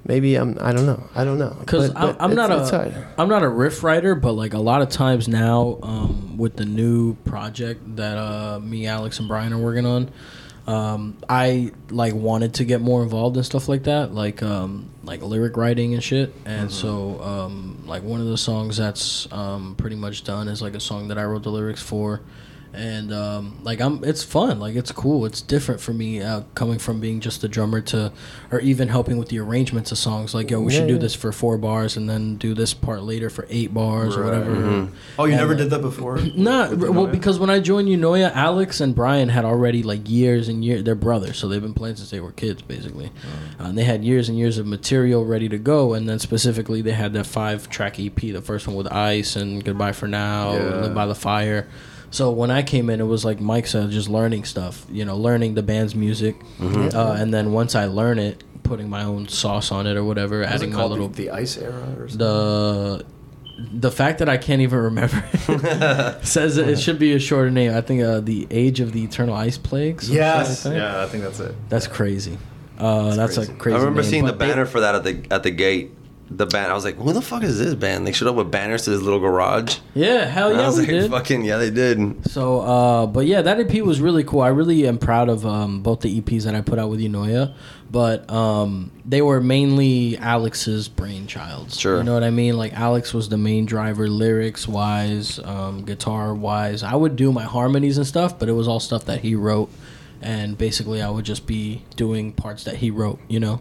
[SPEAKER 3] Maybe I'm. I don't know. I don't know.
[SPEAKER 1] Because
[SPEAKER 3] But-
[SPEAKER 1] I'm,
[SPEAKER 3] but
[SPEAKER 1] I'm
[SPEAKER 3] it's-
[SPEAKER 1] not
[SPEAKER 3] it's hard.
[SPEAKER 1] a I'm not a riff writer, but like a lot of times now um, with the new project that uh, me, Alex, and Brian are working on, um, I like wanted to get more involved in stuff like that, like um, like lyric writing and shit.
[SPEAKER 3] Mm-hmm.
[SPEAKER 1] And so um, like one of the songs that's um, pretty much done is like a song that I wrote the lyrics for, and um, like I'm, it's fun. Like it's cool. It's different for me uh, coming from being just a drummer to, or even helping with the arrangements of songs. Like yo, we should do this for four bars and then do this part later for eight bars or whatever.
[SPEAKER 4] Oh, you never
[SPEAKER 1] And-
[SPEAKER 4] did
[SPEAKER 1] *clears throat*
[SPEAKER 4] that before?
[SPEAKER 1] Not
[SPEAKER 4] With the
[SPEAKER 1] well
[SPEAKER 4] Noya?
[SPEAKER 1] because when I joined Unoya, Alex and Brian had already like years and years. They're brothers, so they've been playing since they were kids, basically.
[SPEAKER 4] Uh-huh.
[SPEAKER 1] Uh, and they had years and years of material ready to go. And then specifically, they had that five-track EP, E the first one with Ice and Goodbye for Now,
[SPEAKER 4] Yeah.
[SPEAKER 1] Live by the Fire. So when I came in, it was like Mike said, just learning stuff. You know, learning the band's music,
[SPEAKER 4] Mm-hmm.
[SPEAKER 1] uh, and then once I learn it, putting my own sauce on it or whatever,
[SPEAKER 4] Was it
[SPEAKER 1] adding my
[SPEAKER 4] called
[SPEAKER 1] little
[SPEAKER 4] the, the ice era or something?
[SPEAKER 1] the the fact that I can't even remember
[SPEAKER 4] *laughs*
[SPEAKER 1] it says that it should be a shorter name. I think uh, the Age of the Eternal Ice Plague. some
[SPEAKER 4] yes.
[SPEAKER 1] shit like that.
[SPEAKER 4] Yeah, I think that's it.
[SPEAKER 1] that's crazy. Uh, that's a
[SPEAKER 2] crazy.
[SPEAKER 1] crazy.
[SPEAKER 2] I remember
[SPEAKER 1] name,
[SPEAKER 2] seeing the
[SPEAKER 1] but they-
[SPEAKER 2] banner for that at the at the gate. The band. I was like, who the fuck is this band? They showed up with banners to this little garage.
[SPEAKER 1] yeah, hell
[SPEAKER 2] And
[SPEAKER 1] Oh,
[SPEAKER 2] I
[SPEAKER 1] yeah,
[SPEAKER 2] was
[SPEAKER 1] we
[SPEAKER 2] like,
[SPEAKER 1] did.
[SPEAKER 2] fucking yeah, they did.
[SPEAKER 1] So, uh, but yeah, that EP was really cool. I really am proud of um, both the EPs that I put out with Unoya, but um, they were mainly Alex's brainchild.
[SPEAKER 2] Sure.
[SPEAKER 1] You know what I mean? Like, Alex was the main driver, lyrics wise, um, guitar wise. I would do my harmonies and stuff, but it was all stuff that he wrote. And basically, I would just be doing parts that he wrote, you know?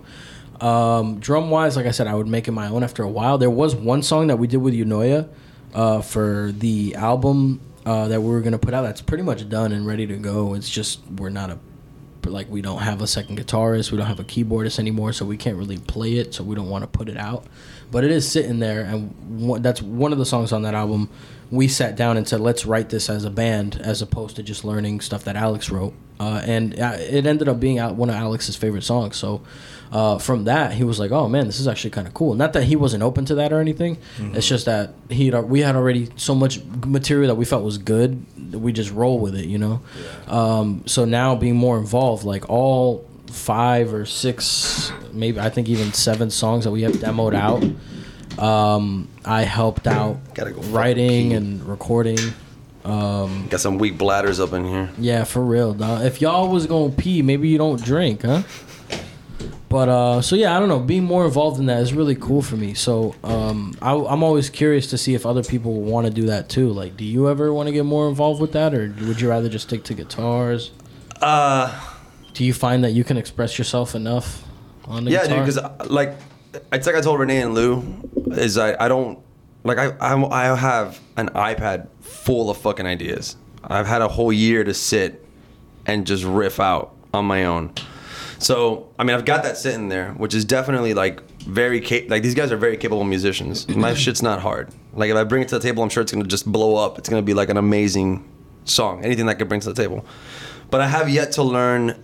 [SPEAKER 1] Um, drum wise, like I said, I would make it my own after a while. There was one song that we did with Unoya uh, for the album uh, that we were gonna put out. That's pretty much done and ready to go. It's just we're not a like we don't have a second guitarist, we don't have a keyboardist anymore, so we can't really play it. So we don't want to put it out, but it is sitting there, and one, that's one of the songs on that album. We sat down and said, let's write this as a band, as opposed to just learning stuff that Alex wrote. Uh, and uh, it ended up being out one of Alex's favorite songs. So uh, from that, he was like, "Oh man, this is actually kind of cool." Not that he wasn't open to that or anything. It's just that he had, we had already so much material that we felt was good. that We just roll with it, you know. Um, so now being more involved, like all five or six, maybe I think even seven songs that we have demoed out, um, I helped out
[SPEAKER 2] Gotta go fucking
[SPEAKER 1] writing
[SPEAKER 2] pee.
[SPEAKER 1] and recording.
[SPEAKER 2] Got some weak bladders up in here.
[SPEAKER 1] Yeah, for real, dog. If y'all was gonna pee, maybe you don't drink, huh? But uh, so yeah, I don't know. Being more involved in that is really cool for me. So um, I, I'm always curious to see if other people want to do that too. Like, do you ever want to get more involved with that, or would you rather just stick to guitars?
[SPEAKER 2] Uh,
[SPEAKER 1] Do you find that you can express yourself enough on the
[SPEAKER 2] yeah,
[SPEAKER 1] guitar?
[SPEAKER 2] dude. Because like, it's like I told Renee and Lou, is I I don't like I I'm, I have an iPad full of fucking ideas. I've had a whole year to sit and just riff out on my own. So I mean, I've got that sitting there, which is definitely like very cap- like these guys are very
[SPEAKER 1] *clears throat*
[SPEAKER 2] capable musicians. My shit's not hard. Like if I bring it to the table, I'm sure it's gonna just blow up. It's gonna be like an amazing song. Anything that I could bring to the table. But I have yet to learn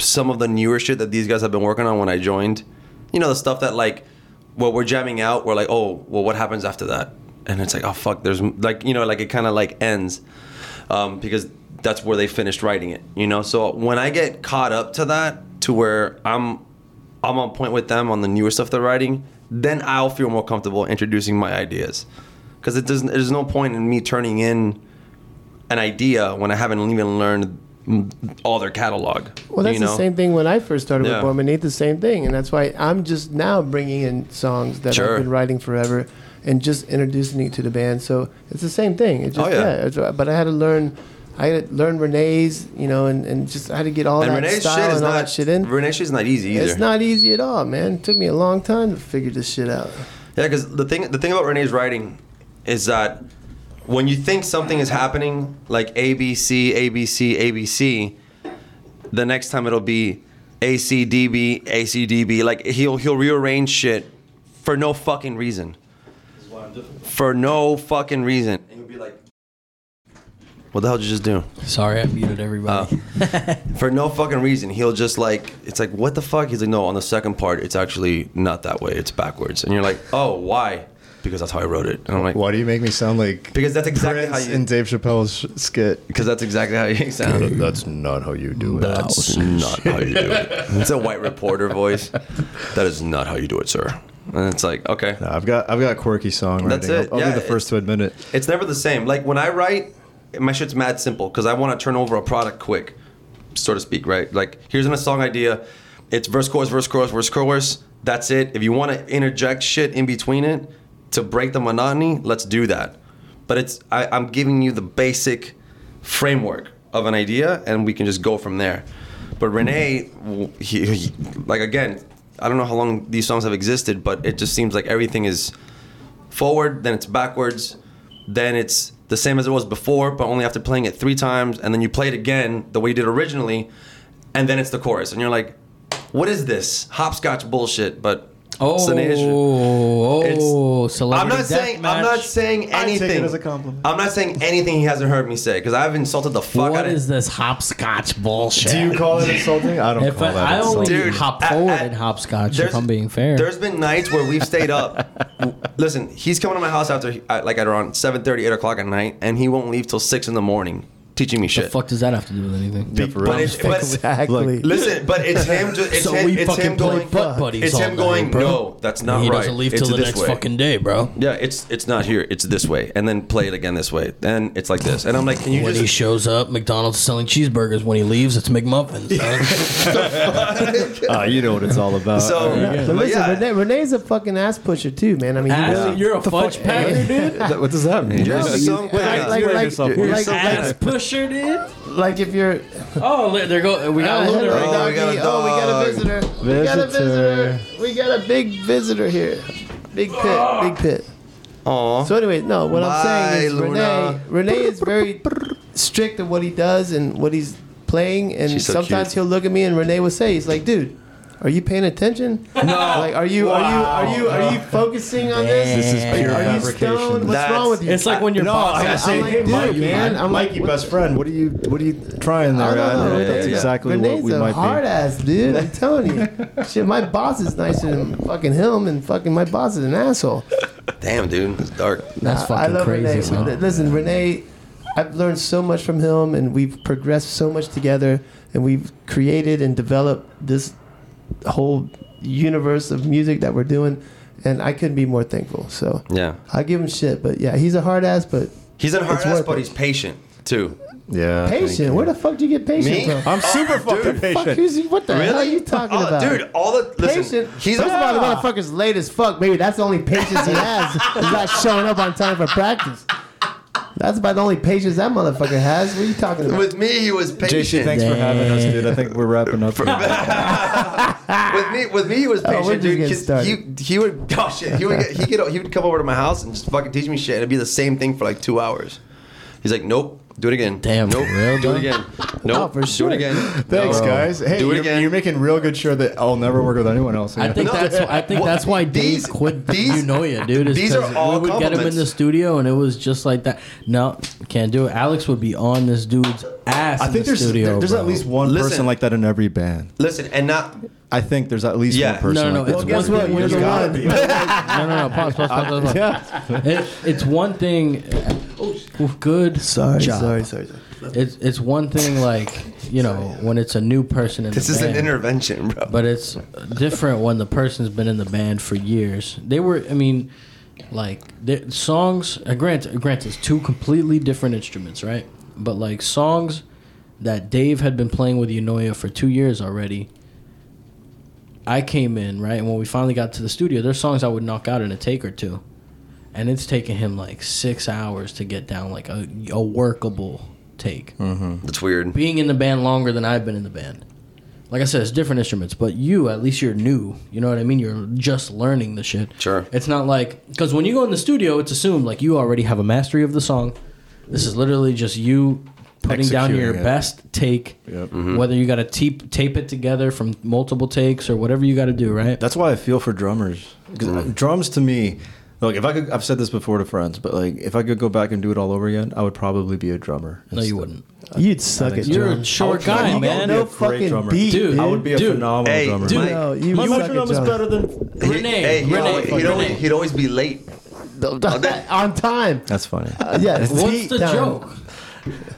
[SPEAKER 2] some of the newer shit that these guys have been working on when I joined. You know, the stuff that like what we're jamming out, we're like, oh, well, what happens after that? And it's like, oh fuck, there's like you know, like it kind of like ends um, because that's where they finished writing it. You know, so when I get caught up to that, to where I'm, I'm on point with them on the newer stuff they're writing, then I'll feel more comfortable introducing my ideas, because it doesn't. There's no point in me turning in an idea when I haven't even learned mm, all their catalog.
[SPEAKER 3] Well, that's
[SPEAKER 2] you know?
[SPEAKER 3] the same thing when I first started
[SPEAKER 2] Yeah.
[SPEAKER 3] with Born Beneath, the same thing. And that's why I'm just now bringing in songs that
[SPEAKER 2] Sure.
[SPEAKER 3] I've been writing forever and just introducing it to the band. So it's the same thing. It's just,
[SPEAKER 2] Oh, yeah.
[SPEAKER 3] yeah. it's- but I had to learn. I had to learn Renee's, you know, and, and just I had to get all
[SPEAKER 2] And
[SPEAKER 3] that
[SPEAKER 2] Renee's
[SPEAKER 3] style
[SPEAKER 2] shit is
[SPEAKER 3] and all
[SPEAKER 2] not
[SPEAKER 3] that shit in.
[SPEAKER 2] Renee's shit's not easy either.
[SPEAKER 3] It's not easy at all, man. It took me a long time to figure this shit out.
[SPEAKER 2] Yeah, because the thing the thing about Renee's writing is that when you think something is happening, like A B C A B C A B C, the next time it'll be A C D B A C D B. Like he'll he'll rearrange shit for no fucking reason. For no fucking reason. And you'll be like, "What the hell did you just do?"
[SPEAKER 1] Sorry, I muted everybody.
[SPEAKER 2] for no fucking reason. He'll just like, it's like, what the fuck? He's like, no, on the second part, it's actually not that way. It's backwards. And you're like, oh, why? Because that's how I wrote it. And I'm like,
[SPEAKER 4] Why do you make me sound like
[SPEAKER 2] Because that's exactly
[SPEAKER 4] Prince
[SPEAKER 2] how you-
[SPEAKER 4] in Dave Chappelle's sh- skit?
[SPEAKER 2] Because that's exactly how you sound.
[SPEAKER 4] That's not how you do it.
[SPEAKER 2] That's not how you do it. It's a white reporter voice. That is not how you do it, sir. And it's like, okay.
[SPEAKER 4] No, I've got I've got quirky song
[SPEAKER 2] That's
[SPEAKER 4] writing.
[SPEAKER 2] it,
[SPEAKER 4] I'll, I'll
[SPEAKER 2] yeah,
[SPEAKER 4] be the first to admit it.
[SPEAKER 2] It's never the same. Like when I write, my shit's mad simple because I want to turn over a product quick, so to speak, right? Like here's a song idea. It's verse chorus, verse chorus, verse chorus. That's it. If you want to interject shit in between it to break the monotony, let's do that. But it's I, I'm giving you the basic framework of an idea, and we can just go from there. But Renee, w- he, he, like again, I don't know how long these songs have existed, but it just seems like everything is forward, then it's backwards, then it's the same as it was before, but only after playing it three times, and then you play it again the way you did originally, and then it's the chorus, and you're like, what is this hopscotch bullshit? But
[SPEAKER 1] Oh,
[SPEAKER 2] Uh, it's the nature-
[SPEAKER 1] oh,
[SPEAKER 2] It's-
[SPEAKER 1] celebrity
[SPEAKER 2] I'm not saying I'm not saying
[SPEAKER 4] I take it
[SPEAKER 2] anything.
[SPEAKER 4] as a compliment.
[SPEAKER 2] I'm not saying anything he hasn't heard me say because I've insulted the fuck
[SPEAKER 1] What
[SPEAKER 2] out of
[SPEAKER 1] is this hopscotch bullshit?
[SPEAKER 4] Do you call it insulting? I don't
[SPEAKER 1] If
[SPEAKER 4] call
[SPEAKER 1] I,
[SPEAKER 4] that
[SPEAKER 1] I only
[SPEAKER 4] insulting.
[SPEAKER 2] Dude,
[SPEAKER 1] hop
[SPEAKER 2] I-
[SPEAKER 1] forward
[SPEAKER 2] I-
[SPEAKER 1] in hopscotch, if
[SPEAKER 2] There's-
[SPEAKER 1] I'm being fair.
[SPEAKER 2] There's been nights where we've stayed up.
[SPEAKER 1] *laughs*
[SPEAKER 2] Listen, he's coming to my house after he- at- like at around 7:30, 8 o'clock at night, and he won't leave till six in the morning, teaching me
[SPEAKER 1] the
[SPEAKER 2] shit.
[SPEAKER 1] fuck does that have to do with anything?
[SPEAKER 4] Yeah, for real.
[SPEAKER 2] but it's, but
[SPEAKER 3] *laughs* Exactly.
[SPEAKER 2] listen, but
[SPEAKER 3] *laughs*
[SPEAKER 2] it's him. ju- It's
[SPEAKER 1] so
[SPEAKER 2] him,
[SPEAKER 1] we
[SPEAKER 2] it's
[SPEAKER 1] fucking
[SPEAKER 2] him
[SPEAKER 1] play
[SPEAKER 2] going.
[SPEAKER 1] butt buddies.
[SPEAKER 2] it's
[SPEAKER 1] all
[SPEAKER 2] him
[SPEAKER 1] night,
[SPEAKER 2] going.
[SPEAKER 1] bro.
[SPEAKER 2] No, that's not
[SPEAKER 1] he
[SPEAKER 2] right.
[SPEAKER 1] doesn't leave
[SPEAKER 2] it's
[SPEAKER 1] till the
[SPEAKER 2] this
[SPEAKER 1] next
[SPEAKER 2] way."
[SPEAKER 1] fucking day, bro.
[SPEAKER 2] Yeah, it's it's not here. It's this way, and then play it again this way. Then it's like this, and I'm like, can you
[SPEAKER 1] When he
[SPEAKER 2] just?
[SPEAKER 1] shows up, McDonald's is selling cheeseburgers. When he leaves, it's
[SPEAKER 2] *laughs*
[SPEAKER 1] McMuffins. huh?
[SPEAKER 4] Ah, you know what it's all about.
[SPEAKER 2] So,
[SPEAKER 3] But
[SPEAKER 2] but
[SPEAKER 3] listen,
[SPEAKER 2] yeah,
[SPEAKER 3] Renee, Renee's a fucking ass pusher too, man. I mean,
[SPEAKER 1] Ass-
[SPEAKER 3] he really,
[SPEAKER 1] You're a
[SPEAKER 3] the
[SPEAKER 1] fudge
[SPEAKER 3] fuck-
[SPEAKER 1] packer, dude.
[SPEAKER 4] That- what does that mean?
[SPEAKER 2] You're
[SPEAKER 3] No,
[SPEAKER 2] so
[SPEAKER 3] you-
[SPEAKER 2] some-
[SPEAKER 3] like, like,
[SPEAKER 4] You're
[SPEAKER 3] like,
[SPEAKER 4] yourself
[SPEAKER 3] like,
[SPEAKER 4] up.
[SPEAKER 3] like,
[SPEAKER 1] Ass pusher, dude.
[SPEAKER 3] like if you're
[SPEAKER 1] Oh, there there go. We got
[SPEAKER 3] Uh,
[SPEAKER 1] Luna
[SPEAKER 3] hello,
[SPEAKER 1] right now.
[SPEAKER 2] Oh, we got a
[SPEAKER 3] doggy. Oh, we got a
[SPEAKER 2] dog.
[SPEAKER 3] visitor. We got a
[SPEAKER 4] Visitor.
[SPEAKER 3] visitor. We got a big visitor here. Big pit. Big pit.
[SPEAKER 2] aw.
[SPEAKER 3] So anyway, no, what I'm saying is
[SPEAKER 2] Bye, Luna.
[SPEAKER 3] Renee. Renee is very strict at what he does and what he's playing, and
[SPEAKER 2] She's so
[SPEAKER 3] sometimes
[SPEAKER 2] cute.
[SPEAKER 3] he'll look at me and Renee will say, "He's like, dude, are you paying attention? No. Like, are you are you are you are you focusing on this?
[SPEAKER 4] This is pure
[SPEAKER 3] are you
[SPEAKER 4] fabrication.
[SPEAKER 3] stoned? What's
[SPEAKER 2] That's-
[SPEAKER 3] wrong with you?
[SPEAKER 1] It's like when you're
[SPEAKER 4] No,
[SPEAKER 1] boxing.
[SPEAKER 4] I'm
[SPEAKER 3] I'm
[SPEAKER 4] saying,
[SPEAKER 3] like,
[SPEAKER 4] hey,
[SPEAKER 3] dude,
[SPEAKER 4] Mikey,
[SPEAKER 3] man, I'm
[SPEAKER 4] Mikey,
[SPEAKER 3] like-
[SPEAKER 4] best friend. What are you? What are you trying there?
[SPEAKER 3] I don't know.
[SPEAKER 4] man? That's
[SPEAKER 2] Yeah, yeah.
[SPEAKER 4] exactly what
[SPEAKER 3] Renee's
[SPEAKER 4] we
[SPEAKER 3] a
[SPEAKER 4] might
[SPEAKER 3] hard
[SPEAKER 4] be.
[SPEAKER 3] ass dude. I'm telling you, shit. My boss is nicer than fucking him, and fucking my boss is an asshole.
[SPEAKER 2] Damn, dude, it's dark.
[SPEAKER 1] That's
[SPEAKER 3] I-
[SPEAKER 1] fucking
[SPEAKER 3] I love
[SPEAKER 1] crazy,
[SPEAKER 3] Renee.
[SPEAKER 1] son.
[SPEAKER 3] Re- Listen, Renee, I've learned so much from him, and we've progressed so much together, and we've created and developed this whole universe of music that we're doing, and I couldn't be more thankful. So
[SPEAKER 2] Yeah,
[SPEAKER 3] I give him shit, but yeah, he's a hard ass, but
[SPEAKER 2] he's a hard
[SPEAKER 3] It's
[SPEAKER 2] ass,
[SPEAKER 3] worth
[SPEAKER 2] but
[SPEAKER 3] it.
[SPEAKER 2] he's patient too.
[SPEAKER 4] Yeah.
[SPEAKER 3] patient. Where the fuck do you get patient
[SPEAKER 2] Me?
[SPEAKER 3] from?
[SPEAKER 4] I'm super fucking
[SPEAKER 3] Fuck,
[SPEAKER 4] patient.
[SPEAKER 3] who's- what the hell are you talking
[SPEAKER 2] Oh,
[SPEAKER 3] about,
[SPEAKER 2] dude? All the listen,
[SPEAKER 3] patient.
[SPEAKER 2] he's
[SPEAKER 3] First
[SPEAKER 2] a,
[SPEAKER 3] of all, the motherfucker's late as fuck. Maybe that's the only patience he has. He's not showing up on time for practice. That's about the only patience that motherfucker has. What are you talking
[SPEAKER 2] *laughs*
[SPEAKER 3] about?
[SPEAKER 2] with me. He was
[SPEAKER 4] JC,
[SPEAKER 2] patient.
[SPEAKER 4] thanks for having us, dude. I think we're wrapping up.
[SPEAKER 2] with me, with me, he
[SPEAKER 1] Oh,
[SPEAKER 2] was patient,
[SPEAKER 3] we're just
[SPEAKER 2] dude.
[SPEAKER 3] getting
[SPEAKER 2] 'cause
[SPEAKER 3] started.
[SPEAKER 2] He, he would, *laughs* oh shit, he would, get, he could, he would come over to my house and just fucking teach me shit. It'd be the same thing for like two hours. He's like, nope, do it again.
[SPEAKER 1] Damn,
[SPEAKER 2] nope,
[SPEAKER 1] for real,
[SPEAKER 2] do
[SPEAKER 1] dog? *laughs*
[SPEAKER 2] it again. Nope,
[SPEAKER 3] for
[SPEAKER 2] do
[SPEAKER 3] sure.
[SPEAKER 2] it again.
[SPEAKER 4] Thanks,
[SPEAKER 2] No.
[SPEAKER 4] guys. Hey,
[SPEAKER 2] do it
[SPEAKER 4] you're,
[SPEAKER 2] again.
[SPEAKER 4] you're making real good sure that I'll never work with anyone else.
[SPEAKER 1] I
[SPEAKER 4] again.
[SPEAKER 1] think
[SPEAKER 2] No,
[SPEAKER 1] that's I think
[SPEAKER 2] what-
[SPEAKER 1] that's why
[SPEAKER 2] these-
[SPEAKER 1] Dave quit
[SPEAKER 2] these-
[SPEAKER 1] you know ya, dude. Is
[SPEAKER 2] these are
[SPEAKER 1] 'cause
[SPEAKER 2] all
[SPEAKER 1] we would get him in the
[SPEAKER 2] compliments.
[SPEAKER 1] studio and it was just like that. No, can't do it. Alex would be on this dude's ass.
[SPEAKER 4] I think
[SPEAKER 1] in the
[SPEAKER 4] there's
[SPEAKER 1] studio,
[SPEAKER 4] there- there's
[SPEAKER 1] bro.
[SPEAKER 4] at least one
[SPEAKER 2] Listen.
[SPEAKER 4] person like that in every band.
[SPEAKER 2] Listen, and not
[SPEAKER 4] I think there's at least
[SPEAKER 2] Yeah.
[SPEAKER 4] one person.
[SPEAKER 1] No, no, no.
[SPEAKER 4] like that
[SPEAKER 1] It's
[SPEAKER 4] in
[SPEAKER 1] one
[SPEAKER 4] every
[SPEAKER 1] thing.
[SPEAKER 4] band.
[SPEAKER 1] We're
[SPEAKER 4] There's
[SPEAKER 1] the
[SPEAKER 4] gotta
[SPEAKER 1] one.
[SPEAKER 4] be.
[SPEAKER 1] *laughs* no, no, no. Pause, pause, pause, *laughs*
[SPEAKER 4] *laughs*
[SPEAKER 1] pause. pause.
[SPEAKER 4] Yeah.
[SPEAKER 1] It, it's one thing. Oh, good.
[SPEAKER 3] Sorry,
[SPEAKER 1] job.
[SPEAKER 3] sorry, sorry, sorry.
[SPEAKER 1] It's it's one thing like you know when it's a new person in
[SPEAKER 2] this
[SPEAKER 1] the
[SPEAKER 2] is an
[SPEAKER 1] band.
[SPEAKER 2] intervention, bro.
[SPEAKER 1] But it's different when the person's been in the band for years. They were, I mean, like the songs. Uh, grant, grant is two completely different instruments, right? But like songs that Dave had been playing with Unoya for two years already. I came in right, and when we finally got to the studio, there's songs I would knock out in a take or two, and it's taken him like six hours to get down like a, a workable take
[SPEAKER 2] That's weird.
[SPEAKER 1] being in the band longer than I've been in the band. Like I said, it's different instruments, but you, at least you're new. You know what I mean? You're just learning the shit.
[SPEAKER 2] Sure.
[SPEAKER 1] It's not like, because when you go in the studio, it's assumed like you already have a mastery of the song. This is literally just you putting down your
[SPEAKER 4] Executing it.
[SPEAKER 1] best take,
[SPEAKER 4] Yep. Mm-hmm.
[SPEAKER 1] whether you got to tape, tape it together from multiple takes or whatever you got to do, right?
[SPEAKER 4] That's why I feel for drummers. 'Cause, uh, Drums to me, look, if I could, I've said this before to friends, but like if I could go back and do it all over again, I would probably be a drummer.
[SPEAKER 1] no, you wouldn't.
[SPEAKER 3] You'd suck at
[SPEAKER 1] You're a
[SPEAKER 3] drums.
[SPEAKER 1] short guy,
[SPEAKER 3] You
[SPEAKER 1] man.
[SPEAKER 3] don't know
[SPEAKER 4] Be a great
[SPEAKER 3] fucking
[SPEAKER 4] drummer.
[SPEAKER 3] beat,
[SPEAKER 1] Dude,
[SPEAKER 3] dude.
[SPEAKER 4] I would be a
[SPEAKER 1] Dude.
[SPEAKER 4] phenomenal
[SPEAKER 2] Hey,
[SPEAKER 4] drummer.
[SPEAKER 2] dude.
[SPEAKER 4] Mike.
[SPEAKER 3] no, you
[SPEAKER 4] My
[SPEAKER 3] suck
[SPEAKER 4] metronome
[SPEAKER 3] at
[SPEAKER 4] is
[SPEAKER 3] drums.
[SPEAKER 4] better than.
[SPEAKER 2] He-
[SPEAKER 1] Renee,
[SPEAKER 2] hey, he'd,
[SPEAKER 1] Renee,
[SPEAKER 2] always, he'd, always,
[SPEAKER 1] Renee.
[SPEAKER 2] he'd always be late.
[SPEAKER 3] *laughs* on time.
[SPEAKER 4] *laughs* That's *laughs* funny.
[SPEAKER 3] Yes.
[SPEAKER 1] What's
[SPEAKER 3] tea
[SPEAKER 1] the
[SPEAKER 3] time.
[SPEAKER 1] joke?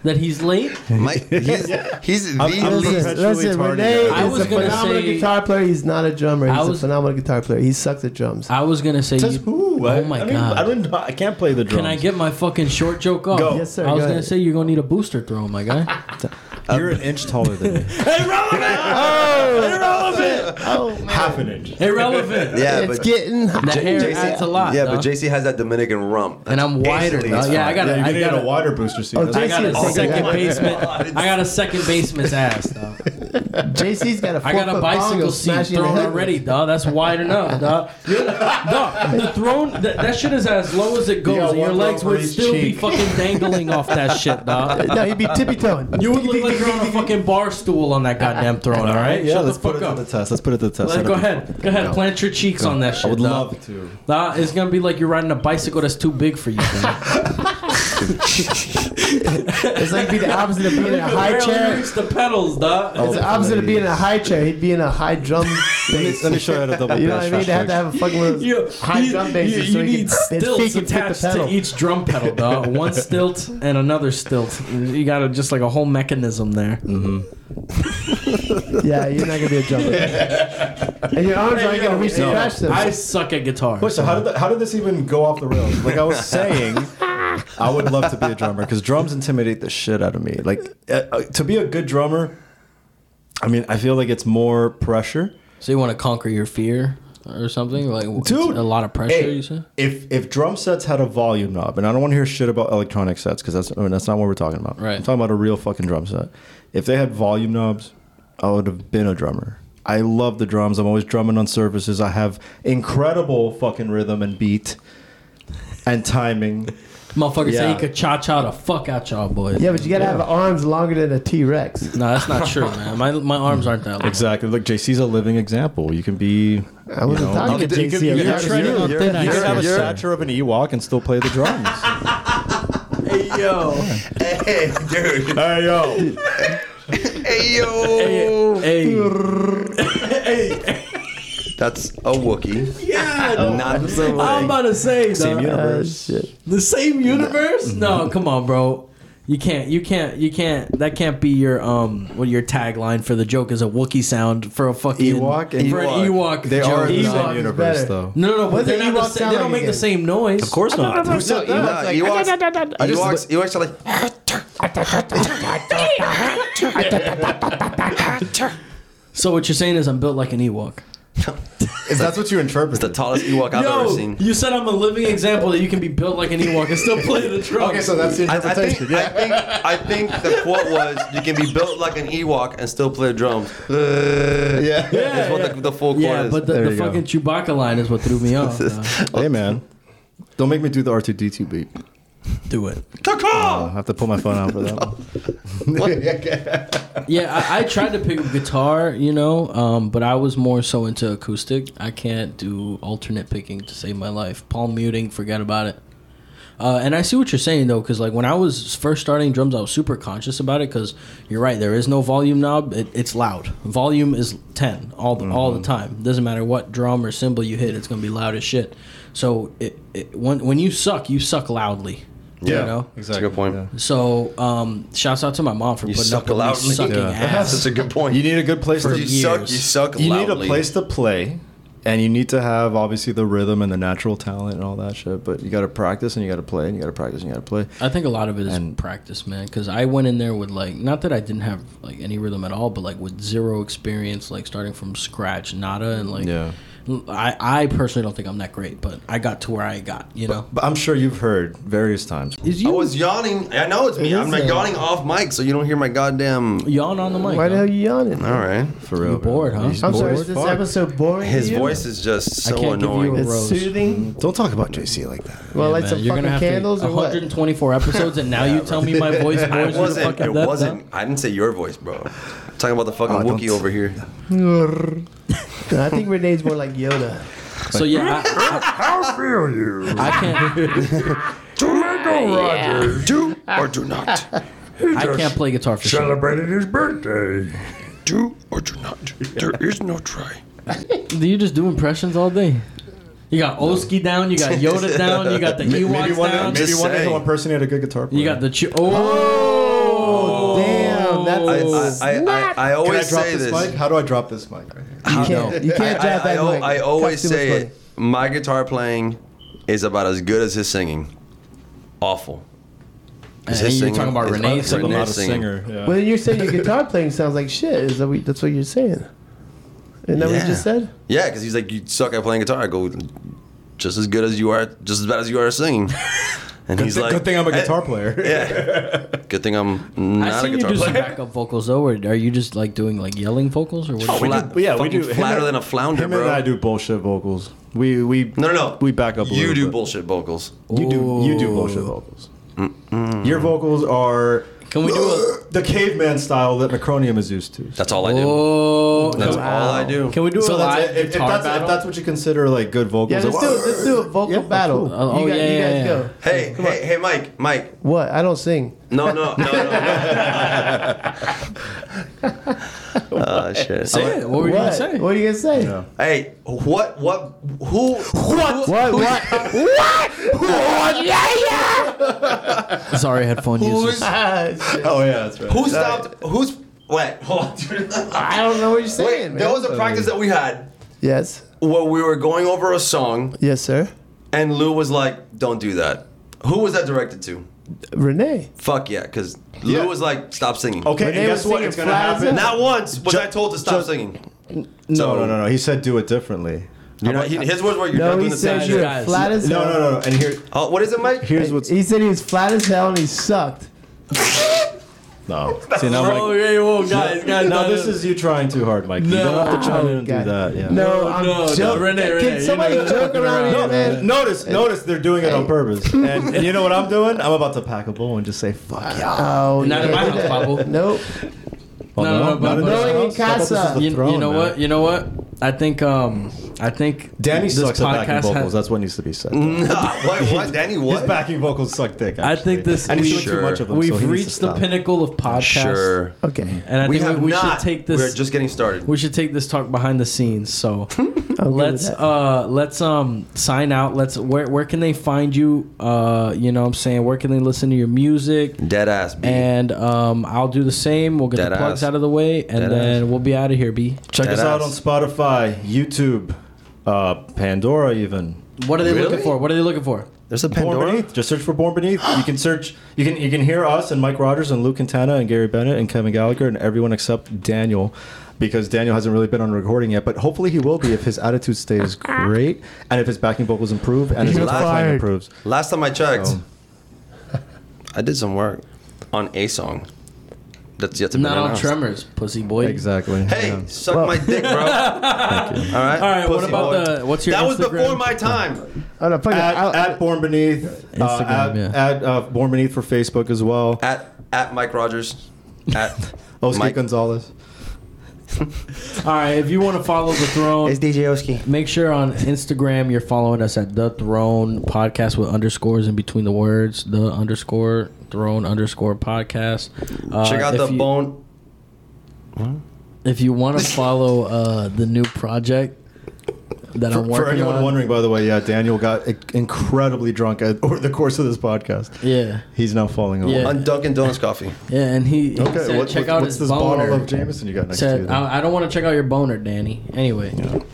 [SPEAKER 1] That he's late? *laughs*
[SPEAKER 2] Mike, he's, he's the
[SPEAKER 4] I'm
[SPEAKER 2] least.
[SPEAKER 4] perpetually
[SPEAKER 3] Listen,
[SPEAKER 4] retarded.
[SPEAKER 3] Renee
[SPEAKER 1] I
[SPEAKER 3] is
[SPEAKER 1] was
[SPEAKER 3] a
[SPEAKER 1] gonna
[SPEAKER 3] phenomenal
[SPEAKER 1] say-
[SPEAKER 3] guitar player. He's not a drummer.
[SPEAKER 1] I
[SPEAKER 3] He's
[SPEAKER 1] was-
[SPEAKER 3] a phenomenal guitar player. He sucks at drums.
[SPEAKER 1] I was going to say.
[SPEAKER 4] *laughs* Says
[SPEAKER 1] you-
[SPEAKER 4] who? I-
[SPEAKER 1] Oh my
[SPEAKER 4] I mean,
[SPEAKER 1] God.
[SPEAKER 4] I don't. know- I can't play the drums.
[SPEAKER 1] Can I get my fucking short joke off?
[SPEAKER 4] Go.
[SPEAKER 3] Yes, sir,
[SPEAKER 1] I was
[SPEAKER 3] go
[SPEAKER 1] gonna
[SPEAKER 3] ahead.
[SPEAKER 4] *laughs*
[SPEAKER 1] say you're gonna need a booster throw, my guy.
[SPEAKER 4] You're an inch taller *laughs* than me. Oh,
[SPEAKER 1] Irrelevant. Irrelevant.
[SPEAKER 4] Half an inch.
[SPEAKER 1] Irrelevant.
[SPEAKER 2] Yeah,
[SPEAKER 3] it's
[SPEAKER 2] but
[SPEAKER 3] getting hot.
[SPEAKER 1] The hair
[SPEAKER 2] JC
[SPEAKER 1] adds a lot.
[SPEAKER 2] Yeah,
[SPEAKER 1] dog.
[SPEAKER 2] but JC has that Dominican rump.
[SPEAKER 1] and I'm wider.
[SPEAKER 2] Basically,
[SPEAKER 1] dog.
[SPEAKER 2] it's
[SPEAKER 1] Yeah, I got
[SPEAKER 4] Yeah,
[SPEAKER 1] a, I
[SPEAKER 4] you're gonna get
[SPEAKER 1] got
[SPEAKER 4] a
[SPEAKER 1] a,
[SPEAKER 4] water booster soon.
[SPEAKER 1] I got a
[SPEAKER 3] Oh,
[SPEAKER 1] second
[SPEAKER 3] yeah.
[SPEAKER 1] basement.
[SPEAKER 4] *laughs*
[SPEAKER 1] I got a second baseman's ass. Dog.
[SPEAKER 3] JC's got a four
[SPEAKER 1] I got a bicycle seat thrown already, dog. That's wide enough,
[SPEAKER 4] *laughs*
[SPEAKER 1] dog. You're- dog, the throne that, that shit is as low as it goes,
[SPEAKER 4] got
[SPEAKER 1] and your
[SPEAKER 4] one
[SPEAKER 1] legs
[SPEAKER 4] throw for
[SPEAKER 1] would
[SPEAKER 4] each
[SPEAKER 1] still be
[SPEAKER 4] cheek.
[SPEAKER 1] fucking dangling off that shit, dog.
[SPEAKER 3] No, he'd be tippy toeing.
[SPEAKER 1] You would look like you're on a fucking bar stool on that goddamn throne. All right,
[SPEAKER 4] Yeah,
[SPEAKER 1] shut
[SPEAKER 4] let's
[SPEAKER 1] the
[SPEAKER 4] put
[SPEAKER 1] fuck
[SPEAKER 4] it
[SPEAKER 1] up.
[SPEAKER 4] to the test. Let's put it to the test.
[SPEAKER 1] Let-
[SPEAKER 4] That'd
[SPEAKER 1] go
[SPEAKER 4] be
[SPEAKER 1] ahead, go ahead. Plant your cheeks on that shit.
[SPEAKER 4] I would
[SPEAKER 1] dog.
[SPEAKER 4] love to.
[SPEAKER 1] Nah, it's gonna be like you're riding a bicycle that's too big
[SPEAKER 3] *laughs*
[SPEAKER 1] for you. man.
[SPEAKER 3] It's like be the opposite of
[SPEAKER 1] *laughs*
[SPEAKER 3] being in a high
[SPEAKER 1] Barely
[SPEAKER 3] chair.
[SPEAKER 1] reach the pedals, dog.
[SPEAKER 3] It's the opposite of being in a high chair. He'd be in a high drum
[SPEAKER 4] Let me,
[SPEAKER 3] bass.
[SPEAKER 4] let me show you how to double
[SPEAKER 3] *laughs* You know what I mean?
[SPEAKER 4] bass fast
[SPEAKER 3] They have to have
[SPEAKER 4] legs.
[SPEAKER 3] a fucking little
[SPEAKER 1] *laughs* You,
[SPEAKER 3] high
[SPEAKER 1] you-
[SPEAKER 3] drum bass
[SPEAKER 1] you-
[SPEAKER 3] so
[SPEAKER 1] you
[SPEAKER 3] *laughs*
[SPEAKER 1] need
[SPEAKER 3] he can, his feet
[SPEAKER 1] stilts
[SPEAKER 3] can fit the
[SPEAKER 1] attached to
[SPEAKER 3] pedal.
[SPEAKER 1] each drum pedal,
[SPEAKER 3] *laughs*
[SPEAKER 1] dog. One stilt and another stilt. You got to just like a whole mechanism there.
[SPEAKER 3] Yeah, you're not gonna be a
[SPEAKER 1] *laughs*
[SPEAKER 3] drummer. and your arms aren't gonna reach the crash them.
[SPEAKER 1] I suck at guitar.
[SPEAKER 4] Wait, so how did, the, how did this even go off the rails? Like I was *laughs* saying, I would love to be a drummer because drums intimidate the shit out of me. Like uh, uh, to be a good drummer, I mean, I feel like it's more pressure.
[SPEAKER 1] So you want to conquer your fear or something? Like it's
[SPEAKER 4] Dude,
[SPEAKER 1] a lot of pressure.
[SPEAKER 4] hey,
[SPEAKER 1] you said.
[SPEAKER 4] If if drum sets had a volume knob, and I don't want to hear shit about electronic sets because that's I mean, that's not what we're talking about.
[SPEAKER 1] Right.
[SPEAKER 4] I'm talking about a real fucking drum set. If they had volume knobs, I would have been a drummer. I love the drums. I'm always drumming on surfaces. I have incredible fucking rhythm and beat and timing.
[SPEAKER 1] Motherfucker say
[SPEAKER 4] Yeah.
[SPEAKER 1] he could cha cha the fuck out y'all boys.
[SPEAKER 3] yeah, but you gotta have arms longer than a
[SPEAKER 1] *laughs*
[SPEAKER 3] T Rex.
[SPEAKER 1] No, that's not true, man. My, my arms aren't
[SPEAKER 3] *laughs*
[SPEAKER 1] that long.
[SPEAKER 4] Exactly. Look, JC's a living example. You can be.
[SPEAKER 3] I wasn't
[SPEAKER 4] you know,
[SPEAKER 3] talking to
[SPEAKER 2] you could-
[SPEAKER 3] JC.
[SPEAKER 2] you
[SPEAKER 3] I'm
[SPEAKER 2] could
[SPEAKER 3] talking
[SPEAKER 2] tread
[SPEAKER 3] to
[SPEAKER 1] on
[SPEAKER 3] you.
[SPEAKER 1] thin
[SPEAKER 4] you
[SPEAKER 1] ice
[SPEAKER 4] can have a
[SPEAKER 1] here.
[SPEAKER 4] stature of an Ewok and still play the drums.
[SPEAKER 1] Hey, yo.
[SPEAKER 2] *laughs* Hey, dude.
[SPEAKER 4] hey yo,
[SPEAKER 2] Hey, yo.
[SPEAKER 3] Oh.
[SPEAKER 1] Hey.
[SPEAKER 2] That's a Wookiee.
[SPEAKER 1] Yeah.
[SPEAKER 2] Not the
[SPEAKER 1] I'm about to say,
[SPEAKER 4] same Mm-hmm.
[SPEAKER 1] dawg.
[SPEAKER 3] Uh,
[SPEAKER 4] universe.
[SPEAKER 1] The same universe? No, come on, bro. You can't, you can't, you can't. That can't be your um, what your tagline for the joke is a Wookiee sound for a fucking
[SPEAKER 4] Ewok and-
[SPEAKER 1] for an Ewok.
[SPEAKER 4] They
[SPEAKER 1] joke.
[SPEAKER 4] are in the
[SPEAKER 1] Ewok.
[SPEAKER 4] same
[SPEAKER 3] is
[SPEAKER 4] universe,
[SPEAKER 3] better.
[SPEAKER 4] though.
[SPEAKER 1] No, no, no. But
[SPEAKER 3] What
[SPEAKER 1] they're
[SPEAKER 3] does
[SPEAKER 1] not the
[SPEAKER 3] Ewok
[SPEAKER 1] same,
[SPEAKER 3] sound
[SPEAKER 1] they don't
[SPEAKER 3] like
[SPEAKER 1] make the
[SPEAKER 3] again?
[SPEAKER 1] same noise.
[SPEAKER 4] Of course not.
[SPEAKER 2] Who said that?
[SPEAKER 3] like-
[SPEAKER 2] Ewoks, Ewoks, Ewoks are like,
[SPEAKER 1] *laughs* So what you're saying is I'm built like an Ewok.
[SPEAKER 4] If that's what you interpret,
[SPEAKER 2] the tallest Ewok I've ever
[SPEAKER 1] Yo,
[SPEAKER 2] seen.
[SPEAKER 1] you said I'm a living example that you can be built like an Ewok and still play the drum.
[SPEAKER 4] *laughs* Okay, so that's the
[SPEAKER 2] I, I think,
[SPEAKER 4] *laughs* interpretation.
[SPEAKER 2] I think I think the quote was you can be built like an Ewok and still play drums. Uh,
[SPEAKER 4] yeah.
[SPEAKER 2] is what the, the full quote
[SPEAKER 1] yeah,
[SPEAKER 2] is.
[SPEAKER 1] but the,
[SPEAKER 4] There
[SPEAKER 1] the
[SPEAKER 4] you go.
[SPEAKER 1] fucking Chewbacca line is what threw me
[SPEAKER 4] *laughs*
[SPEAKER 1] off. uh,
[SPEAKER 4] Hey man, don't make me do the R two D two beat.
[SPEAKER 1] do it.
[SPEAKER 4] I'll have to pull my phone out for that. one.
[SPEAKER 1] Yeah, I, I tried to pick up guitar, you know, um, but I was more so into acoustic. I can't do alternate picking to save my life. Palm muting, forget about it. Uh, and I see what you're saying though, because like when I was first starting drums, I was super conscious about it. Because you're right, there is no volume knob. It, it's loud. Volume is ten all the, all the time. Doesn't matter what drum or cymbal you hit, it's gonna be loud as shit. So it, it when when you suck, you suck loudly.
[SPEAKER 2] Yeah.
[SPEAKER 1] You know.
[SPEAKER 2] That's a good point.
[SPEAKER 4] Yeah.
[SPEAKER 1] So, um, shouts out to my mom for putting
[SPEAKER 2] suck
[SPEAKER 1] up with me
[SPEAKER 2] loudly.
[SPEAKER 1] sucking
[SPEAKER 4] Yeah.
[SPEAKER 1] ass.
[SPEAKER 2] That's a good point.
[SPEAKER 4] You need a good place
[SPEAKER 1] For
[SPEAKER 4] to.
[SPEAKER 2] You suck. You
[SPEAKER 1] years.
[SPEAKER 2] suck.
[SPEAKER 4] You need
[SPEAKER 2] loudly.
[SPEAKER 4] a place to play, and you need to have obviously the rhythm and the natural talent and all that shit. But you got to practice and you got to play and you got to practice and you got to play.
[SPEAKER 1] I think a lot of it is
[SPEAKER 4] And-
[SPEAKER 1] practice, man. Because I went in there with like, not that I didn't have like any rhythm at all, but like with zero experience, like starting from scratch, nada, and like,
[SPEAKER 4] Yeah.
[SPEAKER 1] I I personally don't think I'm that great, but I got to where I got, you know.
[SPEAKER 4] But I'm sure you've heard various times.
[SPEAKER 1] Is
[SPEAKER 2] I
[SPEAKER 1] you
[SPEAKER 2] was yawning. I know it's me. I'm like yawning off mic, so you don't hear my goddamn.
[SPEAKER 1] yawn on the mic?
[SPEAKER 3] Why the
[SPEAKER 1] huh?
[SPEAKER 3] hell you yawning?
[SPEAKER 2] All right.
[SPEAKER 4] For real,
[SPEAKER 1] You
[SPEAKER 4] bro.
[SPEAKER 1] bored, huh?
[SPEAKER 4] He's
[SPEAKER 3] I'm sorry,
[SPEAKER 4] bored
[SPEAKER 3] is
[SPEAKER 4] as
[SPEAKER 3] this
[SPEAKER 4] fuck.
[SPEAKER 3] episode boring? to
[SPEAKER 2] His
[SPEAKER 3] you?
[SPEAKER 2] voice is just so
[SPEAKER 1] can't give you
[SPEAKER 2] annoying.
[SPEAKER 1] a
[SPEAKER 3] It's
[SPEAKER 1] Rose.
[SPEAKER 3] soothing.
[SPEAKER 4] Don't talk about JC like that.
[SPEAKER 3] Well, light
[SPEAKER 1] Mm, Man,
[SPEAKER 3] some
[SPEAKER 1] Uh, you're gonna
[SPEAKER 3] fucking
[SPEAKER 1] have to-
[SPEAKER 3] candles or what?
[SPEAKER 1] 124 episodes, and now you tell me my voice
[SPEAKER 2] I
[SPEAKER 1] bores you to
[SPEAKER 2] wasn't.
[SPEAKER 1] fucking
[SPEAKER 2] It
[SPEAKER 1] death,
[SPEAKER 2] wasn't. I didn't say your voice, bro. I'm talking about the fucking
[SPEAKER 4] Oh, don't
[SPEAKER 2] Wookiee
[SPEAKER 4] s-
[SPEAKER 2] over here.
[SPEAKER 3] *laughs* No, I think Renee's more like Yoda.
[SPEAKER 1] huh? So yeah, I,
[SPEAKER 6] How feel you?
[SPEAKER 1] I, I can't
[SPEAKER 6] Tomato Rogers
[SPEAKER 2] Do or do not.
[SPEAKER 1] I can't play guitar for
[SPEAKER 6] *laughs*
[SPEAKER 1] sure.
[SPEAKER 6] celebrated his birthday.
[SPEAKER 2] Do or do not. There is no try.
[SPEAKER 1] Do you just do impressions all day? You got Oski down, you got
[SPEAKER 4] *laughs*
[SPEAKER 1] Yoda down, you got the
[SPEAKER 4] Maybe
[SPEAKER 1] Ewoks
[SPEAKER 4] one,
[SPEAKER 1] down,
[SPEAKER 4] maybe one day
[SPEAKER 2] saying.
[SPEAKER 4] he'll impersonate a good guitar player.
[SPEAKER 1] you got the ch- oh,
[SPEAKER 3] damn, that's-
[SPEAKER 2] I,
[SPEAKER 1] Oh.
[SPEAKER 2] I, I, I, I
[SPEAKER 4] Can I
[SPEAKER 2] always
[SPEAKER 4] drop
[SPEAKER 2] say
[SPEAKER 4] this,
[SPEAKER 2] this.
[SPEAKER 4] mic? How do I drop this mic? Right here?
[SPEAKER 3] You can't, you can't
[SPEAKER 2] I,
[SPEAKER 3] drive
[SPEAKER 2] I,
[SPEAKER 3] that
[SPEAKER 2] al-
[SPEAKER 3] mic.
[SPEAKER 2] I
[SPEAKER 3] Costs
[SPEAKER 2] always
[SPEAKER 3] too much
[SPEAKER 2] say
[SPEAKER 3] money.
[SPEAKER 2] it. My guitar playing is about as good as his singing. Awful.
[SPEAKER 1] And
[SPEAKER 2] his
[SPEAKER 1] you're
[SPEAKER 2] singing-
[SPEAKER 1] talking about
[SPEAKER 2] his
[SPEAKER 1] Renee
[SPEAKER 2] other
[SPEAKER 1] singing.
[SPEAKER 4] I'm
[SPEAKER 2] Renee
[SPEAKER 4] not a singer. yeah.
[SPEAKER 3] Well, you're saying your guitar playing sounds like shit. Is that what, that's what you're saying? Isn't that what
[SPEAKER 2] Yeah.
[SPEAKER 3] you just said?
[SPEAKER 2] Yeah, because he's like, you suck at playing guitar. I go, just as good as you are, just as bad as you are
[SPEAKER 1] *laughs*
[SPEAKER 2] at singing. And he's
[SPEAKER 4] Good
[SPEAKER 2] like, *laughs*
[SPEAKER 4] thing I'm a
[SPEAKER 2] "Eh,
[SPEAKER 4] guitar player.
[SPEAKER 2] Good thing I'm
[SPEAKER 1] I
[SPEAKER 2] not a
[SPEAKER 1] see you
[SPEAKER 2] guitar
[SPEAKER 1] do some
[SPEAKER 2] player.
[SPEAKER 1] backup vocals though. Or are you just like doing like yelling vocals or what?
[SPEAKER 2] Oh,
[SPEAKER 1] do you
[SPEAKER 2] flat-
[SPEAKER 4] But yeah, we
[SPEAKER 2] fucking
[SPEAKER 4] do. him
[SPEAKER 2] flatter
[SPEAKER 4] and-
[SPEAKER 2] than a flounder,
[SPEAKER 4] him
[SPEAKER 2] bro.
[SPEAKER 4] and I do bullshit vocals. We we
[SPEAKER 2] No, no, no.
[SPEAKER 4] We back up. A
[SPEAKER 2] you
[SPEAKER 4] little
[SPEAKER 2] do
[SPEAKER 4] bit.
[SPEAKER 2] bullshit vocals.
[SPEAKER 4] You do you do bullshit vocals. Your vocals are
[SPEAKER 1] Can we do a?
[SPEAKER 4] the caveman style that Macronium is used to.
[SPEAKER 2] That's all I do.
[SPEAKER 1] Oh,
[SPEAKER 2] That's all I do.
[SPEAKER 1] Can we do a
[SPEAKER 4] so that's,
[SPEAKER 1] live
[SPEAKER 4] if, if
[SPEAKER 1] guitar
[SPEAKER 4] that's, if
[SPEAKER 1] battle?
[SPEAKER 4] that's what you consider like good vocals.
[SPEAKER 3] Yeah, let's
[SPEAKER 4] like,
[SPEAKER 3] do, let's do a vocal battle.
[SPEAKER 1] Oh, oh,
[SPEAKER 3] you guys,
[SPEAKER 1] yeah,
[SPEAKER 3] you
[SPEAKER 1] yeah,
[SPEAKER 3] guys
[SPEAKER 1] yeah.
[SPEAKER 3] go.
[SPEAKER 2] Hey, hey, hey, Mike, Mike.
[SPEAKER 3] What? I don't sing.
[SPEAKER 2] No, no, no, no. no. oh shit.
[SPEAKER 1] Say it. What were you gonna
[SPEAKER 3] What?
[SPEAKER 1] say?
[SPEAKER 3] What are you gonna say?
[SPEAKER 2] Hey, what, what, who, what?
[SPEAKER 3] What? What?
[SPEAKER 1] Sorry, headphone users.
[SPEAKER 3] Ah, shit.
[SPEAKER 4] *laughs* Oh yeah, that's right.
[SPEAKER 2] Who stopped? Who's what? *laughs* Hold on, dude.
[SPEAKER 3] *laughs* I don't know what you're saying.
[SPEAKER 2] Wait,
[SPEAKER 3] man.
[SPEAKER 2] there was a practice that we had
[SPEAKER 3] yes.
[SPEAKER 2] where we were going over a song,
[SPEAKER 3] Yes, sir.
[SPEAKER 2] and Lou was like, "Don't do that." Who was that directed to?
[SPEAKER 3] Renee.
[SPEAKER 2] Fuck yeah, because Lou
[SPEAKER 4] Yeah.
[SPEAKER 2] was like, "Stop singing."
[SPEAKER 4] Okay,
[SPEAKER 3] Renee
[SPEAKER 4] and
[SPEAKER 3] was
[SPEAKER 4] guess what?
[SPEAKER 3] singing
[SPEAKER 4] It's gonna
[SPEAKER 3] flat as
[SPEAKER 4] happen.
[SPEAKER 3] hell.
[SPEAKER 2] Not once was
[SPEAKER 4] Ju-
[SPEAKER 2] I told to stop
[SPEAKER 4] ju-
[SPEAKER 2] singing.
[SPEAKER 4] No, no, no, no. He said do it differently.
[SPEAKER 2] You're not, he, his words were, "You're not
[SPEAKER 3] No,
[SPEAKER 2] doing
[SPEAKER 3] he
[SPEAKER 2] the same
[SPEAKER 3] said
[SPEAKER 1] same
[SPEAKER 3] you were
[SPEAKER 1] guys.
[SPEAKER 3] flat as
[SPEAKER 4] No,
[SPEAKER 3] hell.
[SPEAKER 4] no, no, no. And here,
[SPEAKER 2] Oh, what is it, Mike?
[SPEAKER 4] here's what's
[SPEAKER 3] He said he was flat as hell and he sucked.
[SPEAKER 4] no. See, now I'm
[SPEAKER 1] Oh,
[SPEAKER 4] like,
[SPEAKER 1] yeah, whoa, guys, guys,
[SPEAKER 4] no, this is you trying too hard, Mike. You don't have to try
[SPEAKER 3] No.
[SPEAKER 4] and do
[SPEAKER 3] Okay.
[SPEAKER 4] that. Yeah.
[SPEAKER 3] No,
[SPEAKER 1] No,
[SPEAKER 3] I'm
[SPEAKER 1] no, no,
[SPEAKER 3] joking.
[SPEAKER 1] Renee, Renee,
[SPEAKER 3] Can somebody
[SPEAKER 1] you know-
[SPEAKER 3] joke around
[SPEAKER 1] No,
[SPEAKER 3] here, man?
[SPEAKER 4] Notice, notice they're doing it on purpose. And, and you know what I'm doing? I'm about to pack a bowl and just say, fuck yeah.
[SPEAKER 3] Oh,
[SPEAKER 1] Not in
[SPEAKER 3] yeah.
[SPEAKER 1] my house, Pablo.
[SPEAKER 3] Nope.
[SPEAKER 4] Well,
[SPEAKER 1] No, no, but-
[SPEAKER 4] not in
[SPEAKER 1] but-
[SPEAKER 4] this
[SPEAKER 1] No,
[SPEAKER 3] in
[SPEAKER 4] house. I thought this
[SPEAKER 3] casa.
[SPEAKER 4] was the
[SPEAKER 1] You, you
[SPEAKER 4] throne,
[SPEAKER 1] know
[SPEAKER 4] man.
[SPEAKER 1] what? You know what? I think um I think
[SPEAKER 4] Danny
[SPEAKER 1] this
[SPEAKER 4] sucks at backing
[SPEAKER 1] podcast
[SPEAKER 4] vocals.
[SPEAKER 1] has-
[SPEAKER 4] That's what needs to be
[SPEAKER 1] *laughs*
[SPEAKER 4] said.
[SPEAKER 2] what, what, Danny?
[SPEAKER 4] His
[SPEAKER 2] What?
[SPEAKER 4] backing vocals suck dick.
[SPEAKER 1] I think
[SPEAKER 4] actually.
[SPEAKER 1] this-
[SPEAKER 4] And he's
[SPEAKER 1] we-
[SPEAKER 4] doing too much of them.
[SPEAKER 1] We've
[SPEAKER 4] so he needs to
[SPEAKER 1] reached the
[SPEAKER 4] stop.
[SPEAKER 1] pinnacle of podcast.
[SPEAKER 2] Sure.
[SPEAKER 3] Okay.
[SPEAKER 1] And I
[SPEAKER 2] We
[SPEAKER 1] think
[SPEAKER 2] have
[SPEAKER 1] we, we
[SPEAKER 2] not.
[SPEAKER 1] should take this
[SPEAKER 2] We're just getting started.
[SPEAKER 1] we should take this talk behind the scenes. So
[SPEAKER 3] I'll give it
[SPEAKER 1] let's
[SPEAKER 3] that.
[SPEAKER 1] uh let's um sign out. Let's where where can they find you? Uh you know what I'm saying where can they listen to your music?
[SPEAKER 2] Dead ass beat.
[SPEAKER 1] And um I'll do the same. We'll get the
[SPEAKER 2] Deadass.
[SPEAKER 1] plugs out of the way and
[SPEAKER 2] Deadass.
[SPEAKER 1] then we'll be out of here, B.
[SPEAKER 4] Check us
[SPEAKER 2] Deadass.
[SPEAKER 4] out on Spotify, YouTube, uh, Pandora, even.
[SPEAKER 1] What are they
[SPEAKER 2] Really?
[SPEAKER 1] looking for? What are they looking for?
[SPEAKER 2] There's a
[SPEAKER 4] Born
[SPEAKER 2] Pandora.
[SPEAKER 4] Beneath. Just search for Born Beneath. You can search. You can you can hear us and Mike Rogers and Luke Quintana and Gary Bennett and Kevin Gallagher and everyone except Daniel, because Daniel hasn't really been on recording yet. But hopefully he will be if his attitude stays great and if his backing vocals improve and his
[SPEAKER 2] You're
[SPEAKER 4] guitar playing
[SPEAKER 3] fired.
[SPEAKER 4] improves.
[SPEAKER 2] Last time I checked,
[SPEAKER 1] Oh.
[SPEAKER 4] Um,
[SPEAKER 2] I did some work on a song. That's yet to be
[SPEAKER 1] Not on
[SPEAKER 2] announced.
[SPEAKER 1] tremors, pussy boy.
[SPEAKER 4] Exactly.
[SPEAKER 2] Hey,
[SPEAKER 4] Yeah.
[SPEAKER 2] suck my
[SPEAKER 1] *laughs*
[SPEAKER 2] dick, bro. All right.
[SPEAKER 1] All right, what
[SPEAKER 2] Pussy
[SPEAKER 1] about
[SPEAKER 2] boy.
[SPEAKER 1] the what's your
[SPEAKER 2] That was
[SPEAKER 1] Instagram?
[SPEAKER 2] before my time.
[SPEAKER 3] Oh, no, fuck it. I'll-
[SPEAKER 4] At, at Born Beneath, uh,
[SPEAKER 1] Instagram,
[SPEAKER 4] at,
[SPEAKER 1] yeah.
[SPEAKER 4] at uh, Born Beneath for Facebook as well.
[SPEAKER 2] At at Mike Rogers. At
[SPEAKER 4] Oski
[SPEAKER 2] Mike.
[SPEAKER 4] Gonzalez.
[SPEAKER 1] All right, if you want to follow the throne,
[SPEAKER 5] It's DJ Oski.
[SPEAKER 1] make sure on Instagram you're following us at the throne podcast with underscores in between the words, the underscore throne underscore podcast. *laughs* Uh,
[SPEAKER 2] Check out
[SPEAKER 1] if
[SPEAKER 2] the
[SPEAKER 1] you,
[SPEAKER 2] bone.
[SPEAKER 1] If you
[SPEAKER 4] *laughs*
[SPEAKER 1] want to follow uh, the new project that
[SPEAKER 4] For,
[SPEAKER 1] I'm
[SPEAKER 4] for
[SPEAKER 1] working
[SPEAKER 4] anyone
[SPEAKER 1] on,
[SPEAKER 4] wondering, by the way, yeah, Daniel got i- incredibly drunk at, *laughs* over the course of this podcast.
[SPEAKER 1] yeah,
[SPEAKER 4] He's now falling over.
[SPEAKER 1] Yeah.
[SPEAKER 2] On Dunkin'
[SPEAKER 1] *laughs*
[SPEAKER 2] Donuts coffee.
[SPEAKER 1] yeah, and he, he said,
[SPEAKER 4] what-
[SPEAKER 1] check
[SPEAKER 4] what-
[SPEAKER 1] out
[SPEAKER 4] what's
[SPEAKER 1] his uh,
[SPEAKER 4] this
[SPEAKER 1] boner.
[SPEAKER 4] bottle of Jameson you got next to you?
[SPEAKER 1] said,
[SPEAKER 4] there?
[SPEAKER 1] I, I don't want to check out your boner, Danny. Anyway, If you-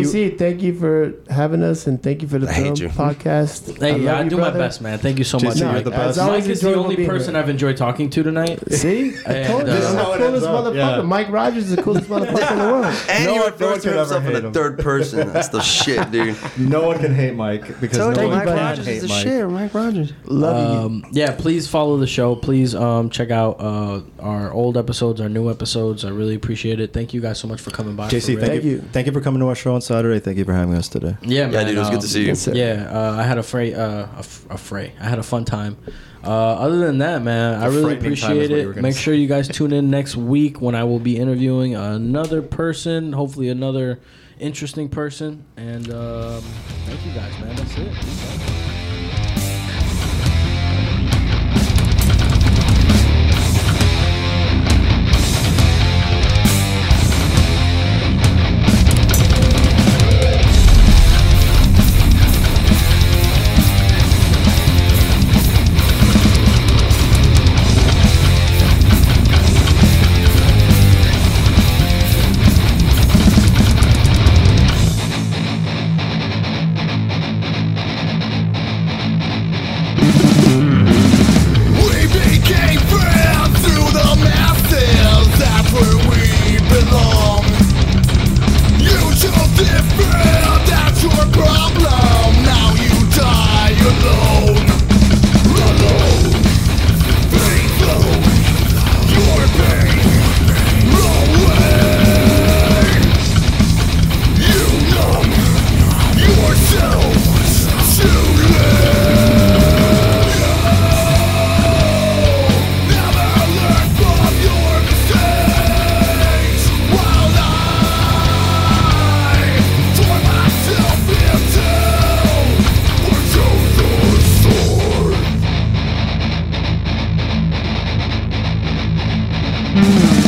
[SPEAKER 3] JC, thank you for having us and thank you for the
[SPEAKER 2] I hate
[SPEAKER 3] Throne
[SPEAKER 2] you.
[SPEAKER 3] podcast.
[SPEAKER 1] *laughs* Hey,
[SPEAKER 3] love
[SPEAKER 1] I,
[SPEAKER 3] you,
[SPEAKER 1] do
[SPEAKER 3] brother.
[SPEAKER 1] my best, man. Thank you so
[SPEAKER 4] JC,
[SPEAKER 1] much.
[SPEAKER 4] you're
[SPEAKER 1] Mike.
[SPEAKER 4] the
[SPEAKER 3] As
[SPEAKER 4] best.
[SPEAKER 3] always,
[SPEAKER 1] Mike is the
[SPEAKER 3] enjoyable
[SPEAKER 1] only
[SPEAKER 3] being
[SPEAKER 1] person
[SPEAKER 3] here.
[SPEAKER 1] I've enjoyed talking to tonight.
[SPEAKER 3] See, I
[SPEAKER 1] And,
[SPEAKER 3] told you,
[SPEAKER 1] uh,
[SPEAKER 3] I'm
[SPEAKER 4] This is how
[SPEAKER 3] the
[SPEAKER 4] it
[SPEAKER 3] coolest
[SPEAKER 4] ends up,
[SPEAKER 3] motherfucker.
[SPEAKER 4] yeah.
[SPEAKER 3] Mike Rogers is the coolest motherfucker in the world.
[SPEAKER 1] Uh,
[SPEAKER 2] And
[SPEAKER 4] No
[SPEAKER 2] he
[SPEAKER 4] one- no one
[SPEAKER 2] refers to
[SPEAKER 4] could ever
[SPEAKER 2] himself in
[SPEAKER 4] hate
[SPEAKER 2] the
[SPEAKER 4] him.
[SPEAKER 2] third person. That's the
[SPEAKER 1] *laughs*
[SPEAKER 2] shit, dude.
[SPEAKER 4] no one can hate Mike because
[SPEAKER 5] Told
[SPEAKER 4] no
[SPEAKER 5] you,
[SPEAKER 4] one
[SPEAKER 5] Mike
[SPEAKER 4] can
[SPEAKER 5] Rogers
[SPEAKER 4] hate
[SPEAKER 5] is the
[SPEAKER 4] Mike.
[SPEAKER 5] shit. Mike Rogers.
[SPEAKER 3] Love you.
[SPEAKER 1] Um, yeah, please follow the show. Please um, check out uh, our old episodes, our new episodes. I really appreciate it. Thank you guys so much for coming by.
[SPEAKER 4] JC,
[SPEAKER 1] for
[SPEAKER 4] thank,
[SPEAKER 1] real.
[SPEAKER 4] you.
[SPEAKER 3] you.
[SPEAKER 4] Thank you for coming to our show on Saturday. Thank you for having us today.
[SPEAKER 1] Yeah,
[SPEAKER 2] Yeah,
[SPEAKER 1] man,
[SPEAKER 2] dude, it was good to
[SPEAKER 1] um,
[SPEAKER 2] see you.
[SPEAKER 3] Yes, sir.
[SPEAKER 1] Yeah, uh, I had a fray, uh, a, f- a fray. I had a fun time. Uh, other than that, man, I really
[SPEAKER 4] frightening time is
[SPEAKER 1] appreciate
[SPEAKER 4] what you were
[SPEAKER 1] it.
[SPEAKER 4] gonna
[SPEAKER 1] Make
[SPEAKER 4] say.
[SPEAKER 1] sure you guys tune in next week when I will be interviewing another person, hopefully another interesting person. And um, thank you guys, man. That's it.
[SPEAKER 7] Rogers.